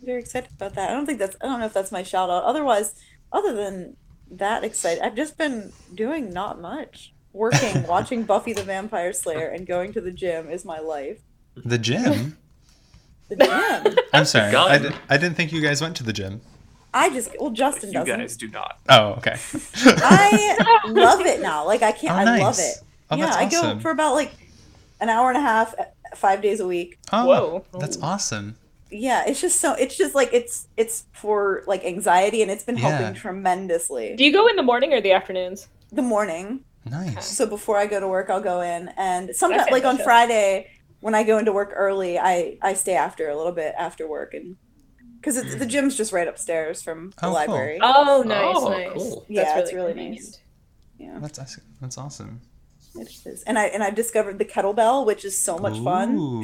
Speaker 3: very excited about that. I don't think that's. I don't know if that's my shout out. Otherwise, other than that, excited. I've just been doing not much. Working, watching Buffy the Vampire Slayer, and going to the gym is my life.
Speaker 1: the gym?
Speaker 3: The gym.
Speaker 1: I'm sorry. I,
Speaker 4: Gun.
Speaker 1: di- I didn't think you guys went to the gym.
Speaker 3: I just well Justin
Speaker 5: You
Speaker 3: doesn't.
Speaker 5: guys do not.
Speaker 1: Oh, okay.
Speaker 3: I love it now. Like I
Speaker 1: oh,
Speaker 3: can't. I love it.
Speaker 1: Oh,
Speaker 3: yeah,
Speaker 1: that's
Speaker 3: I
Speaker 1: awesome.
Speaker 3: go for about like an hour and a half, uh, five days a week.
Speaker 1: oh,
Speaker 2: Whoa.
Speaker 1: That's awesome.
Speaker 3: Yeah, it's just so. It's just like it's it's for like anxiety, and it's been
Speaker 1: Yeah.
Speaker 3: helping tremendously.
Speaker 2: Do you go in the morning or the afternoons?
Speaker 3: the morning.
Speaker 1: Nice.
Speaker 3: So before I go to work, I'll go in, and sometimes
Speaker 2: That's
Speaker 3: like on
Speaker 2: ambitious.
Speaker 3: Friday when I go into work early, I I stay after a little bit after work, and because it's the gym's just right upstairs from the
Speaker 1: Oh, cool.
Speaker 3: library.
Speaker 2: Oh, nice,
Speaker 4: Oh,
Speaker 2: nice.
Speaker 4: cool.
Speaker 3: Yeah, it's really
Speaker 2: convenient.
Speaker 3: nice. Yeah,
Speaker 1: That's awes- that's awesome.
Speaker 3: it just is. And I and I've discovered the kettlebell, which is so much fun.
Speaker 1: Ooh.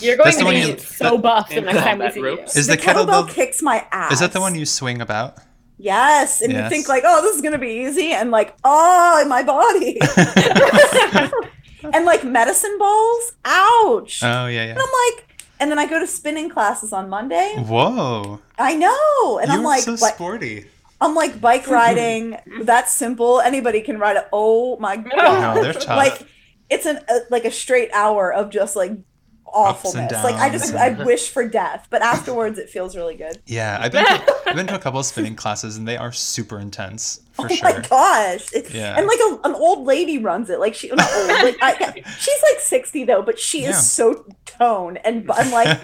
Speaker 2: You're going
Speaker 1: That's
Speaker 2: to
Speaker 1: the
Speaker 2: be
Speaker 1: one you-
Speaker 2: so
Speaker 1: that-
Speaker 2: buff the
Speaker 5: in
Speaker 2: next time we
Speaker 4: combat
Speaker 2: see
Speaker 4: ropes.
Speaker 2: you.
Speaker 1: Is the,
Speaker 3: kettlebell
Speaker 1: kettlebell?
Speaker 3: kicks my ass.
Speaker 1: Is that the one you swing about?
Speaker 3: Yes, and you
Speaker 1: Yes.
Speaker 3: think like, oh, this is gonna be easy, and like, oh, my body, and like medicine balls. Ouch.
Speaker 1: Oh yeah,
Speaker 3: And I'm like, and then I go to spinning classes on Monday.
Speaker 1: yeah. Whoa.
Speaker 3: I know, and
Speaker 1: you
Speaker 3: I'm
Speaker 1: are
Speaker 3: like,
Speaker 1: so
Speaker 3: bi-
Speaker 1: sporty.
Speaker 3: I'm like bike riding. that's simple. Anybody can ride it. Oh my god!
Speaker 1: Wow, they're tough.
Speaker 3: Like, it's an a, like a straight hour of just like awfulness. Like I
Speaker 1: downs
Speaker 3: just I
Speaker 1: and-
Speaker 3: wish for death, but afterwards it feels really good.
Speaker 1: Yeah, I've been to, I've been to a couple of spinning classes and they are super intense for
Speaker 3: oh
Speaker 1: sure.
Speaker 3: my gosh! It's,
Speaker 1: Yeah.
Speaker 3: And like a, an old lady runs it. Like she, not old. Like I, she's like sixty though, but she
Speaker 1: Yeah.
Speaker 3: is so toned. And b- I'm like,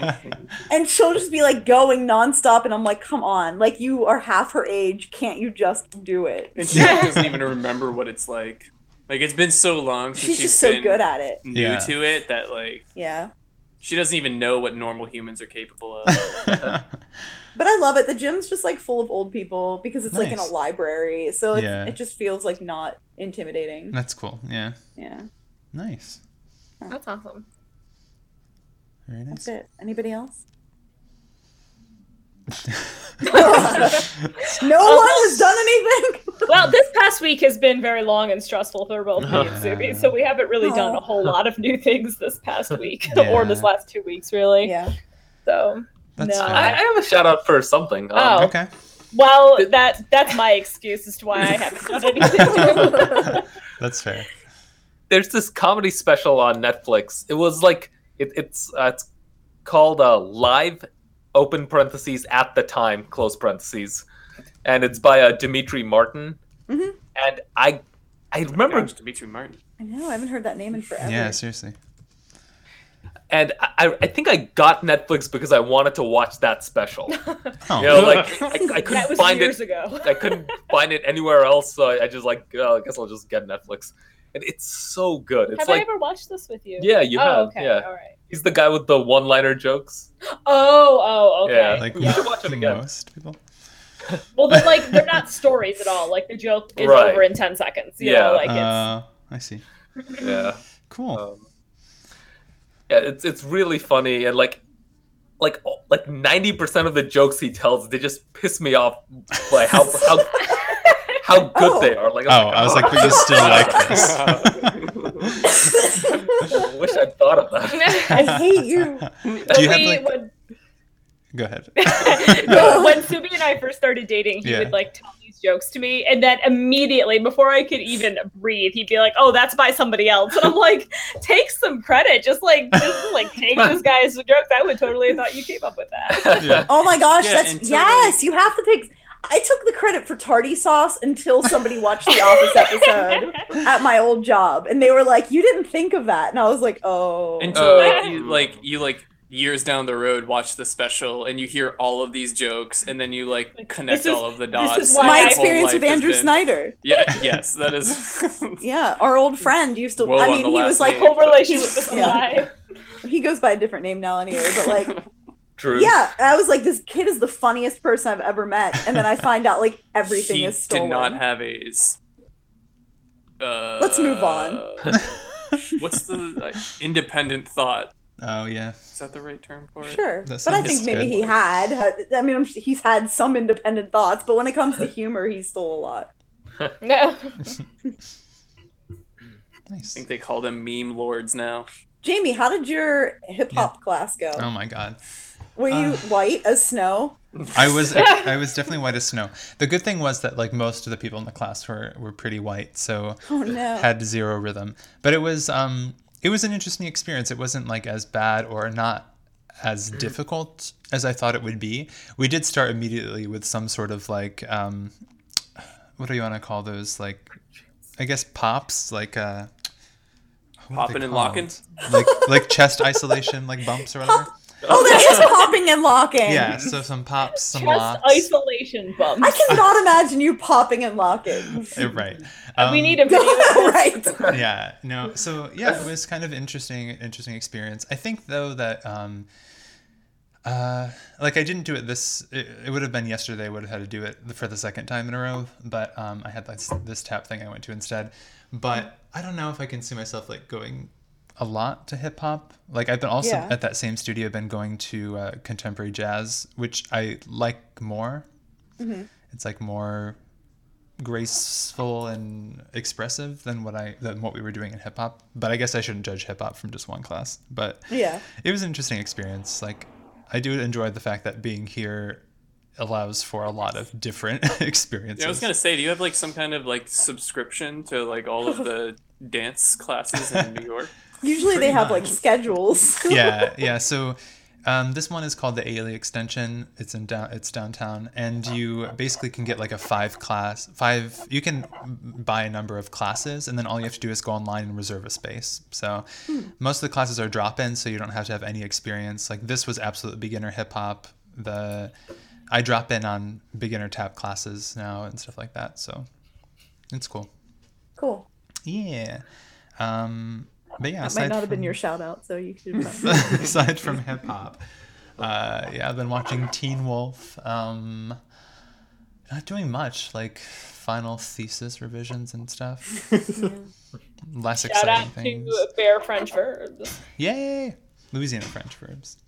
Speaker 3: and she'll just be like going nonstop, and I'm like, come on, like you are half her age. Can't you just do it?
Speaker 5: And she doesn't even remember what it's like. Like it's been so long since
Speaker 3: She's just so
Speaker 5: been
Speaker 3: good at it.
Speaker 5: new
Speaker 1: Yeah.
Speaker 5: to it that like
Speaker 3: Yeah.
Speaker 5: she doesn't even know what normal humans are capable of.
Speaker 3: But I love it. The gym's just like full of old people because it's like in a
Speaker 1: Nice.
Speaker 3: library, so it's,
Speaker 1: Yeah.
Speaker 3: it just feels like not intimidating.
Speaker 1: That's cool. Yeah.
Speaker 3: Yeah,
Speaker 1: Nice.
Speaker 2: That's awesome.
Speaker 1: Very
Speaker 3: that's
Speaker 1: nice.
Speaker 3: it. Anybody else? No one has done anything.
Speaker 2: Well, this past week has been very long and stressful for both me and
Speaker 1: Yeah.
Speaker 2: Zuby, so we haven't really done
Speaker 3: Aw.
Speaker 2: a whole lot of new things this past week
Speaker 1: Yeah.
Speaker 2: or this last two weeks, really.
Speaker 3: yeah,
Speaker 2: So,
Speaker 1: That's
Speaker 2: No,
Speaker 1: fair.
Speaker 4: I, I have a shout out for something.
Speaker 2: Oh.
Speaker 1: Okay.
Speaker 2: well, that that's my excuse as to why I haven't done anything.
Speaker 1: That's fair.
Speaker 4: there's this comedy special on Netflix. It was like it, it's uh, it's called uh, Live Open Parentheses at the Time Close Parentheses, and it's by uh, Dimitri Martin.
Speaker 2: Mm-hmm.
Speaker 3: Mhm.
Speaker 4: And I I remember
Speaker 5: Gosh, Dimitri Martin.
Speaker 3: I know. I haven't heard that name in forever.
Speaker 1: Yeah, seriously.
Speaker 4: and I, I think I got Netflix because I wanted to watch that special.
Speaker 1: Oh.
Speaker 4: You know, like I, I
Speaker 2: that
Speaker 4: couldn't
Speaker 2: was
Speaker 4: find
Speaker 2: years
Speaker 4: it.
Speaker 2: ago.
Speaker 4: I couldn't find it anywhere else, so I, I just like oh, I guess I'll just get Netflix. And it's so good. It's
Speaker 2: have I
Speaker 4: like
Speaker 2: ever watched this with you?
Speaker 4: yeah, you
Speaker 2: oh,
Speaker 4: have
Speaker 2: okay.
Speaker 4: yeah.
Speaker 2: All right.
Speaker 4: He's the guy with the one-liner jokes.
Speaker 2: Oh, oh, okay.
Speaker 4: Yeah,
Speaker 1: like
Speaker 4: We should watch it again.
Speaker 1: most people.
Speaker 2: Well, they're like they're not stories at all. Like the joke is
Speaker 4: Right.
Speaker 2: over in ten seconds. You
Speaker 4: Yeah.
Speaker 2: know, like it's
Speaker 1: Uh, I see.
Speaker 4: Yeah.
Speaker 1: Cool.
Speaker 4: Oh, Um, yeah, it's it's really funny and like like all- like ninety percent of the jokes he tells, they just piss me off by how how how good
Speaker 3: Oh.
Speaker 4: they are. Like,
Speaker 1: Oh,
Speaker 4: I'm
Speaker 1: I was like, but you still like this.
Speaker 4: I wish I'd thought of that.
Speaker 3: I hate you.
Speaker 2: But
Speaker 1: Do you have,
Speaker 2: we,
Speaker 1: like-
Speaker 2: when,
Speaker 1: Go ahead.
Speaker 2: no, when Subi and I first started dating, he
Speaker 1: Yeah.
Speaker 2: would like tell these jokes to me, and then immediately, before I could even breathe, he'd be like, "Oh, that's by somebody else," and I'm like, "Take some credit, just like just like take this guy's jokes." I would totally have thought you came up with that.
Speaker 1: Yeah.
Speaker 3: Oh my gosh,
Speaker 5: Yeah,
Speaker 3: that's
Speaker 5: and so-
Speaker 3: yes. You have to take. I took the credit for tardy sauce until somebody watched the Office episode at my old job, and they were like, "You didn't think of that," and I was like, "Oh."
Speaker 5: Until
Speaker 4: Oh.
Speaker 5: like, you, like you like years down the road watch the special and you hear all of these jokes and then you like connect
Speaker 2: This is-
Speaker 5: all of the
Speaker 2: this
Speaker 5: dots.
Speaker 2: is why
Speaker 5: and
Speaker 3: my
Speaker 5: your whole
Speaker 3: experience
Speaker 5: life
Speaker 3: with
Speaker 5: has
Speaker 3: Andrew
Speaker 5: been-
Speaker 3: Snyder.
Speaker 5: Yeah, yes, that is.
Speaker 3: Yeah, our old friend used to.
Speaker 5: Woe
Speaker 3: I
Speaker 5: on
Speaker 3: mean,
Speaker 5: the
Speaker 3: he
Speaker 5: last
Speaker 3: was like,
Speaker 5: name.
Speaker 2: Whole relationship was a
Speaker 3: Yeah.
Speaker 2: lie.
Speaker 3: he goes by a different name now anyway, but like,
Speaker 4: True.
Speaker 3: yeah. And I was like, this kid is the funniest person I've ever met, and then I find out like everything
Speaker 5: he
Speaker 3: is stolen.
Speaker 5: did not have a. s- Uh,
Speaker 3: Let's move on.
Speaker 5: what's the like, independent thought?
Speaker 1: Oh yeah.
Speaker 5: Is that the right term for it?
Speaker 3: Sure,
Speaker 1: That
Speaker 3: but I
Speaker 1: sounds
Speaker 3: think maybe
Speaker 1: good.
Speaker 3: he had. uh, I mean, I'm- he's had some independent thoughts, but when it comes to humor, he stole a lot.
Speaker 2: No.
Speaker 5: I
Speaker 1: Nice.
Speaker 5: think they call them meme lords now.
Speaker 3: Jamie, how did your hip hop class go?
Speaker 1: Oh my god.
Speaker 3: Were you
Speaker 1: uh,
Speaker 3: white as snow?
Speaker 1: I was I was definitely white as snow. The good thing was that like most of the people in the class were were pretty white, so
Speaker 3: Oh no.
Speaker 1: had zero rhythm. But it was um it was an interesting experience. It wasn't like as bad or not as
Speaker 2: Mm.
Speaker 1: difficult as I thought it would be. We did start immediately with some sort of like um what do you want to call those like I guess pops like uh what are they
Speaker 5: Poppin' and lockin'?
Speaker 1: called? like like chest isolation like bumps or whatever
Speaker 3: oh, they're just popping and locking.
Speaker 1: yeah so some pops some
Speaker 2: Just
Speaker 1: locks
Speaker 2: isolation bumps.
Speaker 3: I cannot imagine you popping and locking.
Speaker 1: Eh, right
Speaker 2: we
Speaker 1: Um,
Speaker 2: need a video.
Speaker 3: right.
Speaker 1: yeah no so yeah it was kind of interesting interesting experience i think though that um uh like i didn't do it this it, it would have been yesterday i would have had to do it for the second time in a row but um i had this this tap thing i went to instead but i don't know if i can see myself like going a lot to hip hop like i've been also
Speaker 3: Yeah.
Speaker 1: at that same studio been going to uh, contemporary jazz which i like more it's like more graceful and expressive than what I than what we were doing in hip hop. But I guess I shouldn't judge hip hop from just one class. But
Speaker 3: Yeah.
Speaker 1: it was an interesting experience. Like I do enjoy the fact that being here allows for a lot of different experiences.
Speaker 5: Yeah, I was gonna say, do you have like some kind of like subscription to like all of the dance classes in New York?
Speaker 3: Usually they
Speaker 1: Pretty
Speaker 3: have like
Speaker 1: much.
Speaker 3: schedules.
Speaker 1: yeah, yeah. So um, this one is called the Ailey Extension. It's in down, it's downtown, and
Speaker 3: Oh,
Speaker 1: you basically can get like a five class five. You can buy a number of classes, and then all you have to do is go online and reserve a space. So
Speaker 3: Hmm.
Speaker 1: most of the classes are drop ins, so you don't have to have any experience. Like this was absolute beginner hip hop. The I drop in on beginner tap classes now and stuff like that. So it's cool.
Speaker 3: Cool.
Speaker 1: Yeah. Um, but yeah,
Speaker 3: That might
Speaker 1: aside
Speaker 3: not have been
Speaker 1: from-
Speaker 3: your shout out, so you should.
Speaker 1: aside from hip hop. Uh, yeah, I've been watching Teen Wolf. Um, not doing much, like final thesis revisions and stuff. Less
Speaker 2: Shout
Speaker 1: exciting
Speaker 2: out
Speaker 1: things.
Speaker 2: to Bear French Verbs.
Speaker 1: Yay! Louisiana French verbs.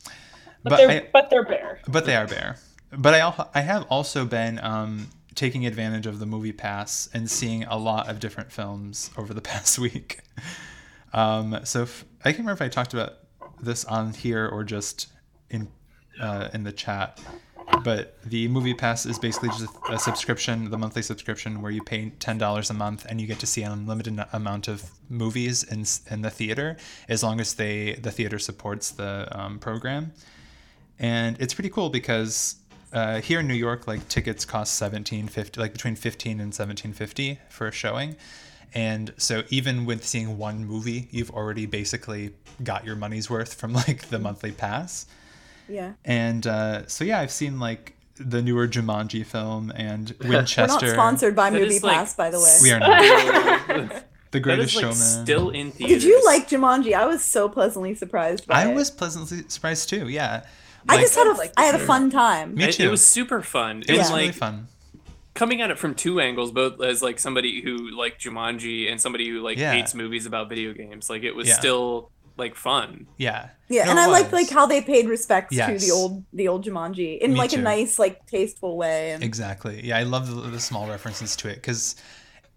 Speaker 2: But,
Speaker 1: But
Speaker 2: they're
Speaker 1: I-
Speaker 2: but they're bear.
Speaker 1: but they are bare. But I al- I have also been um, taking advantage of the movie pass and seeing a lot of different films over the past week. Um, so if, I can't remember if I talked about this on here or just in uh, in the chat. But the movie pass is basically just a subscription, the monthly subscription, where you pay ten dollars a month and you get to see an unlimited n- amount of movies in s- in the theater, as long as they the theater supports the um, program and it's pretty cool because uh, here in New York, like tickets cost seventeen fifty, like between fifteen and seventeen fifty for a showing, and so even with seeing one movie, you've already basically got your money's worth from like the monthly pass.
Speaker 3: yeah.
Speaker 1: And uh, so yeah, I've seen like the newer Jumanji film and
Speaker 3: We're not
Speaker 1: Winchester.
Speaker 3: sponsored by
Speaker 5: That
Speaker 3: Movie
Speaker 5: is, like,
Speaker 3: Pass, by the way.
Speaker 1: We are not the
Speaker 5: that
Speaker 1: greatest
Speaker 5: is like
Speaker 1: showman.
Speaker 5: still in theaters.
Speaker 3: Did you like Jumanji? I was so pleasantly surprised by
Speaker 1: I
Speaker 3: it.
Speaker 1: was pleasantly surprised too. Yeah,
Speaker 3: I just had a I
Speaker 2: Like-
Speaker 3: had a fun time.
Speaker 1: me
Speaker 5: It,
Speaker 1: too.
Speaker 5: it was super fun.
Speaker 1: It was
Speaker 5: and,
Speaker 1: really
Speaker 5: like,
Speaker 1: fun.
Speaker 5: coming at it from two angles, both as like somebody who liked Jumanji and somebody who like
Speaker 1: Yeah.
Speaker 5: hates movies about video games. Like it was
Speaker 1: Yeah.
Speaker 5: still like fun.
Speaker 1: Yeah.
Speaker 3: Yeah,
Speaker 1: No,
Speaker 3: and
Speaker 1: it
Speaker 3: I liked
Speaker 1: was.
Speaker 3: like how they paid respects to
Speaker 1: Yes.
Speaker 3: the old the old Jumanji in
Speaker 1: Me
Speaker 3: like
Speaker 1: too.
Speaker 3: a nice like tasteful way. And
Speaker 1: Exactly. Yeah, I love the, the small references to it because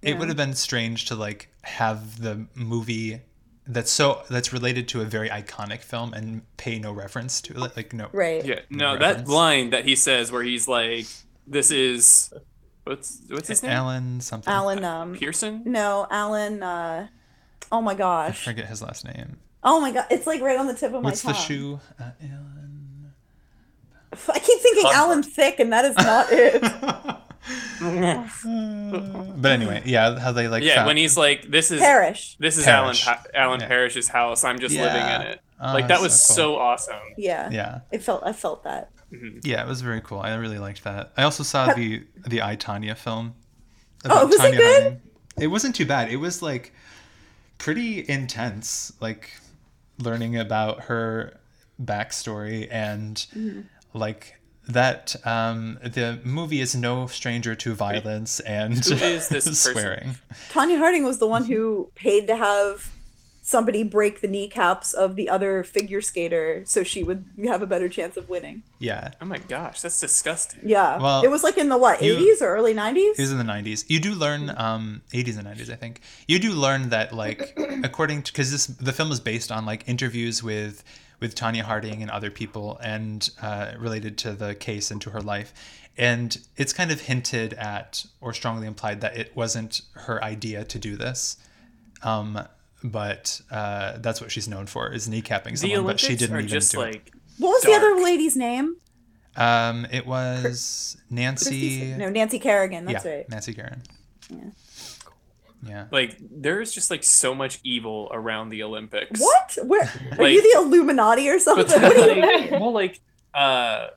Speaker 3: Yeah.
Speaker 1: it would have been strange to like have the movie that's so that's related to a very iconic film and pay no reference to it. Like no.
Speaker 3: right.
Speaker 5: Yeah. No,
Speaker 1: Reference.
Speaker 5: that line that he says where he's like, "This is what's what's his name?
Speaker 1: Alan something.
Speaker 3: Alan um
Speaker 5: Pearson."
Speaker 3: no, Alan uh oh my
Speaker 1: I
Speaker 3: gosh.
Speaker 1: forget his last name.
Speaker 3: Oh my god, it's like right on the tip of
Speaker 1: What's
Speaker 3: Oh my
Speaker 1: the
Speaker 3: tongue.
Speaker 1: shoe? Uh, Alan.
Speaker 3: I keep thinking
Speaker 4: Convert.
Speaker 3: Alan Thick and that is not it.
Speaker 1: Uh, but anyway, yeah, how they like
Speaker 5: yeah,
Speaker 1: found-
Speaker 5: when he's like, "This is
Speaker 3: Parrish.
Speaker 5: this is
Speaker 1: Parrish.
Speaker 5: Alan pa- Alan
Speaker 1: Yeah.
Speaker 5: Parrish's house. I'm just
Speaker 1: Yeah.
Speaker 5: living in it."
Speaker 1: Oh,
Speaker 5: like that
Speaker 1: that's
Speaker 5: was
Speaker 1: cool.
Speaker 5: so awesome.
Speaker 3: Yeah.
Speaker 1: Yeah,
Speaker 3: It felt I felt that.
Speaker 5: Mhm.
Speaker 1: yeah, it was very cool. I really liked that. I also saw the the I Tanya film. about
Speaker 3: Oh, was it
Speaker 1: Tanya
Speaker 3: good?
Speaker 1: Harding. It wasn't too bad. It was like pretty intense, like learning about her backstory and
Speaker 3: Mm-hmm.
Speaker 1: like that. Um, the movie is no stranger to violence and
Speaker 5: Who is this person?
Speaker 1: swearing.
Speaker 3: Tanya Harding was the one who paid to have somebody break the kneecaps of the other figure skater so she would have a better chance of winning.
Speaker 1: Yeah,
Speaker 5: Oh my gosh, that's disgusting.
Speaker 3: Yeah.
Speaker 1: Well,
Speaker 3: it was like in the what,
Speaker 1: you-
Speaker 3: 80s or early 90s?
Speaker 1: It was in the 90s. You do learn
Speaker 5: Mm-hmm.
Speaker 1: um 80s and 90s, I think. You do learn that like according to cuz this the film is based on like interviews with with Tanya Harding and other people and uh, related to the case and to her life. And it's kind of hinted at or strongly implied that it wasn't her idea to do this. Um but uh, that's what she's known for is kneecapping
Speaker 5: The
Speaker 1: someone, but
Speaker 5: Olympics
Speaker 1: she didn't
Speaker 5: are
Speaker 1: even
Speaker 5: just
Speaker 1: do it.
Speaker 5: like
Speaker 3: What was the
Speaker 5: dark.
Speaker 3: other lady's name?
Speaker 1: Um, it was Nancy.
Speaker 3: No, Nancy Kerrigan. That's
Speaker 1: yeah,
Speaker 3: right.
Speaker 1: Nancy Karen. Yeah.
Speaker 5: like there's just like so much evil around the Olympics.
Speaker 3: What? Where are
Speaker 5: Like-
Speaker 3: you the Illuminati or something?
Speaker 5: But
Speaker 3: What are you-
Speaker 5: like, well, like, uh,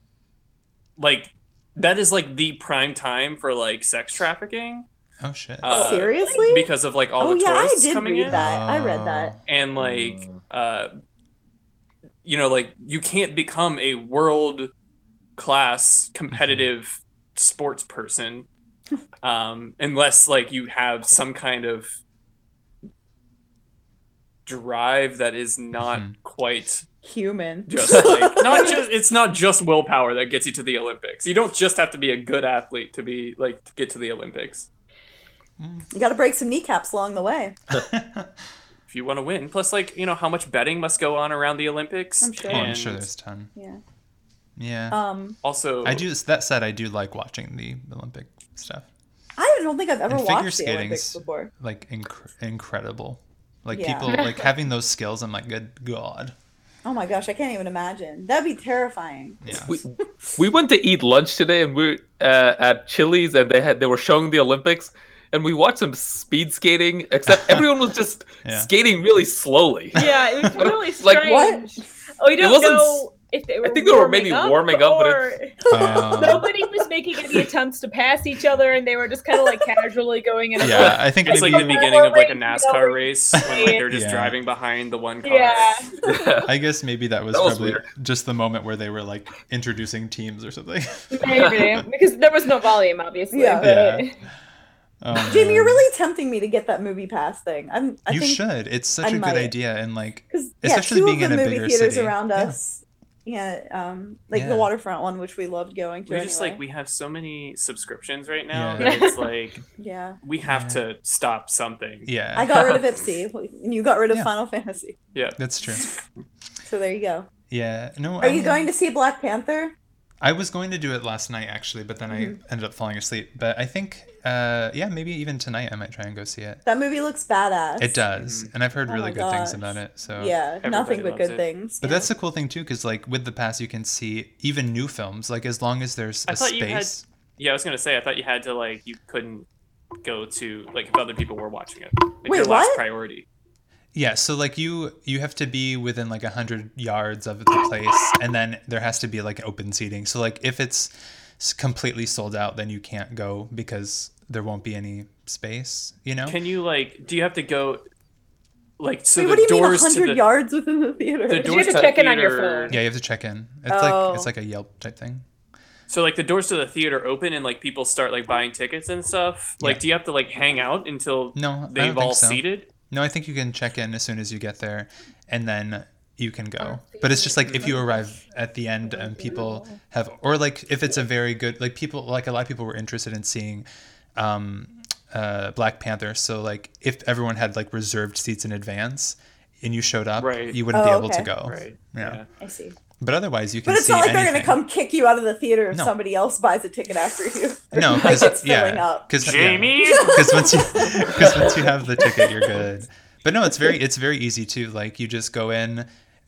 Speaker 5: like that is like the prime time for like sex trafficking
Speaker 1: Oh shit.
Speaker 5: Uh,
Speaker 3: Seriously?
Speaker 5: because of like all
Speaker 3: oh
Speaker 5: the
Speaker 3: yeah, I
Speaker 5: tourists
Speaker 3: did
Speaker 5: coming
Speaker 3: read
Speaker 5: in,
Speaker 3: that. I read that.
Speaker 5: and like,
Speaker 4: Hmm.
Speaker 1: Hmm.
Speaker 5: uh, you know, like you can't become a world class competitive sports person um, unless like you have some kind of drive that is not
Speaker 1: Mhm.
Speaker 5: quite
Speaker 3: Human.
Speaker 5: just like not just it's not just willpower that gets you to the Olympics. You don't just have to be a good athlete to be like to get to the Olympics
Speaker 3: you got to break some kneecaps along the way.
Speaker 5: if you want to win. Plus, like you know how much betting must go on around the Olympics.
Speaker 3: I'm sure.
Speaker 1: Oh,
Speaker 5: And
Speaker 1: I'm sure there's a ton.
Speaker 3: Yeah.
Speaker 1: Yeah.
Speaker 3: Um,
Speaker 5: also,
Speaker 1: I do. That said, I do like watching the Olympic stuff.
Speaker 3: I don't think I've ever
Speaker 1: And figure
Speaker 3: watched the Olympics
Speaker 1: skating's-
Speaker 3: before.
Speaker 1: Like inc- incredible. Like
Speaker 3: Yeah.
Speaker 1: people like having those skills. I'm like, good god.
Speaker 3: Oh my gosh, I can't even imagine. That'd be terrifying.
Speaker 1: Yeah.
Speaker 4: We, we went to eat lunch today, and we are uh, at Chili's, and they had they were showing the Olympics, and we watched some speed skating. Except everyone was just
Speaker 1: Yeah.
Speaker 4: skating really slowly.
Speaker 2: Yeah, it was really strange.
Speaker 4: Like,
Speaker 3: what?
Speaker 2: Oh, you
Speaker 4: It
Speaker 2: don't
Speaker 4: wasn't
Speaker 2: know if they were.
Speaker 4: think they were
Speaker 2: warming
Speaker 4: maybe warming up, but Uh-huh.
Speaker 2: or-
Speaker 1: Um,
Speaker 2: nobody was making any attempts to pass each other, and they were just kind of like casually going in. and
Speaker 1: yeah, I think
Speaker 5: it's
Speaker 1: maybe
Speaker 5: like the beginning of like
Speaker 2: Already,
Speaker 5: a
Speaker 2: you know,
Speaker 5: NASCAR race when like they're just
Speaker 1: Yeah.
Speaker 5: driving behind the one car.
Speaker 2: Yeah.
Speaker 1: I guess maybe that was,
Speaker 4: That was
Speaker 1: probably
Speaker 4: weird.
Speaker 1: just the moment where they were like introducing teams or something.
Speaker 2: Maybe because there was no volume, obviously.
Speaker 3: Yeah.
Speaker 2: but-
Speaker 1: Yeah. Um,
Speaker 3: Jamie, you're really tempting me to get that movie pass thing. I'm. I
Speaker 1: You
Speaker 3: think
Speaker 1: should. It's such
Speaker 3: I
Speaker 1: a good
Speaker 3: might.
Speaker 1: idea, and like,
Speaker 3: Because yeah,
Speaker 1: Especially
Speaker 3: two
Speaker 1: being
Speaker 3: of
Speaker 1: in
Speaker 3: the
Speaker 1: a
Speaker 3: movie
Speaker 1: bigger
Speaker 3: theaters
Speaker 1: city.
Speaker 3: around
Speaker 1: Yeah.
Speaker 3: us. Yeah, um, like
Speaker 1: Yeah.
Speaker 3: the waterfront one, which we loved going to.
Speaker 5: We just
Speaker 3: anyway.
Speaker 5: like we have so many subscriptions right now
Speaker 1: Yeah.
Speaker 5: that it's like
Speaker 3: yeah.
Speaker 5: we have
Speaker 1: Yeah.
Speaker 5: to stop something.
Speaker 1: yeah,
Speaker 3: I got rid of Ipsy, and you got rid of
Speaker 1: Yeah.
Speaker 3: Final Fantasy.
Speaker 1: that's true.
Speaker 3: So there you go.
Speaker 1: Yeah. No.
Speaker 3: Are you going to see Black Panther?
Speaker 1: I was going to do it last night actually, but then
Speaker 3: Mm-hmm.
Speaker 1: I ended up falling asleep. But I think, uh, yeah, maybe even tonight I might try and go see it.
Speaker 3: That movie looks badass.
Speaker 1: It does, and I've heard
Speaker 3: Oh
Speaker 1: really
Speaker 3: my
Speaker 1: good things
Speaker 3: gosh.
Speaker 1: about it. So
Speaker 3: Yeah, nothing but
Speaker 5: loves
Speaker 3: good
Speaker 5: it.
Speaker 3: things.
Speaker 1: But
Speaker 3: yeah.
Speaker 1: that's the cool thing too, because like with the pass, you can see even new films. Like as long as there's
Speaker 5: I
Speaker 1: a
Speaker 5: thought you had-
Speaker 1: space.
Speaker 5: Yeah, I was gonna say I thought you had to like you couldn't go to like if other people were watching it. Like
Speaker 3: Wait,
Speaker 5: your last
Speaker 3: what?
Speaker 5: priority.
Speaker 1: Yeah, so like you you have to be within like a hundred yards of the place, and then there has to be like open seating. So like if it's s- completely sold out, then you can't go because there won't be any space. You know.
Speaker 5: Can you like do you have to go like so
Speaker 3: Wait,
Speaker 5: the
Speaker 3: what do you mean
Speaker 5: doors
Speaker 3: hundred
Speaker 5: to the
Speaker 3: yards within the theater?
Speaker 5: the
Speaker 2: you
Speaker 5: doors
Speaker 2: have to
Speaker 5: the
Speaker 2: check in on your
Speaker 5: theater-
Speaker 2: phone.
Speaker 1: yeah, you have to check in. It's
Speaker 3: Oh.
Speaker 1: like it's like a Yelp type thing.
Speaker 5: So like the doors to the theater open and like people start like buying tickets and stuff. Like
Speaker 1: Yeah.
Speaker 5: do you have to like hang out until
Speaker 1: No, I
Speaker 5: they've
Speaker 1: don't think
Speaker 5: all
Speaker 1: so.
Speaker 5: seated?
Speaker 1: No, I think you can check in as soon as you get there, and then you can go.
Speaker 3: Oh,
Speaker 1: But it's just like if you arrive at the end and people have, or like if it's a very good, like people, like a lot of people were interested in seeing um, uh, Black Panther. So like if everyone had like reserved seats in advance and you showed up,
Speaker 5: Right.
Speaker 1: you wouldn't be
Speaker 3: Oh,
Speaker 1: able to
Speaker 3: okay.
Speaker 1: go.
Speaker 5: Right.
Speaker 1: Yeah.
Speaker 5: Yeah.
Speaker 2: I see.
Speaker 1: But otherwise, you can
Speaker 3: But it's
Speaker 1: see
Speaker 3: not like they're
Speaker 1: anything.
Speaker 3: gonna come kick you out of the theater if
Speaker 1: No.
Speaker 3: somebody else buys a ticket after you.
Speaker 1: No,
Speaker 3: like it's
Speaker 1: because
Speaker 3: filling
Speaker 1: yeah,
Speaker 3: up.
Speaker 1: because
Speaker 5: Jamie.
Speaker 1: because once you because once you have the ticket you're good but no it's very it's very easy too like you just go in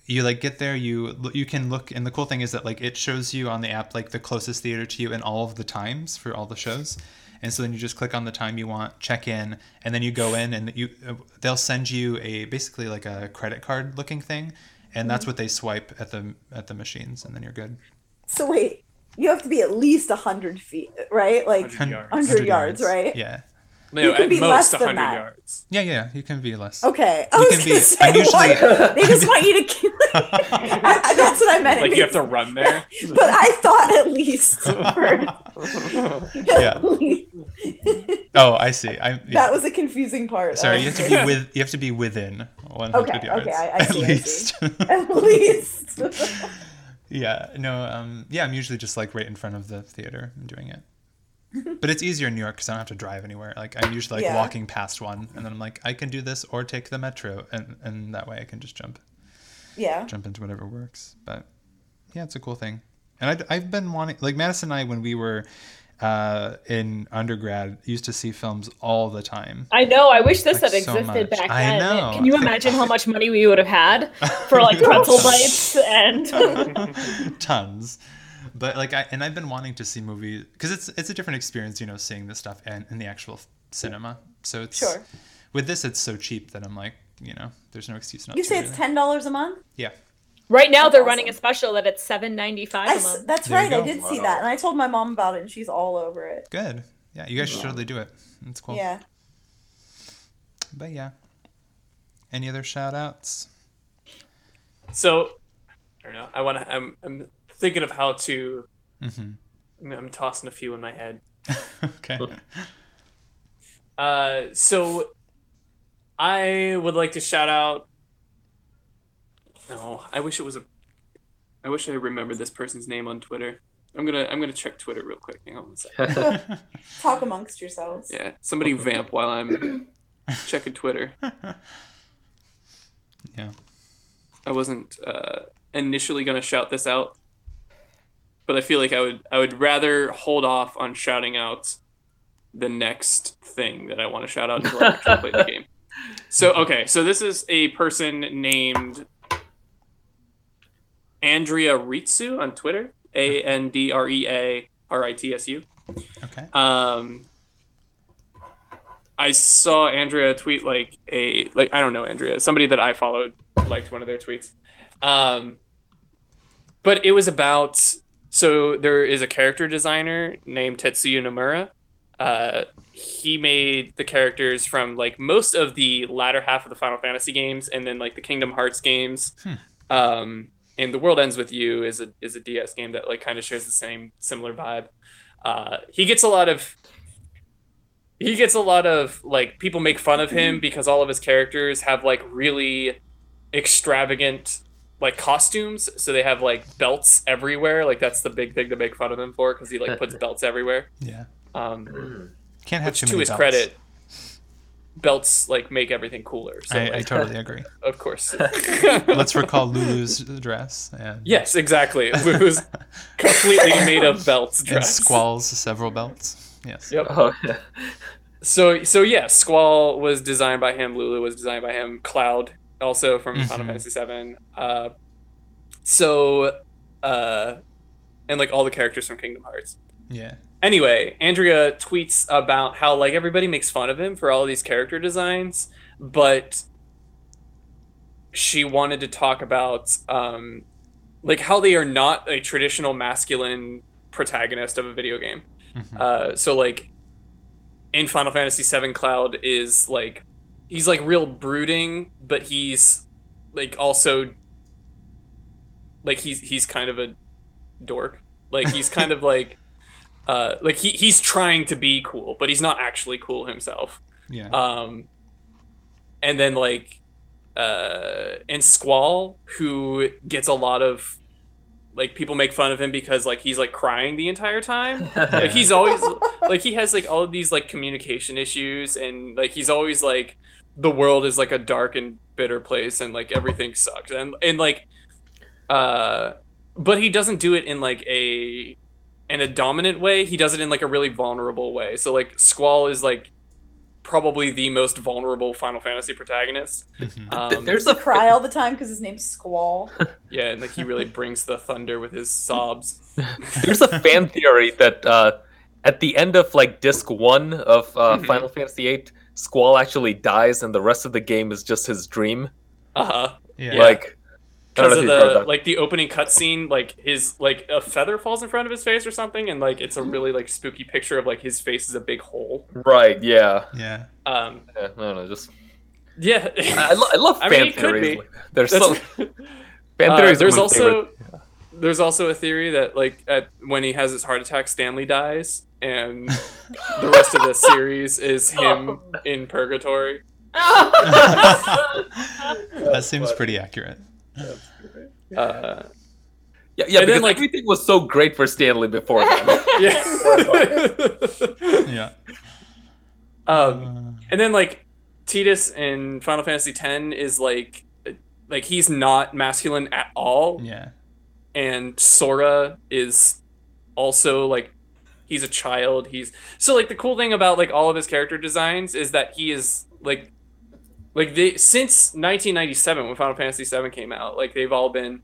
Speaker 1: you like get there you you can look and the cool thing is that like it shows you on the app like the closest theater to you and all of the times for all the shows and so then you just click on the time you want check in and then you go in and you uh, they'll send you a basically like a credit card looking thing and that's what they swipe at the at the machines and then you're good
Speaker 3: So wait, you have to be at least hundred feet, right? Like
Speaker 5: 100 yards.
Speaker 3: 100 yards, right?
Speaker 1: yeah
Speaker 5: No,
Speaker 3: You can
Speaker 5: at
Speaker 3: be less
Speaker 5: most
Speaker 3: than
Speaker 5: 100
Speaker 3: that.
Speaker 5: yards.
Speaker 1: yeah yeah you can be less
Speaker 3: okay. I
Speaker 1: You
Speaker 3: was
Speaker 1: can
Speaker 3: gonna
Speaker 1: be-
Speaker 3: say
Speaker 1: I'm usually-
Speaker 3: why- they just want you to kill. I, I- that's what I meant.
Speaker 5: Like you have to run there.
Speaker 3: But I thought at least. For,
Speaker 1: Yeah. oh i see i yeah.
Speaker 3: That was a confusing part.
Speaker 1: Sorry,
Speaker 3: of
Speaker 1: you have to
Speaker 3: it.
Speaker 1: be with. You have to be within 100
Speaker 3: Okay,
Speaker 1: yards
Speaker 3: okay, I- I
Speaker 1: at
Speaker 3: see, I
Speaker 1: least.
Speaker 3: at least.
Speaker 1: yeah, no, um, yeah. I'm usually just like right in front of the theater and doing it. But it's easier in New York because I don't have to drive anywhere. Like I'm usually like
Speaker 3: Yeah.
Speaker 1: walking past one, and then I'm like, I can do this or take the metro, and and that way I can just jump
Speaker 3: yeah.
Speaker 1: jump into whatever works. But yeah, it's a cool thing. And i have been wanting, like Madison and I, when we were uh, in undergrad, used to see films all the time.
Speaker 2: I know. I wish this
Speaker 1: Like,
Speaker 2: had
Speaker 1: so
Speaker 2: existed
Speaker 1: much.
Speaker 2: back
Speaker 1: I
Speaker 2: then.
Speaker 1: know.
Speaker 2: Can you imagine how much money we would have had for like pretzel bites and
Speaker 1: tons but like i and i've been wanting to see movies because it's it's a different experience you know seeing this stuff in, in the actual cinema so it's
Speaker 3: Sure.
Speaker 1: with this it's so cheap that i'm like you know there's no excuse not
Speaker 3: You
Speaker 1: to
Speaker 3: say
Speaker 1: really.
Speaker 3: it's ten dollars a month.
Speaker 1: yeah
Speaker 2: right now
Speaker 3: That's
Speaker 2: they're running a
Speaker 3: awesome.
Speaker 2: special that it's seven ninety five
Speaker 3: I
Speaker 2: a
Speaker 3: s-
Speaker 2: month.
Speaker 3: that's
Speaker 1: There you
Speaker 3: right. I
Speaker 1: go.
Speaker 3: did see
Speaker 4: Wow.
Speaker 3: that, and I told my mom about it, and she's all over it.
Speaker 1: good yeah you guys should totally do it it's cool
Speaker 3: Yeah.
Speaker 1: but yeah any other shout outs
Speaker 5: So I don't know. I want to. I'm, I'm thinking of how to.
Speaker 1: Mhm.
Speaker 5: I'm- I'm tossing a few in my head.
Speaker 1: okay
Speaker 5: Uh, so I would like to shout out. No, I wish it was a. I wish I remembered this person's name on Twitter. I'm gonna I'm gonna check Twitter real quick. Hang on one second.
Speaker 3: Talk amongst yourselves.
Speaker 5: Yeah, somebody vamp while I'm checking Twitter.
Speaker 1: yeah
Speaker 5: I wasn't uh, initially gonna shout this out, but I feel like I would I would rather hold off on shouting out the next thing that I want to shout out until I actually play the game. So okay, so this is a person named Andrea Ritsu on Twitter. A N D R E A R I T S U.
Speaker 1: okay
Speaker 5: Um, I saw Andrea tweet like a like I don't know Andrea, somebody that I followed liked one of their tweets. Um, but it was about so there is a character designer named Tetsuya Nomura. Uh, he made the characters from like most of the latter half of the Final Fantasy games, and then like the Kingdom Hearts games.
Speaker 1: Hmm.
Speaker 5: Um, and the World Ends with You is a is a DS game that like kind of shares the same similar vibe. Uh, he gets a lot of he gets a lot of like people make fun of him
Speaker 1: Mm-hmm.
Speaker 5: because all of his characters have like really extravagant like costumes so they have like belts everywhere like that's the big thing to make fun of him for because he like puts belts everywhere
Speaker 1: yeah
Speaker 5: um
Speaker 1: can't have
Speaker 5: which
Speaker 1: too
Speaker 5: to
Speaker 1: many
Speaker 5: his
Speaker 1: belts.
Speaker 5: credit belts like make everything cooler so
Speaker 1: I, I
Speaker 5: like,
Speaker 1: totally agree
Speaker 5: of course
Speaker 1: let's recall lulu's dress and
Speaker 5: yes exactly it was completely made of belts
Speaker 1: and
Speaker 5: dress
Speaker 1: squall's several belts yes
Speaker 5: Yep.
Speaker 4: oh, yeah.
Speaker 5: So so yeah, Squall was designed by him. Lulu was designed by him. Cloud also from Final
Speaker 1: Mhm.
Speaker 5: Fantasy VII. Uh, so, uh, and like all the characters from Kingdom Hearts.
Speaker 1: yeah
Speaker 5: Anyway, Andrea tweets about how like everybody makes fun of him for all these character designs, but she wanted to talk about um, like how they are not a traditional masculine protagonist of a video game.
Speaker 1: Mhm.
Speaker 5: Uh, so like in Final Fantasy VII, Cloud is like he's like real brooding, but he's like also like he's he's kind of a dork. Like he's kind of like uh like he Uh, he's trying to be cool, but he's not actually cool himself.
Speaker 1: yeah
Speaker 5: Um and then like uh and Squall who gets a lot of like people make fun of him because like he's like crying the entire time. Like he's always like he has like all of these like communication issues and like he's always like the world is like a dark and bitter place and like everything sucks and and like uh but he doesn't do it in like a in a dominant way he does it in like a really vulnerable way so like squall is like probably the most vulnerable final fantasy protagonist
Speaker 1: Mhm.
Speaker 5: um,
Speaker 4: There's
Speaker 3: Does
Speaker 4: a
Speaker 3: he cry all the time because his name's Squall?
Speaker 5: yeah and like he really brings the thunder with his sobs
Speaker 4: There's a fan theory that uh, at the end of like disc one of uh,
Speaker 5: Mhm.
Speaker 4: Final Fantasy VIII, Squall actually dies, and the rest of the game is just his dream.
Speaker 5: uh-huh
Speaker 1: Yeah.
Speaker 4: Like, I don't
Speaker 5: because
Speaker 4: know
Speaker 5: of
Speaker 4: if you've heard
Speaker 5: the
Speaker 4: that.
Speaker 5: like the opening cutscene like his like a feather falls in front of his face or something and like it's a really like spooky picture of like his face is a big hole
Speaker 4: right? Yeah.
Speaker 1: yeah.
Speaker 5: um
Speaker 4: yeah. I don't know. Just
Speaker 5: yeah
Speaker 4: I, I lo- I love
Speaker 5: I
Speaker 4: fan
Speaker 5: mean, it could
Speaker 4: theories.
Speaker 5: be.
Speaker 4: There's some
Speaker 5: That's-
Speaker 4: fan
Speaker 5: Uh,
Speaker 4: theories. are
Speaker 5: there's
Speaker 4: my
Speaker 5: also
Speaker 4: favorite.
Speaker 5: there's also a theory that like at, when he has his heart attack, Stanley dies, and the rest of the series is him
Speaker 4: Oh,
Speaker 5: in purgatory.
Speaker 1: that seems pretty accurate.
Speaker 5: Uh,
Speaker 4: yeah, yeah.
Speaker 5: and
Speaker 4: Because
Speaker 5: then, like-
Speaker 4: everything was so great for Stanley before that.
Speaker 5: yeah.
Speaker 1: Yeah.
Speaker 5: um, and then like Titus in Final Fantasy X is like like he's not masculine at all,
Speaker 1: Uh, yeah.
Speaker 5: and Sora is also like he's a child. He's so like the cool thing about like all of his character designs is that he is like like they since 1997 when Final Fantasy VII came out, like they've all been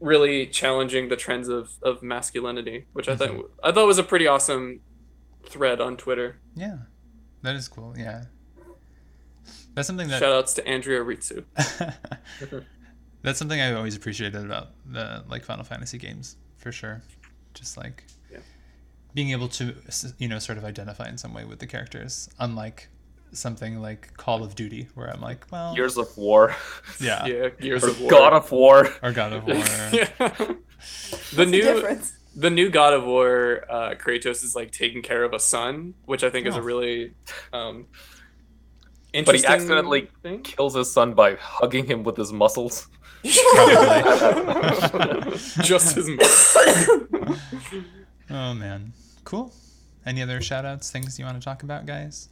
Speaker 5: really challenging the trends of of masculinity, which I thought I thought was a pretty awesome thread on Twitter.
Speaker 1: Yeah. That is cool. Yeah. That's something that
Speaker 5: Shout outs to Andrea Ritsu.
Speaker 1: That's something I've always appreciated about the like Final Fantasy games for sure. Just like
Speaker 5: Yeah.
Speaker 1: being able to s- you know sort of identify in some way with the characters, unlike something like Call of Duty where I'm like, well,
Speaker 4: Years of War,
Speaker 1: yeah,
Speaker 5: Yeah, Gears
Speaker 4: or
Speaker 5: of War.
Speaker 4: God of War.
Speaker 1: or God of War.
Speaker 5: Yeah. the
Speaker 3: What's the
Speaker 5: new
Speaker 3: difference?
Speaker 5: the new God of War, uh, Kratos is like taking care of a son, which I think is
Speaker 1: Oh.
Speaker 5: a really um, interesting.
Speaker 4: But he accidentally-
Speaker 5: thing.
Speaker 4: Kills his son by hugging him with his muscles.
Speaker 1: Probably.
Speaker 5: just his mom.
Speaker 1: oh man, cool. Any other shout outs, things you want to talk about, guys?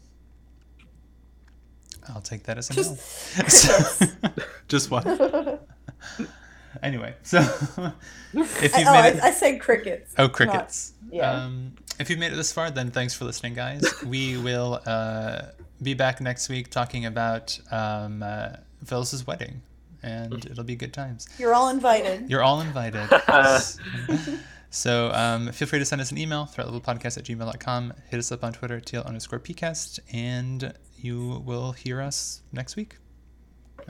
Speaker 1: I'll take that as a no. So- just one. Anyway, so if
Speaker 3: I,
Speaker 1: you've
Speaker 3: oh,
Speaker 1: made it,
Speaker 3: I, I said crickets.
Speaker 1: oh crickets.
Speaker 3: yeah.
Speaker 1: Um, if you've made it this far, then thanks for listening, guys. we will uh, be back next week talking about um, uh, Phyllis's wedding, and
Speaker 3: Mm-hmm.
Speaker 1: it'll be good times.
Speaker 3: You're all invited.
Speaker 1: You're all invited. so um, feel free to send us an email, threatlevelpodcast at gmail.com. Hit us up on Twitter at TL underscore PCast, and you will hear us next week.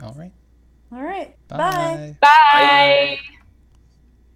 Speaker 1: All right.
Speaker 3: All right.
Speaker 1: Bye.
Speaker 3: Bye.
Speaker 2: Bye.